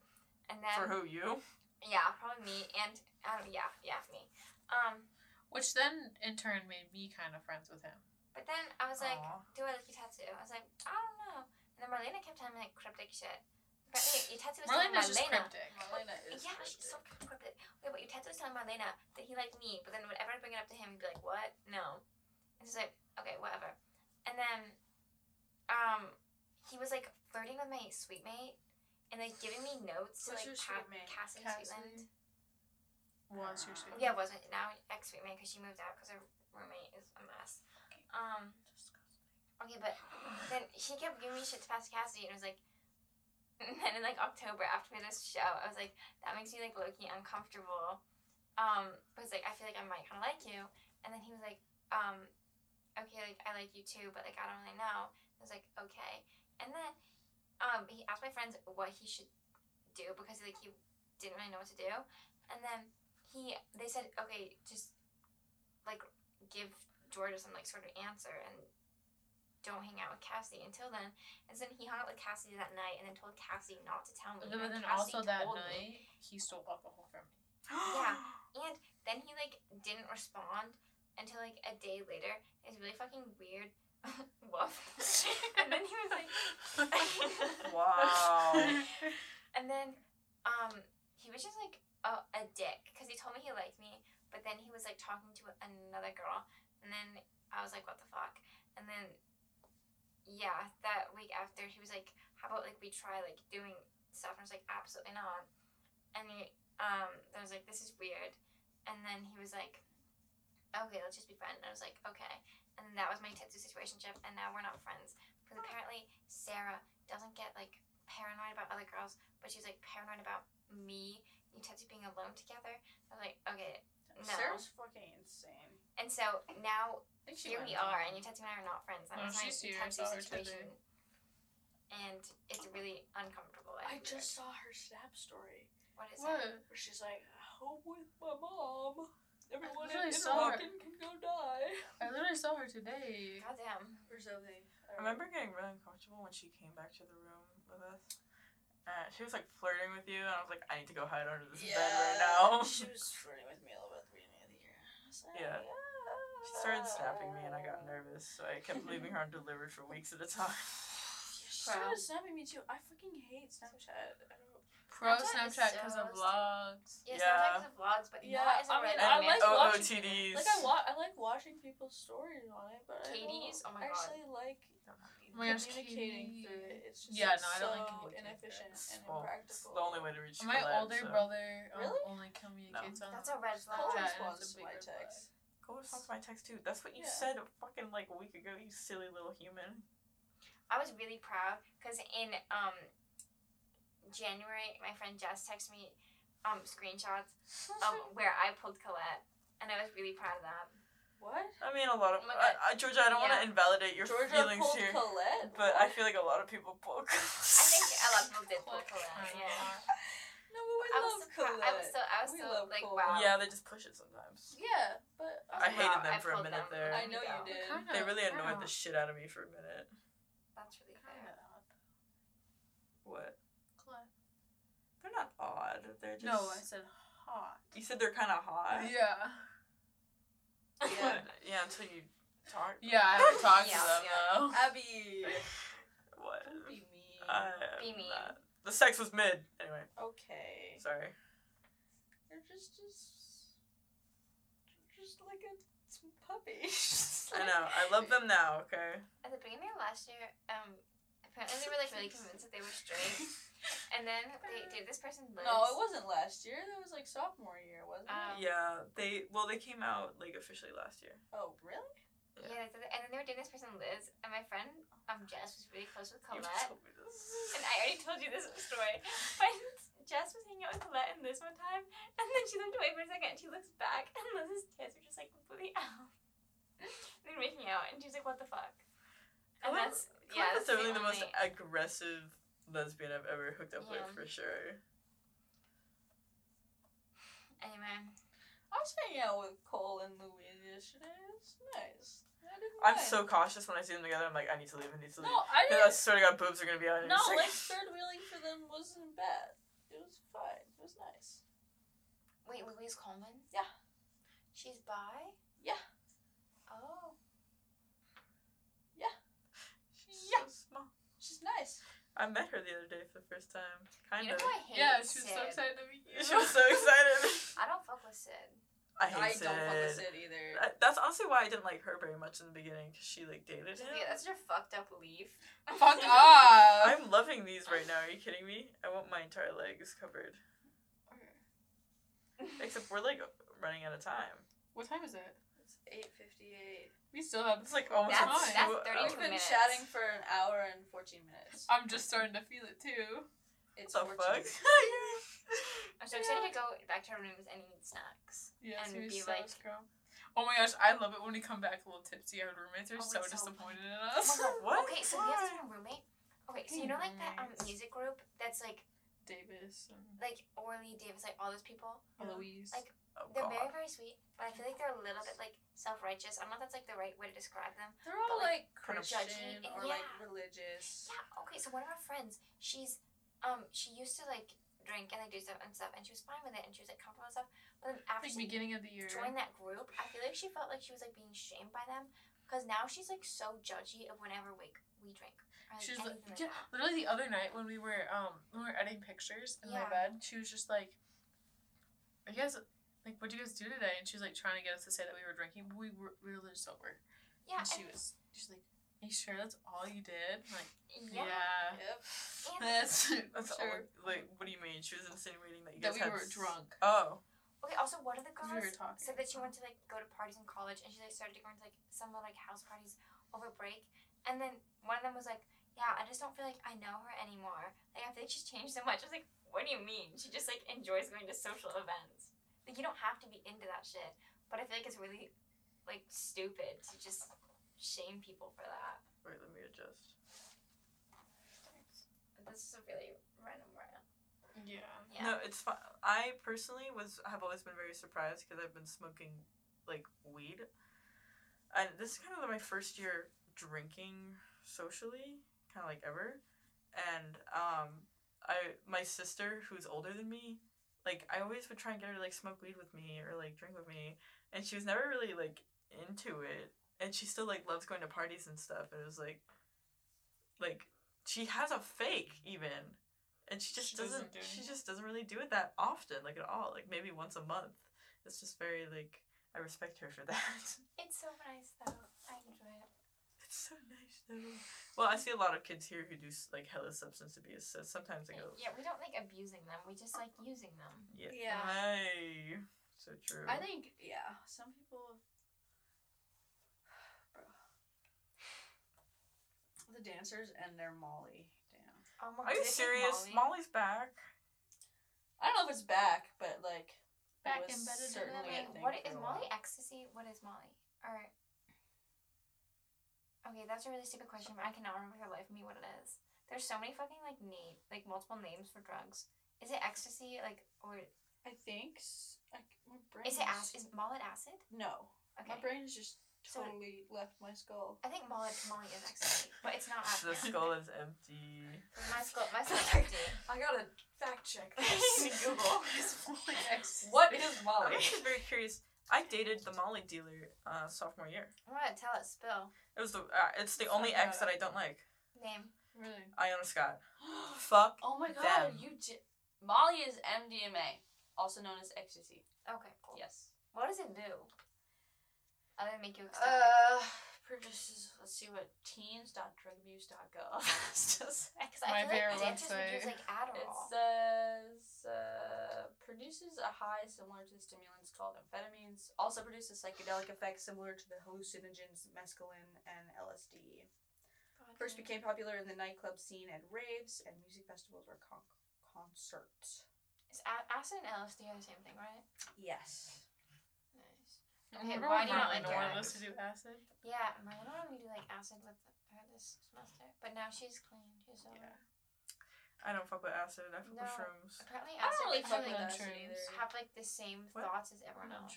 Speaker 3: And then
Speaker 2: For who you?
Speaker 3: yeah, probably me and um yeah, yeah, me. Um,
Speaker 1: Which then, in turn, made me kind of friends with him.
Speaker 3: but then I was like,
Speaker 2: Aw.
Speaker 3: do I like your tattoo? I was like, I don't know. And then Marlena kept telling me like cryptic shit. But wait, your tattoo was telling
Speaker 1: Marlena's just
Speaker 3: Marlena.
Speaker 1: cryptic.
Speaker 8: Marlena is.
Speaker 3: Yeah, she's so cryptic. Wait, but your tattoo was telling Marlena that he liked me, but then whenever I bring it up to him, he'd be like, what? No. And she's like, okay, whatever. And then, um, he was like flirting with my sweet mate and like giving me notes to
Speaker 8: Who's
Speaker 3: like
Speaker 8: your
Speaker 3: Ca-
Speaker 8: sweet mate? Mm-hmm.
Speaker 3: Cassie,
Speaker 1: Cassie?
Speaker 3: Sweetland.
Speaker 1: Was your sweet.
Speaker 3: Yeah, it wasn't. Now ex sweet because she moved out because her roommate is a mess. Um. Okay, but then she kept giving me shit to Pastor Cassidy, and I was like, and then in like October after we had this show, I was like, that makes me like low key uncomfortable. Um, because like I feel like I might kind of like you, and then he was like, um, okay, like I like you too, but like I don't really know. I was like, okay, and then um, he asked my friends what he should do because like he didn't really know what to do, and then he they said okay just like give georgia some like sort of answer and don't hang out with cassie until then and so then he hung out with cassie that night and then told cassie not to tell me
Speaker 1: But
Speaker 3: and
Speaker 1: then
Speaker 3: Cassie
Speaker 1: also that
Speaker 3: told me.
Speaker 1: night, he stole alcohol from me.
Speaker 3: Yeah. and then he like didn't respond until like a day later it's really fucking weird woof and then he was like
Speaker 2: Wow.
Speaker 3: And then, um, he was just like a, a dick because he told me he liked me, but then he was like talking to another girl, and then I was like, what the fuck? And then, yeah, that week after, he was like, how about like we try like doing stuff? And I was like, absolutely not. And he, um, I was like, this is weird. And then he was like, okay, let's just be friends. And I was like, okay. And then that was my Tetsu situationship, and now we're not friends because apparently Sarah doesn't get like paranoid about other girls, but she's like paranoid about me and Tetsu being alone together. I was like, okay, no.
Speaker 8: Sarah's fucking insane.
Speaker 3: And so now
Speaker 1: I think she
Speaker 3: here
Speaker 1: went
Speaker 3: we
Speaker 1: on.
Speaker 3: are, and Yutetsu and I are not friends. That
Speaker 1: No,
Speaker 3: was my
Speaker 1: she's here. I
Speaker 3: Tetsu
Speaker 1: saw her
Speaker 3: situation.
Speaker 1: today.
Speaker 3: And it's really uncomfortable. and
Speaker 8: I
Speaker 3: weird.
Speaker 8: just saw her Snap story
Speaker 3: What is
Speaker 1: What?
Speaker 3: it?
Speaker 8: where she's like, "Home with my mom. Everyone
Speaker 1: literally
Speaker 8: in
Speaker 1: saw her-
Speaker 8: Interlochen can go die."
Speaker 1: I literally saw her today.
Speaker 3: Goddamn.
Speaker 8: Or something.
Speaker 2: I remember getting really uncomfortable when she came back to the room with us. Uh, she was like flirting with you, and I was like, I need to go hide under this bed right now.
Speaker 10: She was flirting with me a little bit at the beginning of the year. I was like,
Speaker 2: Yeah. She started snapping me, and I got nervous, so I kept leaving her undelivered for weeks at a time.
Speaker 10: Pro,
Speaker 11: snapping me too. I fucking hate Snapchat. I don't
Speaker 1: Pro
Speaker 3: Snapchat is
Speaker 1: Snapchat because
Speaker 3: so
Speaker 1: of vlogs.
Speaker 3: Yeah,
Speaker 2: Yeah.
Speaker 3: sometimes the vlogs, but
Speaker 4: Yeah,
Speaker 3: not as a
Speaker 4: I mean,
Speaker 3: red
Speaker 4: I
Speaker 3: man.
Speaker 4: like
Speaker 2: Oh,
Speaker 4: watching-
Speaker 2: OTDs.
Speaker 4: Like I wa- I like watching people's stories on it, but
Speaker 3: Katie's?
Speaker 4: I don't
Speaker 3: Oh my god.
Speaker 4: actually like
Speaker 1: Oh my gosh,
Speaker 4: communicating
Speaker 1: Katie.
Speaker 4: through it. It's just
Speaker 1: Yeah,
Speaker 4: like,
Speaker 1: no, I don't like
Speaker 4: so
Speaker 1: communicating through it.
Speaker 4: inefficient and
Speaker 2: Well, it's
Speaker 4: impractical.
Speaker 2: the only way to reach
Speaker 1: My
Speaker 2: Colette,
Speaker 1: older
Speaker 2: so.
Speaker 1: brother um,
Speaker 4: Really?
Speaker 1: only communicates on
Speaker 3: That's a red flag.
Speaker 4: Cole
Speaker 1: Yeah, it's
Speaker 4: responds
Speaker 1: a
Speaker 4: to my
Speaker 1: bigger
Speaker 4: text.
Speaker 2: Go respond to my text too. That's what you
Speaker 4: Yeah.
Speaker 2: said fucking like a week ago, you silly little human.
Speaker 3: I was really proud because in um January, my friend Jess texted me um screenshots
Speaker 2: Um,
Speaker 3: of where I pulled Colette, and I was really proud of that.
Speaker 4: What?
Speaker 2: I mean, a lot of
Speaker 3: Oh my God.
Speaker 2: I, I, Georgia. I don't want
Speaker 3: Yeah.
Speaker 2: to invalidate your
Speaker 4: Georgia
Speaker 2: feelings
Speaker 4: pulled
Speaker 2: here,
Speaker 4: Colette.
Speaker 2: but I feel like a lot of people pull.
Speaker 3: I think a lot of people did pull Colette.
Speaker 1: Snapchat.
Speaker 3: Yeah.
Speaker 4: no, but we
Speaker 3: I
Speaker 4: love
Speaker 3: was so proud.
Speaker 4: Colette.
Speaker 3: I was so I was
Speaker 4: We
Speaker 3: so
Speaker 4: love
Speaker 3: like
Speaker 4: Cole.
Speaker 3: wow.
Speaker 2: Yeah, they just push it sometimes.
Speaker 4: yeah, but oh, I'm
Speaker 2: I hated
Speaker 4: not-
Speaker 3: Wow,
Speaker 2: them for a
Speaker 3: pulled
Speaker 2: minute
Speaker 3: them.
Speaker 2: there.
Speaker 4: I
Speaker 3: Look at
Speaker 4: know
Speaker 3: that.
Speaker 4: you did.
Speaker 1: Kinda-
Speaker 2: They really annoyed
Speaker 1: kinda.
Speaker 2: the shit out of me for a minute.
Speaker 3: That's really fair.
Speaker 2: What?
Speaker 1: Colette.
Speaker 2: They're not odd. They're just.
Speaker 1: No, I said hot.
Speaker 2: You said they're kind of hot.
Speaker 1: Yeah.
Speaker 2: Yeah. yeah. Until you talk.
Speaker 1: Yeah, I haven't talked to
Speaker 3: Yeah,
Speaker 1: them
Speaker 3: yeah.
Speaker 1: though.
Speaker 4: Abby.
Speaker 2: What?
Speaker 4: Don't be mean.
Speaker 2: I am
Speaker 3: Be mean.
Speaker 2: not- The sex was mid. Anyway,
Speaker 4: okay.
Speaker 2: sorry.
Speaker 4: You're just just you're just like a t- puppy.
Speaker 2: I know. I love them now. Okay.
Speaker 3: At the beginning of last year, um, apparently they were like really convinced that they were straight, and then they did this person lives.
Speaker 4: No, it wasn't last year. That was like sophomore year, wasn't it?
Speaker 2: Uh,
Speaker 3: Um,
Speaker 2: Yeah. They well, they came out like officially last year.
Speaker 4: Oh, really?
Speaker 3: Yeah, they did it. and then they were doing this person Liz, and my friend um Jess was really close with
Speaker 2: You
Speaker 3: Colette,
Speaker 2: told me this.
Speaker 3: and I already told you this story. But Jess was hanging out with Colette and Liz one time, and then she looked away for a second, and she looks back, and Liz's tits are just like completely out. They're making out, and she's like, "What the fuck?" And
Speaker 2: Colette-
Speaker 3: that's yeah,
Speaker 2: that's
Speaker 3: that's
Speaker 2: definitely the most
Speaker 3: only-
Speaker 2: aggressive lesbian I've ever hooked up
Speaker 3: Yeah.
Speaker 2: with for sure.
Speaker 3: Anyway,
Speaker 4: I was hanging out with Cole and Louise yesterday. It's nice. I didn't
Speaker 2: I'm
Speaker 4: mind.
Speaker 2: so cautious when I see them together. I'm like, I need to leave. I need to leave.
Speaker 4: No, I
Speaker 2: Because I
Speaker 4: didn't.
Speaker 2: swear to God, boobs are gonna be out. in a
Speaker 4: No,
Speaker 2: second.
Speaker 4: like third wheeling for them wasn't bad. It was fine. It was nice.
Speaker 3: wait, Louise Coleman.
Speaker 4: Yeah.
Speaker 3: she's bi.
Speaker 4: Yeah.
Speaker 3: Oh.
Speaker 2: She's
Speaker 4: Yeah.
Speaker 2: so small.
Speaker 4: She's nice.
Speaker 2: I met her the other day for the first time. Kind
Speaker 3: You
Speaker 2: of.
Speaker 3: know who I hate?
Speaker 1: Yeah, she was so
Speaker 3: Sid.
Speaker 1: excited to meet you.
Speaker 2: She was so excited.
Speaker 3: I don't fuck with Sid.
Speaker 2: I hate
Speaker 11: I
Speaker 2: Sid.
Speaker 11: don't fuck with Sid either.
Speaker 2: I- That's honestly why I didn't like her very much in the beginning. Cause she like dated him.
Speaker 3: Yeah, that's your fucked up belief.
Speaker 11: Fuck off.
Speaker 2: I'm loving these right now. Are you kidding me? I want my entire legs covered. Except we're like running out of time.
Speaker 1: What time is it?
Speaker 4: It's eight fifty eight.
Speaker 1: We still have.
Speaker 2: It's like almost
Speaker 1: That's-
Speaker 2: a
Speaker 1: that's
Speaker 2: two
Speaker 3: thirty
Speaker 2: hour-
Speaker 4: We've
Speaker 3: Two
Speaker 4: been
Speaker 3: minutes.
Speaker 4: chatting for an hour and fourteen minutes.
Speaker 1: I'm just starting to feel it too.
Speaker 4: It's
Speaker 2: What the
Speaker 4: 14.
Speaker 2: fuck?
Speaker 3: I'm so excited to go back to our rooms and eat snacks.
Speaker 1: Yeah,
Speaker 3: And
Speaker 1: she was
Speaker 3: be
Speaker 1: so
Speaker 3: like-
Speaker 1: scrum. Oh my gosh, I love it when we come back a little tipsy. Our roommates are
Speaker 3: Oh,
Speaker 1: so
Speaker 3: it's so
Speaker 1: disappointed in
Speaker 3: Oh my
Speaker 1: us.
Speaker 3: God.
Speaker 2: What?
Speaker 3: Okay, so we have this one roommate. Okay, so you know like that um
Speaker 1: Nice.
Speaker 3: music group that's like
Speaker 1: Davis and
Speaker 3: like Orly Davis, like all those people.
Speaker 1: Eloise.
Speaker 3: Like-
Speaker 2: Oh
Speaker 3: They're
Speaker 2: god.
Speaker 3: very very sweet, but I feel like they're a little bit like self righteous. I don't know if that's like the right way to describe them.
Speaker 4: They're all
Speaker 3: But, like,
Speaker 4: like
Speaker 2: kind of
Speaker 4: Christian
Speaker 3: judgy,
Speaker 4: or like
Speaker 3: yeah.
Speaker 4: religious.
Speaker 3: Yeah. Okay, so one of our friends, she's um she used to like drink and like do stuff and stuff, and she was fine with it, and she was like comfortable and stuff. But then after
Speaker 1: like
Speaker 3: she
Speaker 1: beginning of the year.
Speaker 3: joined that group, I feel like she felt like she was like being shamed by them because now she's like so judgy of whenever we we drink. Or, like,
Speaker 1: She was like, yeah,
Speaker 3: anything like that.
Speaker 1: literally the other night when we were um when we were editing pictures in my
Speaker 3: Yeah.
Speaker 1: bed, she was just like, "Are you guys like what do you guys do today?" And she was like trying to get us to say that we were drinking, but we were we were literally sober.
Speaker 3: yeah,
Speaker 1: and she
Speaker 3: and-
Speaker 1: was she's like, "Are you sure that's all you did?" I'm like,
Speaker 3: yeah.
Speaker 1: yeah,
Speaker 4: Yep.
Speaker 3: And-
Speaker 1: that's
Speaker 2: That's
Speaker 1: sure.
Speaker 2: all. Like, what do you mean? She was insinuating that you
Speaker 1: that
Speaker 2: guys
Speaker 1: we
Speaker 2: had
Speaker 1: were
Speaker 2: s-
Speaker 1: drunk.
Speaker 2: Oh,
Speaker 3: Okay, also one of the
Speaker 1: 'Cause
Speaker 3: girls
Speaker 1: we were talking.
Speaker 3: said that she wanted to like go to parties in college and she like started going to like some like house parties over break, and then one of them was like, yeah, I just don't feel like I know her anymore. Like I feel like she's changed so much. I was like, what do you mean? She just like enjoys going to social events. Like you don't have to be into that shit, but I feel like it's really like stupid to just shame people for that.
Speaker 2: wait. Let me adjust.
Speaker 3: This is a really random rant.
Speaker 1: Yeah.
Speaker 3: Yeah.
Speaker 2: No, it's fine. I personally was have always been very surprised because I've been smoking like weed, and this is kind of my first year drinking socially, kind of like ever. And um, I my sister who's older than me, like I always would try and get her to like smoke weed with me or like drink with me, and she was never really like into it. And she still like loves going to parties and stuff. And it was like, like she has a fake even, and she just
Speaker 1: She doesn't
Speaker 2: doesn't.
Speaker 1: do
Speaker 2: she
Speaker 1: it.
Speaker 2: just doesn't really do it that often, like at all. Like maybe once a month. It's just very like I respect her for that.
Speaker 3: It's so nice though. I enjoy it.
Speaker 2: It's so nice though. Well, I see a lot of kids here who do s- like hella substance abuse, so sometimes I go,
Speaker 3: Yeah, we don't like abusing them. We just like using them.
Speaker 2: yeah,
Speaker 8: Yeah.
Speaker 2: aye." so true.
Speaker 8: I think yeah, some people. Bro. The dancers and their Molly. Damn.
Speaker 3: Oh my
Speaker 2: Are you
Speaker 3: goodness,
Speaker 2: serious?
Speaker 3: Molly.
Speaker 2: Molly's back.
Speaker 8: I don't know if it's back, but like it
Speaker 1: Back
Speaker 8: was
Speaker 1: and better than
Speaker 8: certainly a
Speaker 3: Wait,
Speaker 8: thing
Speaker 3: what
Speaker 8: for
Speaker 3: is
Speaker 8: a
Speaker 3: Molly
Speaker 8: while.
Speaker 3: ecstasy? What is Molly? Or okay, that's a really stupid question, but I cannot remember for the life of me what it is. There's so many fucking like name, like multiple names for drugs. Is it ecstasy? Like or
Speaker 8: I think s- I, c- my brain
Speaker 3: is it acid? Is mullet acid?
Speaker 8: No,
Speaker 3: Okay,
Speaker 8: my brain is just
Speaker 3: So-
Speaker 8: totally left my skull.
Speaker 3: I think mullet Molly is ecstasy, but it's not
Speaker 2: The
Speaker 3: acid.
Speaker 2: skull is empty.
Speaker 3: my skull, my skull's empty.
Speaker 8: I gotta fact check this. Google.
Speaker 4: What is
Speaker 2: I'm
Speaker 4: Molly?
Speaker 2: actually very curious. I dated the Molly dealer uh, sophomore year.
Speaker 3: I'm gonna tell it. Spill
Speaker 2: It was the uh, it's the only
Speaker 8: Fuck
Speaker 2: ex that I don't like.
Speaker 3: name.
Speaker 1: Really?
Speaker 2: Iona Scott. Fuck.
Speaker 4: Oh my god,
Speaker 2: Them.
Speaker 4: you j- Molly is MDMA, also known as ecstasy.
Speaker 3: Okay, cool.
Speaker 4: Yes.
Speaker 3: What does it do? Other than make you excited.
Speaker 4: Uh, previous. Let's see what teens.drugabuse.gov still says.
Speaker 3: Cause
Speaker 1: My
Speaker 3: I feel like
Speaker 1: favorite
Speaker 3: dancers would use
Speaker 1: website.
Speaker 3: like
Speaker 4: It
Speaker 3: Adderall.
Speaker 4: says uh, produces a high similar to stimulants called amphetamines. Also produces psychedelic effects similar to the hallucinogens mescaline and LSD. First became popular in the nightclub scene at raves and music festivals or con- concerts.
Speaker 3: Is a- acid and LSD are the same thing, right?
Speaker 4: Yes.
Speaker 3: Nice.
Speaker 1: Remember
Speaker 3: why
Speaker 1: when
Speaker 3: do you not
Speaker 1: Marlon
Speaker 3: like
Speaker 1: wanted us
Speaker 3: drugs?
Speaker 1: to do acid?
Speaker 3: Yeah, Marlon wanted me to do like acid with her this semester, but now she's clean. She's sober.
Speaker 2: Yeah. I don't fuck with acid. I fuck
Speaker 3: No.
Speaker 2: with shrooms.
Speaker 3: Apparently,
Speaker 4: I
Speaker 3: acid
Speaker 4: don't really
Speaker 3: makes
Speaker 4: fuck with
Speaker 3: you like,
Speaker 4: acid
Speaker 1: mushrooms.
Speaker 4: either.
Speaker 3: have like the same
Speaker 2: What?
Speaker 3: thoughts as everyone else.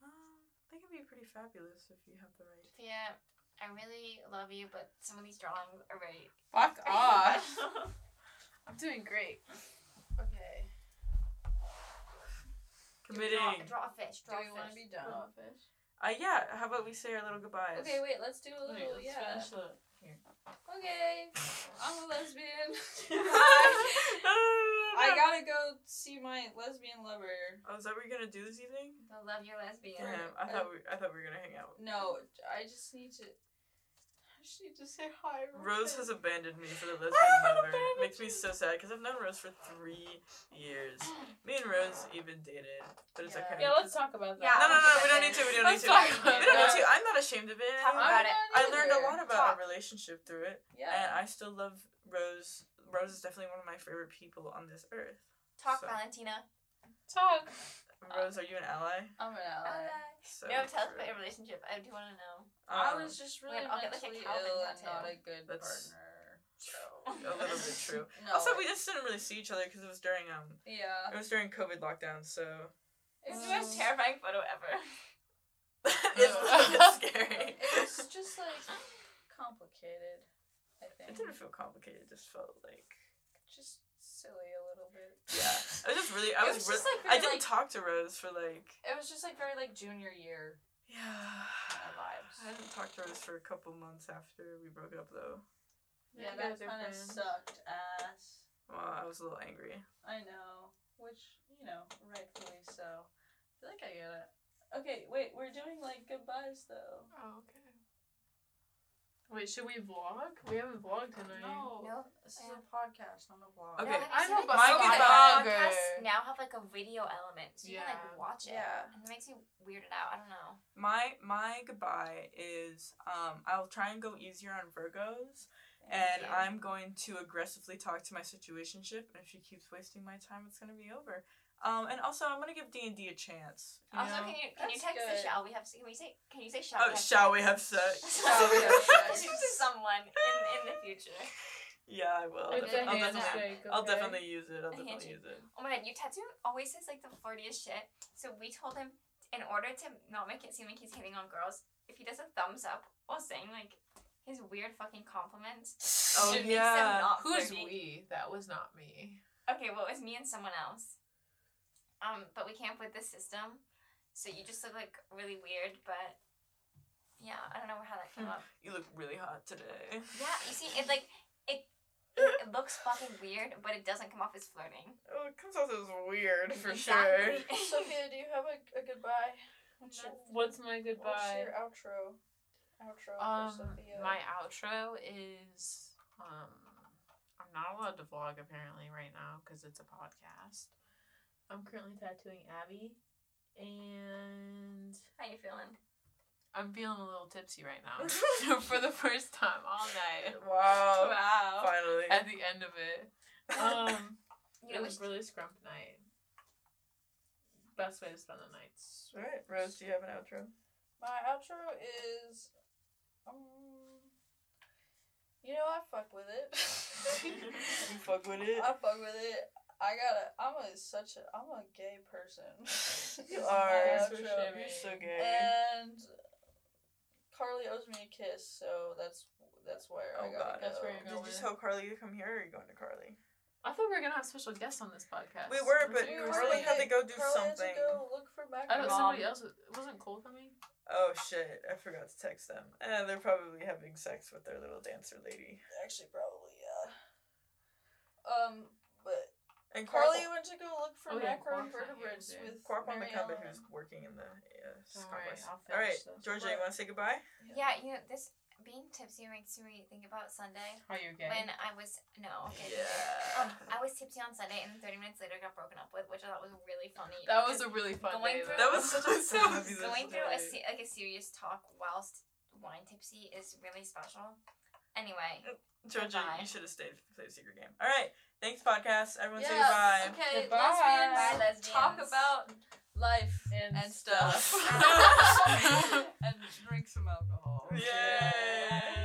Speaker 2: Um, they can be pretty fabulous if you have the right.
Speaker 3: Yeah, I really love you, but some of these drawings are very.
Speaker 1: Fuck off. I'm doing great.
Speaker 8: Okay.
Speaker 3: Draw,
Speaker 2: Committing.
Speaker 3: draw a fish.
Speaker 4: Do
Speaker 3: Draw
Speaker 4: we
Speaker 3: a
Speaker 4: want
Speaker 3: fish.
Speaker 4: to be done?
Speaker 2: Uh, yeah. How about we say our little goodbyes?
Speaker 4: Okay, wait. Let's do a
Speaker 2: Wait,
Speaker 4: little.
Speaker 2: let's
Speaker 4: yeah.
Speaker 2: finish the-
Speaker 4: Okay. I'm a lesbian. I
Speaker 2: I
Speaker 4: gotta go see my lesbian lover.
Speaker 2: Oh, is that what you're gonna do this evening?
Speaker 3: The love your lesbian.
Speaker 2: Damn, I thought we, I thought we were gonna hang out.
Speaker 4: No, I just need to. I just need to say hi.
Speaker 2: Rose has abandoned me for the lesbian
Speaker 4: haven't
Speaker 2: lover.
Speaker 4: abandoned
Speaker 2: Makes me so sad because I've known Rose for three years. Me and Rose even dated, but it's okay.
Speaker 4: Yeah, let's talk about
Speaker 3: Yeah,
Speaker 4: that.
Speaker 2: no, no, no,
Speaker 3: okay,
Speaker 2: we don't
Speaker 3: okay.
Speaker 2: need to. We don't
Speaker 4: Let's
Speaker 2: need to.
Speaker 4: talk about
Speaker 2: We don't need
Speaker 4: that.
Speaker 2: to. I'm not ashamed of it.
Speaker 3: Talk about it.
Speaker 2: I learned a lot about
Speaker 3: Talk.
Speaker 2: our relationship through it,
Speaker 4: Yeah.
Speaker 2: and I still love Rose. Rose is definitely one of my favorite people on this earth.
Speaker 3: Talk,
Speaker 2: So-
Speaker 3: Valentina.
Speaker 4: Talk. Uh,
Speaker 2: Rose, are you an ally?
Speaker 4: I'm an ally.
Speaker 2: So
Speaker 3: no, tell us
Speaker 2: true.
Speaker 3: about your relationship. I do want to know.
Speaker 4: I
Speaker 2: Um,
Speaker 4: was just really
Speaker 3: I'll get, like, a
Speaker 4: mentally
Speaker 3: Calvin
Speaker 4: ill and
Speaker 3: tattoo.
Speaker 4: not a good
Speaker 2: That's-
Speaker 4: partner.
Speaker 2: a little bit true.
Speaker 4: No.
Speaker 2: Also, we just didn't really see each other because it was during um
Speaker 4: yeah.
Speaker 2: it was during COVID lockdown, so
Speaker 3: It's the most terrifying photo ever.
Speaker 2: it's, it's scary.
Speaker 4: It's just like complicated. I
Speaker 2: It
Speaker 4: think
Speaker 2: didn't feel complicated. It just felt like
Speaker 4: just silly a little bit.
Speaker 2: yeah. I was just really I
Speaker 4: It
Speaker 2: was,
Speaker 4: was
Speaker 2: really
Speaker 4: just, like,
Speaker 2: I
Speaker 4: very,
Speaker 2: didn't
Speaker 4: like-
Speaker 2: talk to Rose for like
Speaker 4: It was just like very like junior year.
Speaker 2: yeah
Speaker 4: vibes.
Speaker 2: I didn't talk to Rose for a couple months after we broke up though.
Speaker 4: Yeah,
Speaker 1: you
Speaker 4: that
Speaker 1: guys are
Speaker 4: kind of
Speaker 1: friends.
Speaker 4: sucked ass.
Speaker 2: Well, I was a little angry.
Speaker 4: I know, which you know, rightfully so. I feel like I get it. Okay, wait, we're doing like goodbyes though.
Speaker 1: Oh, okay. Wait, should we vlog? We haven't vlogged tonight.
Speaker 3: No,
Speaker 4: This is a podcast, not a vlog.
Speaker 2: Okay.
Speaker 3: No, like, I
Speaker 1: I'm
Speaker 3: feel
Speaker 1: a
Speaker 3: like
Speaker 1: My
Speaker 3: some
Speaker 1: vlogger.
Speaker 3: podcasts now have like a video element, so you can
Speaker 1: Yeah.
Speaker 3: like watch it.
Speaker 8: Yeah.
Speaker 3: And it makes you weirded out. I don't know.
Speaker 2: My my goodbye is um I'll try and go easier on Virgos and I'm going to aggressively talk to my situationship and if she keeps wasting my time it's gonna be over. Um and also I'm gonna give D and D a chance. you
Speaker 3: also,
Speaker 2: know?
Speaker 3: can you can you
Speaker 4: That's
Speaker 3: text the
Speaker 4: good.
Speaker 3: shall we have? Can we say can you say shall?
Speaker 2: Oh,
Speaker 3: we have
Speaker 2: shall we
Speaker 3: sex?
Speaker 2: have sex?
Speaker 4: Shall we have sex?
Speaker 3: to someone in, in the future.
Speaker 2: Yeah, I will. I'll
Speaker 1: It's a
Speaker 3: Okay.
Speaker 2: definitely,
Speaker 1: handshake.
Speaker 2: I'll definitely- I'll
Speaker 1: okay?
Speaker 2: definitely use it. I'll
Speaker 3: A
Speaker 2: definitely
Speaker 3: handshake.
Speaker 2: use it.
Speaker 3: Oh my god, your tattoo always says like the flirtiest shit. So we told him in order to not make it seem like he's hitting on girls, if he does a thumbs up while saying like his weird fucking compliments.
Speaker 12: Oh,
Speaker 3: It makes them
Speaker 12: yeah.
Speaker 3: not
Speaker 12: Who's
Speaker 3: flirty.
Speaker 12: we? That was not me.
Speaker 3: Okay, well, it was me and someone else. Um, but we came up with this system, so you just look like really weird. But yeah, I don't know how that came
Speaker 1: Hmm.
Speaker 3: up.
Speaker 12: You look really hot today.
Speaker 3: Yeah, you see, it like it, it looks fucking weird, but it doesn't come off as flirting.
Speaker 2: Oh, it comes off as weird for sure.
Speaker 3: Exactly.
Speaker 4: Sophia, do you have a, a goodbye? What's your,
Speaker 1: What's my
Speaker 4: what's
Speaker 1: goodbye?
Speaker 4: your outro? Outro
Speaker 1: Um,
Speaker 4: for Sophia.
Speaker 1: my outro is um, I'm not allowed to vlog apparently right now because it's a podcast. I'm currently tattooing Abby, and
Speaker 3: How you feeling?
Speaker 1: I'm feeling a little tipsy right now for the first time all night. Oh,
Speaker 2: Wow.
Speaker 3: Wow.
Speaker 2: Um, Finally.
Speaker 1: At the end of it, um,
Speaker 3: You know,
Speaker 1: it
Speaker 3: we
Speaker 1: was
Speaker 3: should-
Speaker 1: really scrump night. Best way to spend the nights.
Speaker 2: All right, Rose, do you have an outro?
Speaker 4: My outro is, um, you know I fuck with it.
Speaker 2: You fuck with it.
Speaker 4: I fuck with it. I gotta. I'm a such a. I'm a gay person.
Speaker 2: You
Speaker 4: My
Speaker 2: are.
Speaker 1: Thanks for
Speaker 4: outro.
Speaker 1: sharing.
Speaker 2: You're so
Speaker 4: Uh,
Speaker 2: gay.
Speaker 4: And Carly owes me a kiss, so that's that's where I
Speaker 2: Oh,
Speaker 4: gotta
Speaker 2: God.
Speaker 4: go.
Speaker 1: That's where you go.
Speaker 2: Did you tell Carly to come here, or are you going to Carly?
Speaker 1: I thought we were gonna have special guests on this podcast.
Speaker 2: We were,
Speaker 1: That's
Speaker 2: but
Speaker 1: what you were
Speaker 2: Carly
Speaker 1: saying.
Speaker 2: had to go do
Speaker 4: Carly has
Speaker 2: something.
Speaker 4: to go look for
Speaker 1: I
Speaker 4: macaroni.
Speaker 1: don't. Somebody else was- wasn't Cole coming.
Speaker 2: Oh shit! I forgot to text them. Eh, they're probably having sex with their little dancer lady.
Speaker 4: Actually, probably yeah. Um, but
Speaker 2: And
Speaker 4: Carly
Speaker 2: Carly,
Speaker 4: went to go look for
Speaker 1: Oh, yeah,
Speaker 4: macaroni
Speaker 1: Quark's not here
Speaker 4: vertebrates
Speaker 1: today.
Speaker 4: with
Speaker 2: Quark on the
Speaker 4: Mary
Speaker 2: cupboard
Speaker 4: Ellen.
Speaker 2: who's working in the uh,
Speaker 1: Don't worry,
Speaker 2: Congress.
Speaker 1: I'll finish
Speaker 2: All right,
Speaker 1: this.
Speaker 2: Georgia, you want to say goodbye?
Speaker 3: yeah, you know this being tipsy makes me think about Sunday
Speaker 1: Are you gay?
Speaker 3: when I was no. Okay. Um, I was tipsy on Sunday, and 30 minutes later, got broken up with, which I thought was really funny.
Speaker 1: That was
Speaker 3: because
Speaker 1: a really fun
Speaker 3: going
Speaker 1: day.
Speaker 3: through-
Speaker 1: though.
Speaker 2: That was such a fabulous
Speaker 3: going through a
Speaker 2: story.
Speaker 3: se- like a serious talk whilst wine tipsy is really special. Anyway,
Speaker 2: Georgia,
Speaker 3: Goodbye.
Speaker 2: you should have stayed to play the secret game. All right, thanks, podcast. Everyone say
Speaker 4: Yeah.
Speaker 2: goodbye.
Speaker 4: Okay,
Speaker 1: Goodbye.
Speaker 4: lesbians,
Speaker 3: bye lesbians.
Speaker 4: talk about life
Speaker 1: And
Speaker 4: and stuff.
Speaker 1: stuff.
Speaker 13: and drink some alcohol.
Speaker 2: Yay!